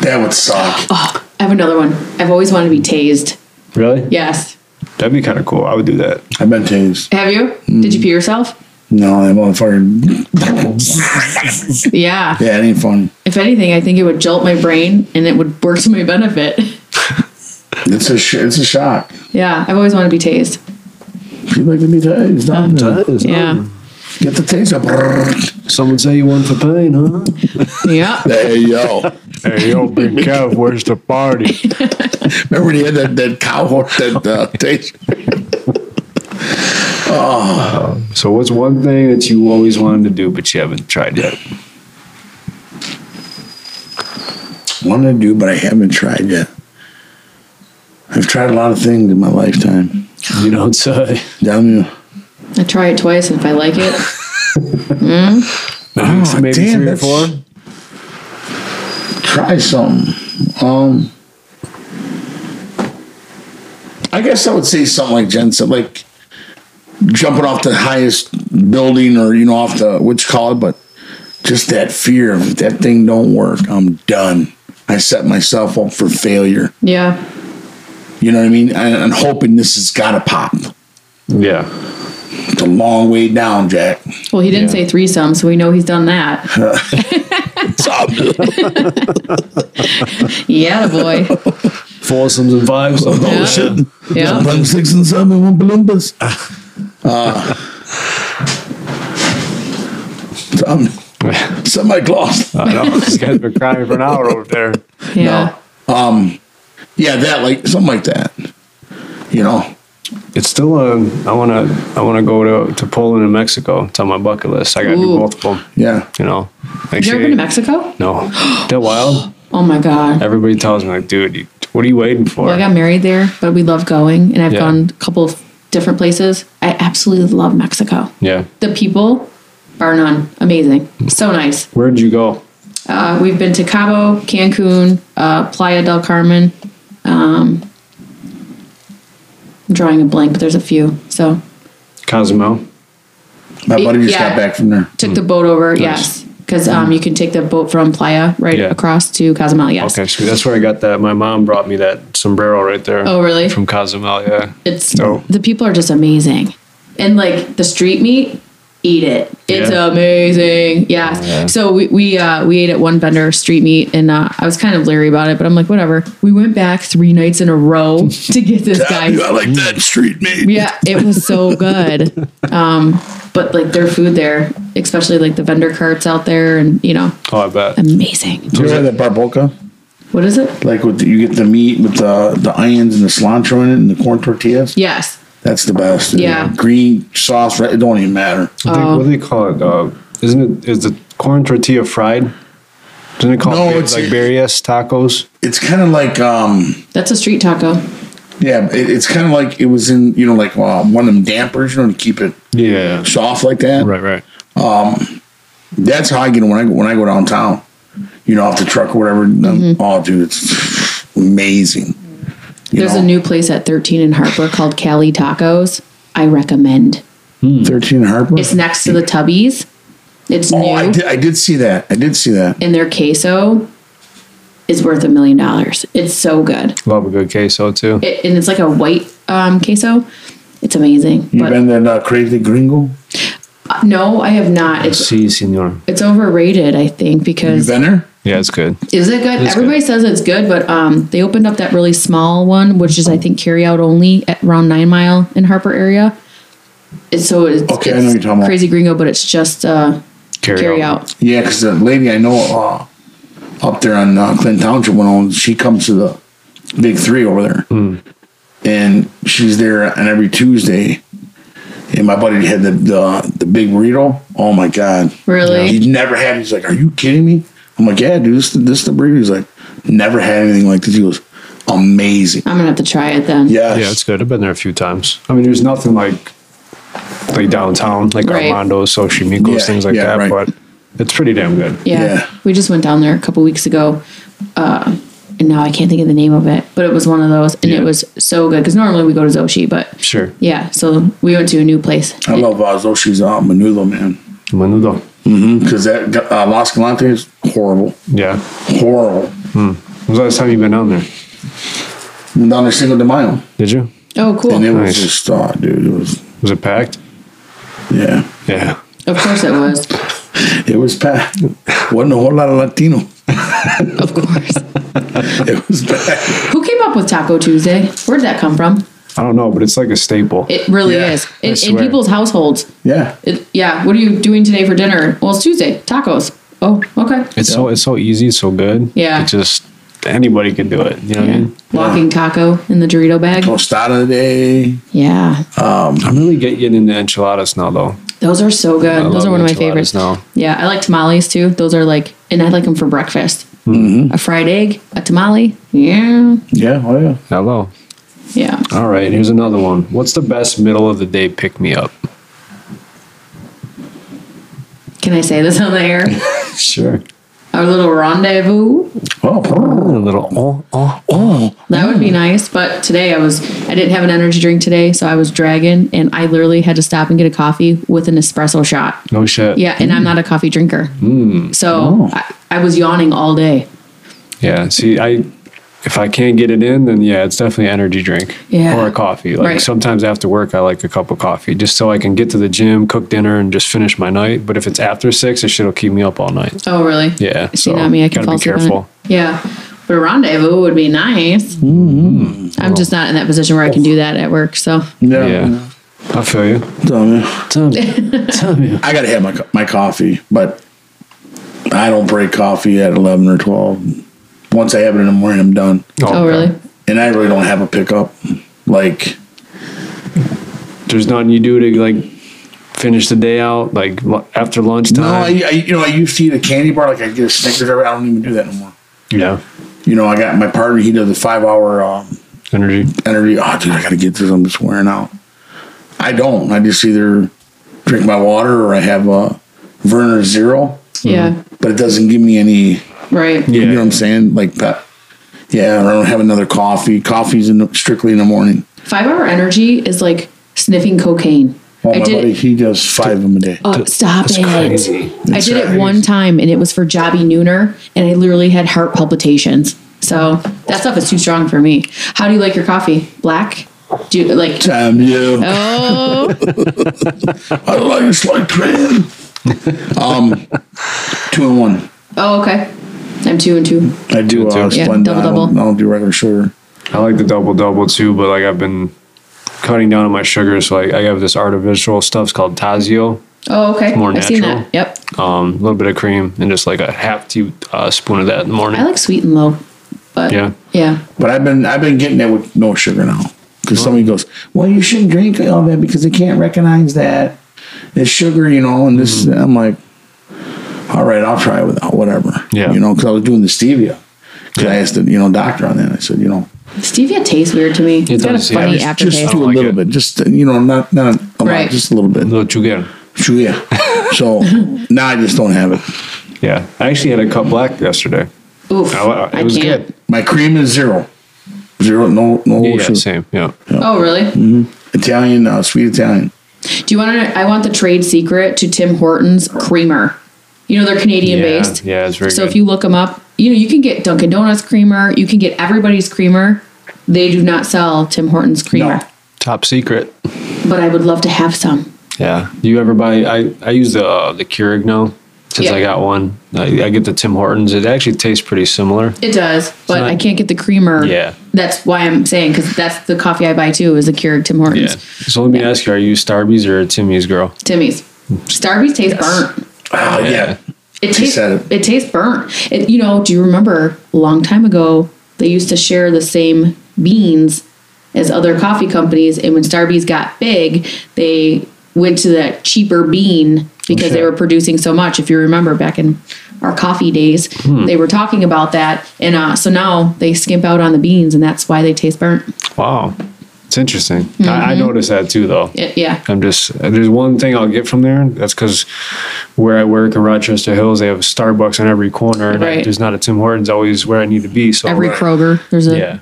that would suck.
I have another one. I've always wanted to be tased.
Really?
Yes. Have
That'd be kind of cool. I would do that.
I've been tased.
you? Did you
Mm.
pee yourself?
No, that motherfucker.
Yeah.
Yeah, it ain't funny.
If anything, I think it would jolt my brain and it would work to my benefit.
It's a sh- it's a shock.
Yeah, I've always wanted to be tased.
You like to be tased? Down, down.
Yeah.
Get the taser. Brrr.
Someone say you want for pain, huh?
Oh.
Yeah.
Hey yo,
Hey, yo, big calf, where's the party?
remember when he had that, that cow horse that uh, taser?
So, what's one thing that you always wanted to do but you haven't tried yet?
Wanted to do, but I haven't tried yet. I've tried a lot of things in my lifetime.
You don't say.
Damn you.
I try it twice, and if I like it,
Oh,
maybe
damn,
three or
that's-
four.
Try something. Um, I guess I would say something like Jen said, like jumping off the highest building or you know off the what you call it, but just that fear of if that thing don't work. I'm done. I set myself up for failure.
yeah.
You know what I mean? And I'm hoping this has got to pop.
Yeah.
It's a long way down, Jack.
Well, he didn't say threesome, so we know he's done that. yeah, boy.
Oh, Foursomes and fives.
Yeah. Yeah.
Plum six and seven, one Ah. Bloomberg's. Uh, some, somebody lost.
I know. These guys been crying for an hour over there.
Yeah.
Yeah, that like something like that. You know,
It's still a. I wanna. I wanna go to, to Poland and Mexico. It's on my bucket list. I gotta do
Ooh.
both of them.
yeah.
You know. Like,
You
see-
ever been to Mexico?
No. That wild.
Oh my god.
Everybody tells me like, dude, you, what are you waiting for?
Well, I got married there, but we love going, and I've
Yeah.
gone a couple of different places. I absolutely love Mexico.
yeah.
The people, bar none, amazing, so nice.
Where'd you go?
Uh, we've been to Cabo, Cancun, uh, Playa del Carmen. Um, I'm drawing a blank, but there's a few. So
Cozumel.
My buddy just
Yeah.
got back from there.
took
Mm.
the boat over, yes, because um, you can take the boat from Playa right
Yeah.
across to Cozumel. Yes,
Okay, so that's where I got that. My mom brought me that sombrero right there.
Oh, really?
From Cozumel, yeah.
it's
Oh.
the people are just amazing, and like the street meat, eat it. It's
Yeah.
amazing. Yes. So we we uh, we ate at one vendor street meat, and uh, I was kind of leery about it, but I'm like, whatever. We went back three nights in a row to get this guy.
I like that street meat.
Yeah, it was so good. Um, but like their food there, especially like the vendor carts out there, and you know,
Oh, I bet.
amazing.
Do you ever have that barboca?
What is it?
Like with the, you get the meat with the the onions and the cilantro in it and the corn tortillas.
Yes.
That's the best.
Yeah.
Green sauce, right? It don't even matter.
I think, what do they call it? Uh, isn't it? Is the corn tortilla fried? Isn't it called
No,
no,
it's-
like Berries tacos?
It's kind of like um
That's a street taco.
yeah, it, it's kind of like it was in you know like uh, one of them dampers, you know, to keep it
Yeah.
soft like that.
Right, right.
That's how I get it when I go when I go downtown. You know, off the truck or whatever. and I'm-
Mm-hmm.
Oh, dude, it's amazing. You
There's
know,
a new place at 13 in Harper called Cali Tacos. I recommend.
thirteen Harper.
It's next to the Tubbies. It's
Oh,
new,
I did, I did see that. I did see that.
and their queso is worth a million dollars. It's so good,
Love a good queso too.
it, and it's like a white um, queso. It's amazing.
You
But uh,
been that uh, crazy gringo?
no, I have not. It's
Si, senor.
it's overrated, I think,
You
because
been there?
Yeah, it's good.
Is it good?
It's
Everybody
good.
says it's good, but um, they opened up that really small one, which is I think carry out only at around Nine Mile in Harper area. It's so it's,
Okay, I know
it's
what you're talking about.
crazy gringo, but it's just uh,
Carry,
carry
out.
out.
Yeah, because the lady I know uh, up there on uh, Clinton Township went on. She comes to the Big Three over there, and she's there on every Tuesday. And my buddy had the the, the big burrito. Oh my god!
Really?
He never had. He's like, "Are you kidding me?" I'm like, "Yeah, dude. This this the burrito." He's like, "Never had anything like this." He goes, "Amazing."
I'm gonna have to try it then.
Yes.
Yeah, it's good. I've been there a few times. I mean, there's nothing like like downtown, like
Right.
Armando's, Soshi Miko's,
Yeah,
things like
yeah,
that.
right.
But it's pretty damn good.
Yeah.
Yeah.
We just went down there a couple weeks ago. Uh, and now I can't think of the name of it, but it was one of those, and
Yeah.
it was so good because normally we go to Zoshi, but
Sure.
yeah, so we went to a new place.
I love uh, Zoshi's uh, menudo, man,
Menudo. Mm-hmm.
because that uh, Los Galantes is horrible,
Yeah.
horrible.
When's the last time you've been down there?
Down there, Cinco de Mayo.
Did you?
Oh,
And it
cool!
Nice.
was just, oh, dude, it was,
Was it packed?
yeah,
Yeah.
Of course it was.
it was packed. Wasn't a whole lot of Latino.
Of course.
It was packed.
Who came up with Taco Tuesday? Where'd that come from?
I don't know, but it's like a staple.
It really
Yeah,
is.
I
In, in
swear.
people's households.
Yeah.
It, yeah. What are you doing today for dinner? Well, it's Tuesday. Tacos. Oh, okay.
It's so it's so easy, so good.
Yeah.
It just anybody can do it. You know what I mean?
Walking taco in the Dorito bag.
Tostada day.
Yeah.
I'm really get- getting into enchiladas now though.
Those are so good. Those
love
are one of my
enchiladas
favorites.
now.
Yeah. I like tamales too. Those are like, and I like them for breakfast. A fried egg, a tamale. Yeah.
Yeah. Oh, yeah.
Hello.
Yeah.
All right, here's another one. What's the best middle of the day pick me up?
Can I say this on the air?
Sure.
Our little rendezvous.
A
Oh,
little oh oh.
That would be
Mm.
nice. But today I was I didn't have an energy drink today, so I was dragging and I literally had to stop and get a coffee with an espresso shot.
No shit.
Yeah, and I'm not a coffee
Mm.
drinker. So I, I was yawning all day.
Yeah. See, I if I can't get it in, then yeah, it's definitely an energy drink
Yeah.
or a coffee. Like
Right.
sometimes after work, I like a cup of coffee just so I can get to the gym, cook dinner, and just finish my night. But if it's after six, it shit'll keep me up all night.
Oh, really?
Yeah,
See,
so
not me. I can
gotta
fall
be
asleep on it.
careful.
Yeah. But a rendezvous would be nice. I'm just not in that position where I can do that at work. So,
Oh,
Yeah.
yeah. I feel you.
Tell me.
Tell me. Tell me.
I gotta have my co- my coffee, but I don't break coffee at eleven or twelve. Once I have it in the morning, I'm done,
oh,
okay. Mm-hmm.
really?
and I really don't have a pickup. Like
There's nothing you do to like finish the day out, like lu- after lunchtime.
no, I, I you know I used to eat a candy bar, like I get a Snickers. Every, I don't even do that no more.
yeah.
You know, I got my partner. He does a five hour um,
Energy.
energy. Oh, dude, I gotta get this. I'm just wearing out. I don't. I just either drink my water or I have a Verner Zero,
Yeah.
but it doesn't give me any
Right.
Yeah.
You know what I'm saying? Like that. Yeah, I don't have another coffee. Coffee's in the, strictly in the morning.
Five hour energy is like sniffing cocaine.
Well,
I
Oh, my
did
buddy,
it.
he does five of them a day.
Oh, stop it.
crazy.
I did it one time and it was for Jobby Nooner and I literally had heart palpitations. So that stuff is too strong for me. How do you like your coffee? Black? Do you like,
Damn you!
oh,
I like it's like cream. um, two and one.
oh, okay. I'm two and two.
I do
Two
uh,
and two.
Yeah,
Splenda.
double,
I don't-
double.
I don't do regular sugar.
I like the double double too, but like I've been cutting down on my sugar, so like I have this artificial stuff's called Tazio.
Oh, okay.
More
I've seen
natural.
that. Yep.
um, a little bit of cream and just like a half tea uh, spoon of that in the morning.
I like sweet and low. But
Yeah.
yeah. Yeah.
But I've been I've been getting it with no sugar now because somebody goes, well, you shouldn't drink all that because they can't recognize that it's sugar, you know. And this,
Mm-hmm.
I'm like, all right, I'll try it without whatever.
Yeah.
you know, because I was doing the stevia. 'Cause I
Yeah.
asked the you know doctor on that. I said, you know,
Stevia tastes weird to me. It has got a
does, yeah.
funny
It's
aftertaste.
just do a
like
little
it.
bit, just you know, not not a lot,
Right.
just a little bit.
little sugar.
So, yeah. So now I just don't have it.
Yeah, I actually had a cup black yesterday.
Oof.
I, I- it
I
was
can't.
good.
My cream is zero, zero, no no
Yeah, yeah,
sugar.
same. Yeah,
Oh, really?
Italian, uh, sweet Italian.
Do you want to? I want the trade secret to Tim Hortons creamer. You know they're Canadian
Yeah,
based.
yeah, it's very
So if
good.
you look them up, you know you can get Dunkin' Donuts creamer. You can get everybody's creamer. They do not sell Tim Hortons creamer,
No.
top secret.
but I would love to have some.
Yeah, do you ever buy? I I use the uh, the Keurig now since
Yeah.
I got one. I, I get the Tim Hortons. It actually tastes pretty similar.
It does, but
not-
I can't get the creamer.
Yeah.
that's why I'm saying because that's the coffee I buy too is a Keurig Tim Hortons.
So let me ask you: Are you Starbucks or a Timmy's girl?
Timmy's, Starbucks tastes burnt.
Oh yeah.
It tastes,
said
it.
it.
tastes burnt. It, you know, do you remember a long time ago they used to share the same beans as other coffee companies, and when Starbucks got big, they went to that cheaper bean because they
shit.
were producing so much. If you remember back in our coffee days,
Hmm.
they were talking about that, and uh, so now they skimp out on the beans, and that's why they taste burnt.
Wow, it's interesting. I, I noticed that too, though.
It, yeah,
I'm just there's one thing I'll get from there. That's because where I work in Rochester Hills, they have Starbucks on every corner, and I-
Right.
there's not a Tim Hortons always where I need to be. So
every Kroger there's a
yeah,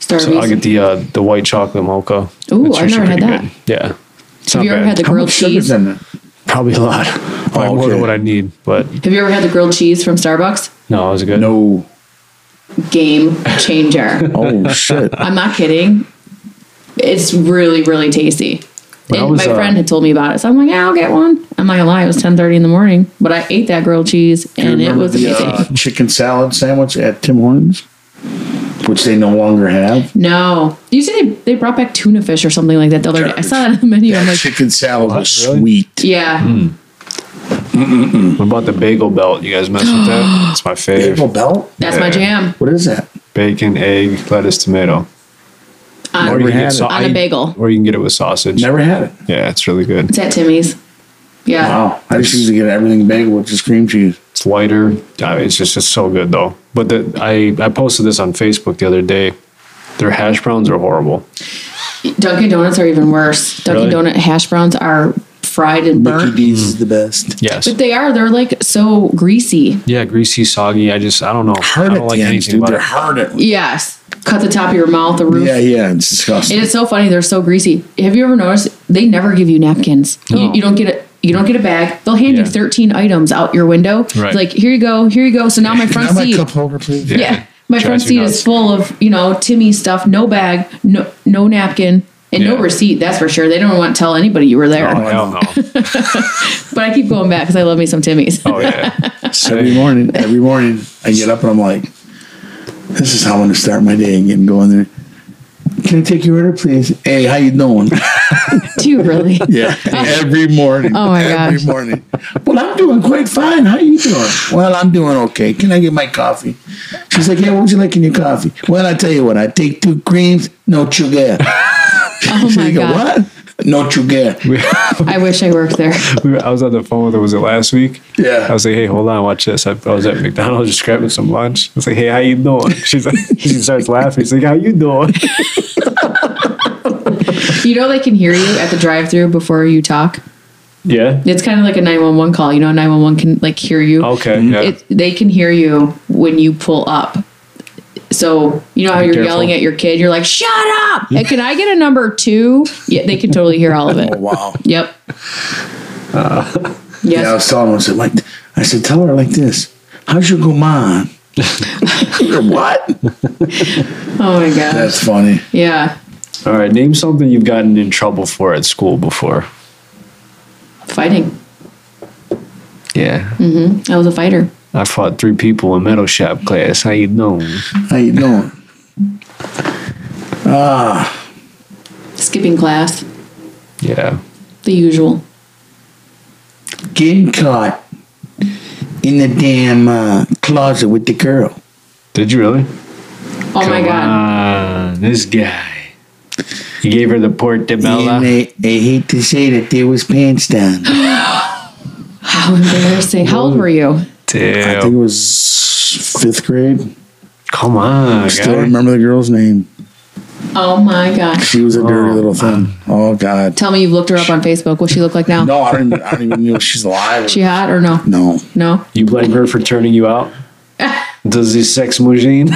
Starbucks.
so I'll get the uh, the white chocolate mocha.
Ooh,
It's
I've
usually
never had
pretty Yeah, It's
Have
not
you ever
bad.
had the
How
grilled
much sugar's
cheese?
in it?
probably a lot, probably more than
okay.
what I need, but
Have you ever had the grilled cheese from Starbucks?
no, it was good.
No.
Game changer.
Oh shit.
I'm not kidding. It's really, really tasty.
When I
And
was,
my
uh,
friend had told me about it, so I'm like, yeah, I'll get one. I'm not gonna lie, it was 10:30 in the morning, but I ate that grilled cheese and it
Remember
was
the,
amazing.
uh, chicken salad sandwich at Tim Hortons, which they no longer have.
no, you see, they, they brought back tuna fish or something like that the other day. I saw that on the menu. I'm
That
like,
chicken salad was
Really?
sweet.
yeah,
Hmm. What about the bagel belt? You guys mess with that? It's my
Bagel
fave.
belt?
that's my
Yeah.
jam
What is that?
Bacon, egg, lettuce, tomato.
on,
you
had it.
sau-
on a bagel.
or you can get it with sausage.
Never had it.
Yeah, it's really good.
It's at Timmy's. Yeah,
Wow. I just used to get everything bagel with just cream cheese.
It's lighter. I mean, it's just it's so good though. But the, I I posted this on Facebook the other day. Their hash browns are horrible.
Dunkin' Donuts are even worse. Dunkin'
Really?
Donut hash browns are fried and burnt,
D's is the best.
Yes.
but they are. They're like so greasy.
yeah, greasy, soggy. I just I don't know.
Hard
I
at
don't
the end, dude. They're hard at
Yes, cut the top of your mouth, the roof.
Yeah, yeah. It's
It
disgusting.
is so funny. They're so greasy. Have you ever noticed they never give you napkins? You,
No.
you don't get a you don't get a bag. They'll hand
Yeah.
you 13 items out your window. It's
Right.
Like here you go, here you go. So now my
Can I
front
have my
seat.
cup holder, please?
yeah. my
Drives
front
you
seat
nuts.
is full of you know Timmy stuff. No bag, no no napkin, and no
Yeah.
receipt. That's for sure. They don't want to tell anybody you were there.
Oh, hell no.
But I keep going back because I love me some Timmy's.
Oh, yeah.
Every morning, every morning, I get up and I'm like, "This is how I'm going to start my day." And get going there. Can I take your order, please? Hey, how you doing?
Do you really?
Yeah, every morning.
Oh my
every
gosh.
morning. Well, I'm doing quite fine. How you doing? Well, I'm doing okay. Can I get my coffee? She's like, Yeah, what would you like in your coffee? Well, I tell you what, I take two creams, no sugar.
Oh my
You go,
god!
What? No sugar.
I wish I worked there.
We were- I was on the phone with her, was it last week?
Yeah.
I was like, hey, hold on, watch this. I, I was at McDonald's just grabbing some lunch. I was like, hey, how you doing? She's like, she starts laughing. She's like, how you doing?
You know they can hear you at the drive-through before you talk.
Yeah.
It's kind of like a nine one one call. You know, nine one one can like hear you.
Okay. Yeah.
it, they can hear you when you pull up. So you know how you're
careful.
yelling at your kid. You're like, "Shut up!" And can I get a number two? Yeah, they can totally hear all of it.
Oh, Wow.
Yep. yes.
Yeah, I was telling her, I said, like, I said, tell her like this. How's your gourmand? Your what?
Oh my gosh.
That's funny.
yeah.
All right. Name something you've gotten in trouble for at school before.
Fighting.
Yeah.
I was a fighter.
I fought three people in metal shop class. How you doing?
How you doing?
Skipping class.
Yeah.
The usual.
Getting caught in the damn uh, closet with the girl.
Did you really?
Oh my god.
on, this guy. You gave her the
And
portobello.
I, I hate to say that there was pants down. I
How embarrassing. How old were you?
think it
Damn.
was fifth grade.
Come on,
Still
guy.
remember the girl's name.
Oh my gosh.
She was a dirty little thing. Oh God.
Tell me you've looked her up on Facebook. What she look like now?
No, I don't. Even, I don't even know if she's alive.
She hot or no?
no.
No.
You blame her for turning you out? Does this sex machine?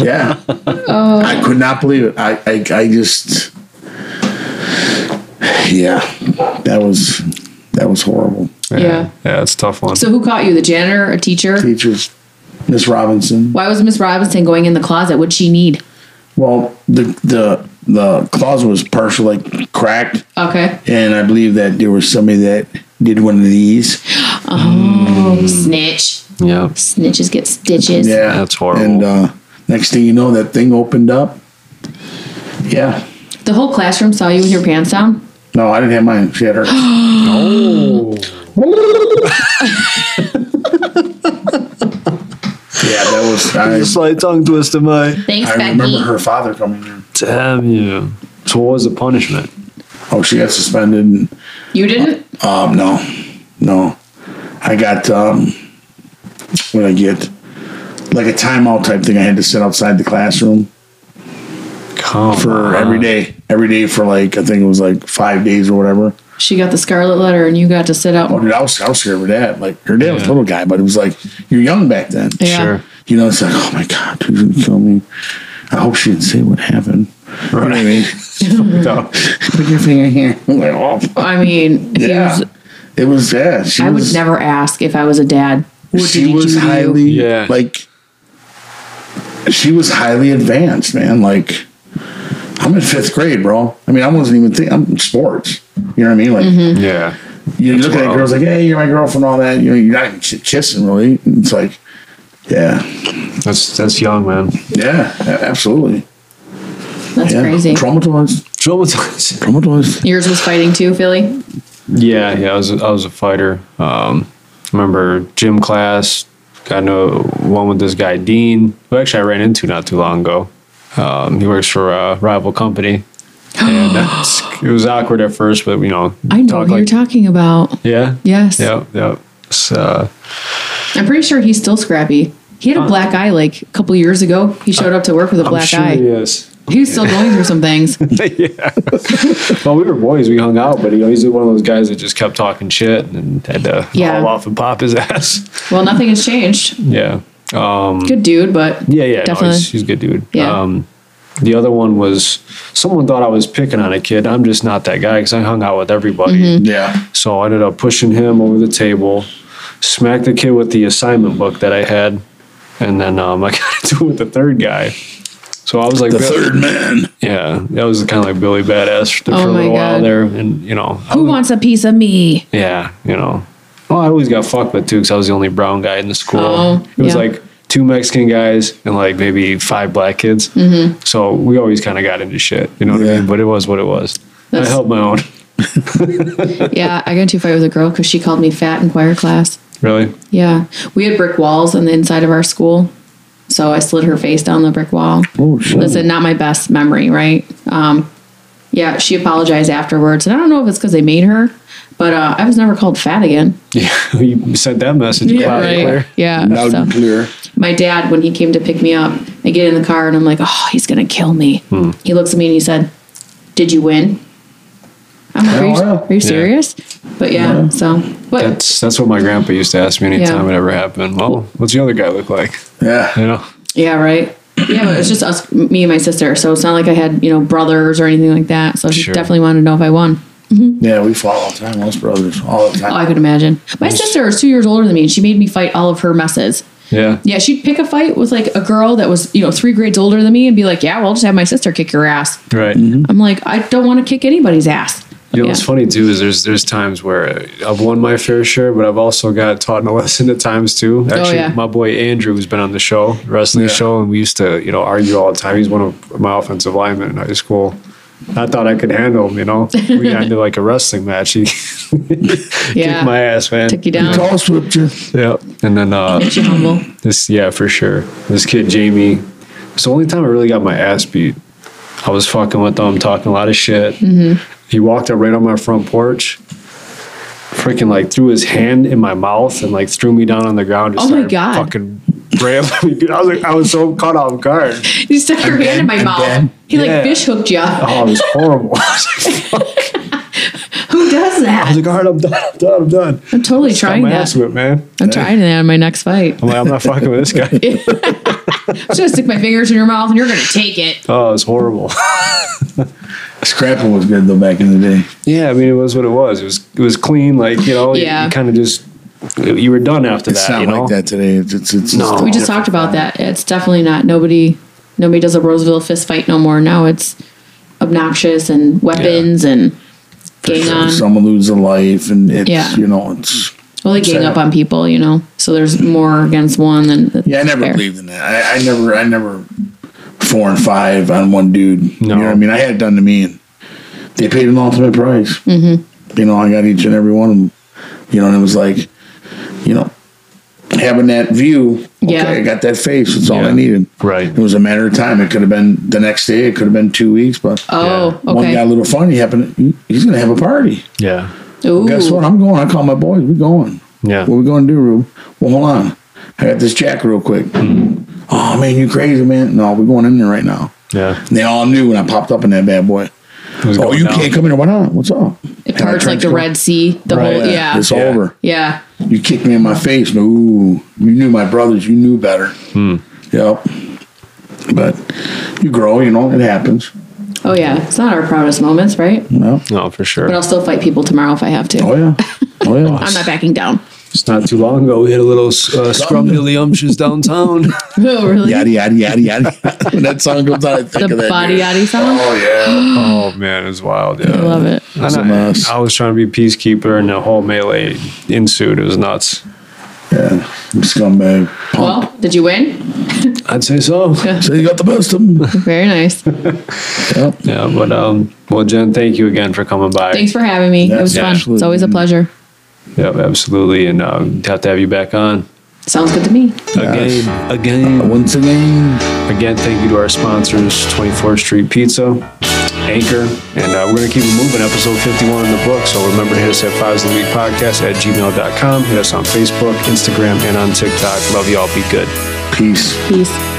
Yeah. I could not believe it. I, I. I just. Yeah, that was that was horrible.
Yeah.
Yeah, it's a tough one.
So who caught you? The janitor? A teacher?
Teachers, Miss Robinson.
Why was Miss Robinson going in the closet? What'd she need?
Well, the the the closet was partially like cracked,
Okay.
and I believe that there was somebody that did one of these.
Snitch.
yeah.
Snitches get stitches.
Yeah,
That's horrible.
And uh, next thing you know, that thing opened up. Yeah.
The whole classroom saw you with your pants down.
No, I didn't have mine. She had Oh. her. yeah, that was. I,
slight tongue twister, mate.
Thanks,
I remember her father coming in.
Damn you. So what was the punishment?
Oh, she got suspended. And,
You didn't?
Um, no, no. I got um, what did I get? Like a timeout type thing. I had to sit outside the classroom
Come
for every day, every day for like I think it was like five days or whatever.
She got the scarlet letter and you got to sit
Oh,
out.
dude, I was I was scared of her dad. Like her dad was a
Yeah.
little guy, but it was like you're young back then.
Yeah.
Sure.
You know, it's like oh my god, dude, you gonna kill me. I hope she didn't say what happened. You know what I mean? Put your finger here. I'm like, oh.
I mean, he
Yeah.
was-
It was yeah. She
I
was,
would never ask if I was a dad. What
she
did he
was
do to you?
highly
Yeah.
like she was highly advanced man like i'm in fifth grade bro i mean i wasn't even thinking i'm in sports you know what i mean like
Mm-hmm.
Yeah.
you look at that girl's like hey you're my girlfriend all that you know you're not even ch- kissing really and it's like yeah
That's that's young, man.
yeah a- absolutely
That's
yeah.
crazy.
traumatized
Traumatized.
traumatized
Yours was fighting too, Philly?
Yeah, yeah, I was I was a fighter. Um, remember gym class? Got into one with this guy Dean, who actually I ran into not too long ago. Um, he works for a rival company, and that's, it was awkward at first, but you know,
I know
talk
who you're
like-
talking about.
Yeah.
Yes.
Yep. Yep. So
I'm pretty sure he's still scrappy. He had a black eye like a couple years ago. He showed up to work with a black eye.
he is.
He's still going through some things.
Well, we were boys. We hung out, but you know, he's one of those guys that just kept talking shit and had to
Yeah.
haul off and pop his ass.
Well, nothing has changed.
yeah.
Good dude, but
Yeah, yeah, no,
Definitely.
he's, he's a good dude.
Yeah.
Um, the other one
Mm-hmm.
was someone thought I was picking on a kid. I'm just not that guy because I hung out with everybody.
yeah
So I ended up pushing him over the table, smacked the kid with the assignment book that I had, and then um, I got into it with the third guy. So I was like,
The third man.
yeah, that was kind of like Billy Badass for
Oh
a
my
little while
God.
there, and you know,
Who wants a piece of me?
yeah, you know. Well, I always got fucked with too because I was the only brown guy in the school.
Oh,
it was
yeah.
like two Mexican guys and like maybe five black kids.
Mm-hmm.
So we always kind of got into shit, you know what
Yeah.
I mean? But it was what it was.
That's-
I held my own.
Yeah, I got into a fight with a girl because she called me fat in choir class.
Really?
Yeah, we had brick walls on the inside of our school, so I slid her face down the brick wall. Oh, shit. Listen, not my best memory, right? Um, yeah, she apologized afterwards, and I don't know if it's because they made her, but uh, I was never called fat again.
Yeah. you sent that message loud and clear.
Yeah.
Loud
so
and clear.
my dad, when he came to pick me up, I get in the car and I'm like, oh, he's gonna kill me.
Hmm.
He looks at me and he said, "Did you win?" I'm like, "Are you,
wow.
are you serious?" But yeah, so but
That's that's what my grandpa used to ask me anytime
Yeah.
it ever happened. Well, what's the other guy look like?
Yeah.
You know?
Yeah, right. Yeah, but it's just us, me and my sister. So it's not like I had, you know, brothers or anything like that. So she
Sure.
definitely wanted to know if I won.
Yeah, we fall all the time. Most brothers, all the
Oh, I
time.
could imagine. My sister is two years older than me, and she made me fight all of her messes.
Yeah.
Yeah, she'd pick a fight with like a girl that was, you know, three grades older than me and be like, yeah, well, I'll just have my sister kick your ass.
Right.
I'm like, I don't want to kick anybody's ass.
You know,
Yeah.
what's funny too is there's there's times where I've won my fair share, but I've also got taught a lesson at times too. Actually,
Oh, yeah.
my boy Andrew, who's been on the show, wrestling
Yeah.
show, and we used to you know argue all the time. He's one of my offensive linemen in high school. I thought I could handle him, you know. We got into like a wrestling match. He
Yeah.
kicked my ass, man.
Took you down.
Tall scripture.
Yeah, and then uh,
She humble.
this, yeah, for sure. This kid Jamie. It's the only time I really got my ass beat. I was fucking with him, talking a lot of shit.
Mm-hmm.
He walked up right on my front porch, freaking like threw his hand in my mouth and like threw me down on the ground. and
Oh my
started
God.
Fucking ramming me, dude. I was like, I was so caught off guard.
He stuck her hand in my mouth.
then-
he
Yeah.
like fish hooked you.
Oh, it was horrible. I was like, fuck.
Who does
I
that?
was like, all right, I'm done, I'm done, I'm done.
I'm totally
Got
trying
my
that.
ass whipped, man.
I'm trying that in my next fight.
I'm like, I'm not fucking with this guy.
I'm just gonna stick my fingers in your mouth and you're gonna take it.
Oh, it was horrible.
Scrapping was good though back in the day.
Yeah, I mean, it was what it was. It was it was clean, like you know, you-
Yeah.
you, kind of just you were done after
It's
that.
not
you know?
like that today. It's it's, it's
No.
we
Oh,
just talked about that. It's definitely not nobody nobody does a Roseville fist fight no more. Now it's obnoxious and weapons and gang
So
on.
Someone loses a life, and it's
Yeah.
you know it's.
well, they gang
Sure.
up on people, you know. So there's more against one than than
Yeah, I never
fair.
believed in that. I, I never, I never four and five on one dude.
No.
You know what I mean? I had it done to me, and they paid an ultimate price. Mm-hmm. You know, I got each and every one of them. You know, and it was like, you know, having that view. Okay,
Yeah.
I got that face. It's all I
Yeah.
needed.
Right.
It was a matter of time. It could have been the next day. It could have been two weeks. But
Oh,
one got a
okay.
little funny. Happened. he- He's gonna have a party.
Yeah,
Ooh.
Guess what? I'm going. I call my boys. We're going.
yeah,
What we gonna do, Rube? Well, hold on. I got this jack real quick.
Hmm.
Oh man, you crazy man? No, we're going in there right now.
yeah.
And they all knew when I popped up in that bad boy.
It was
Oh,
going
you
down.
can't come in here. Why not? What's up?
It
And I
parts like
tried
the
to-
Red Sea, the
Right,
whole yeah.
It's
Yeah.
Yeah.
over. You kicked me in my face. No, you knew my brothers. You knew better.
Hmm.
Yep. But you grow. You know it happens.
Oh yeah. It's not our proudest moments, right?
No.
No, for sure.
But I'll still fight people tomorrow if I have to.
Oh yeah. Oh yeah.
I'm not backing down.
It's not too long ago we had a little uh, scrumdiddlyumptious downtown.
Oh really?
Yada yada yada yada. when that song comes out, I think
the
of that.
body
dude.
yaddy song.
Oh yeah.
oh man, it was wild. Yeah,
I
Uh,
love it.
And
a
I-
mess.
I was trying to be peacekeeper, and the whole melee ensued. It was nuts.
yeah. Scumbag.
Well, did you win?
I'd say so.
So you got the best of them.
Very nice.
Yep.
yeah, but um, well, Jen, thank you again for coming by.
Thanks for having me. it
That's
was fun. It's
absolutely-
always a pleasure.
Yeah, absolutely, and um, have to have you back on
Sounds good to me.
again, again.
Once again,
Again, thank you to our sponsors, 24th Street Pizza, Anchor, and uh, we're going to keep it moving. Episode 51 in the book. So remember to hit us at Fives of the Week Podcast at gmail.com. Hit us on Facebook, Instagram, and on TikTok. Love you all. Be good.
peace.
Peace.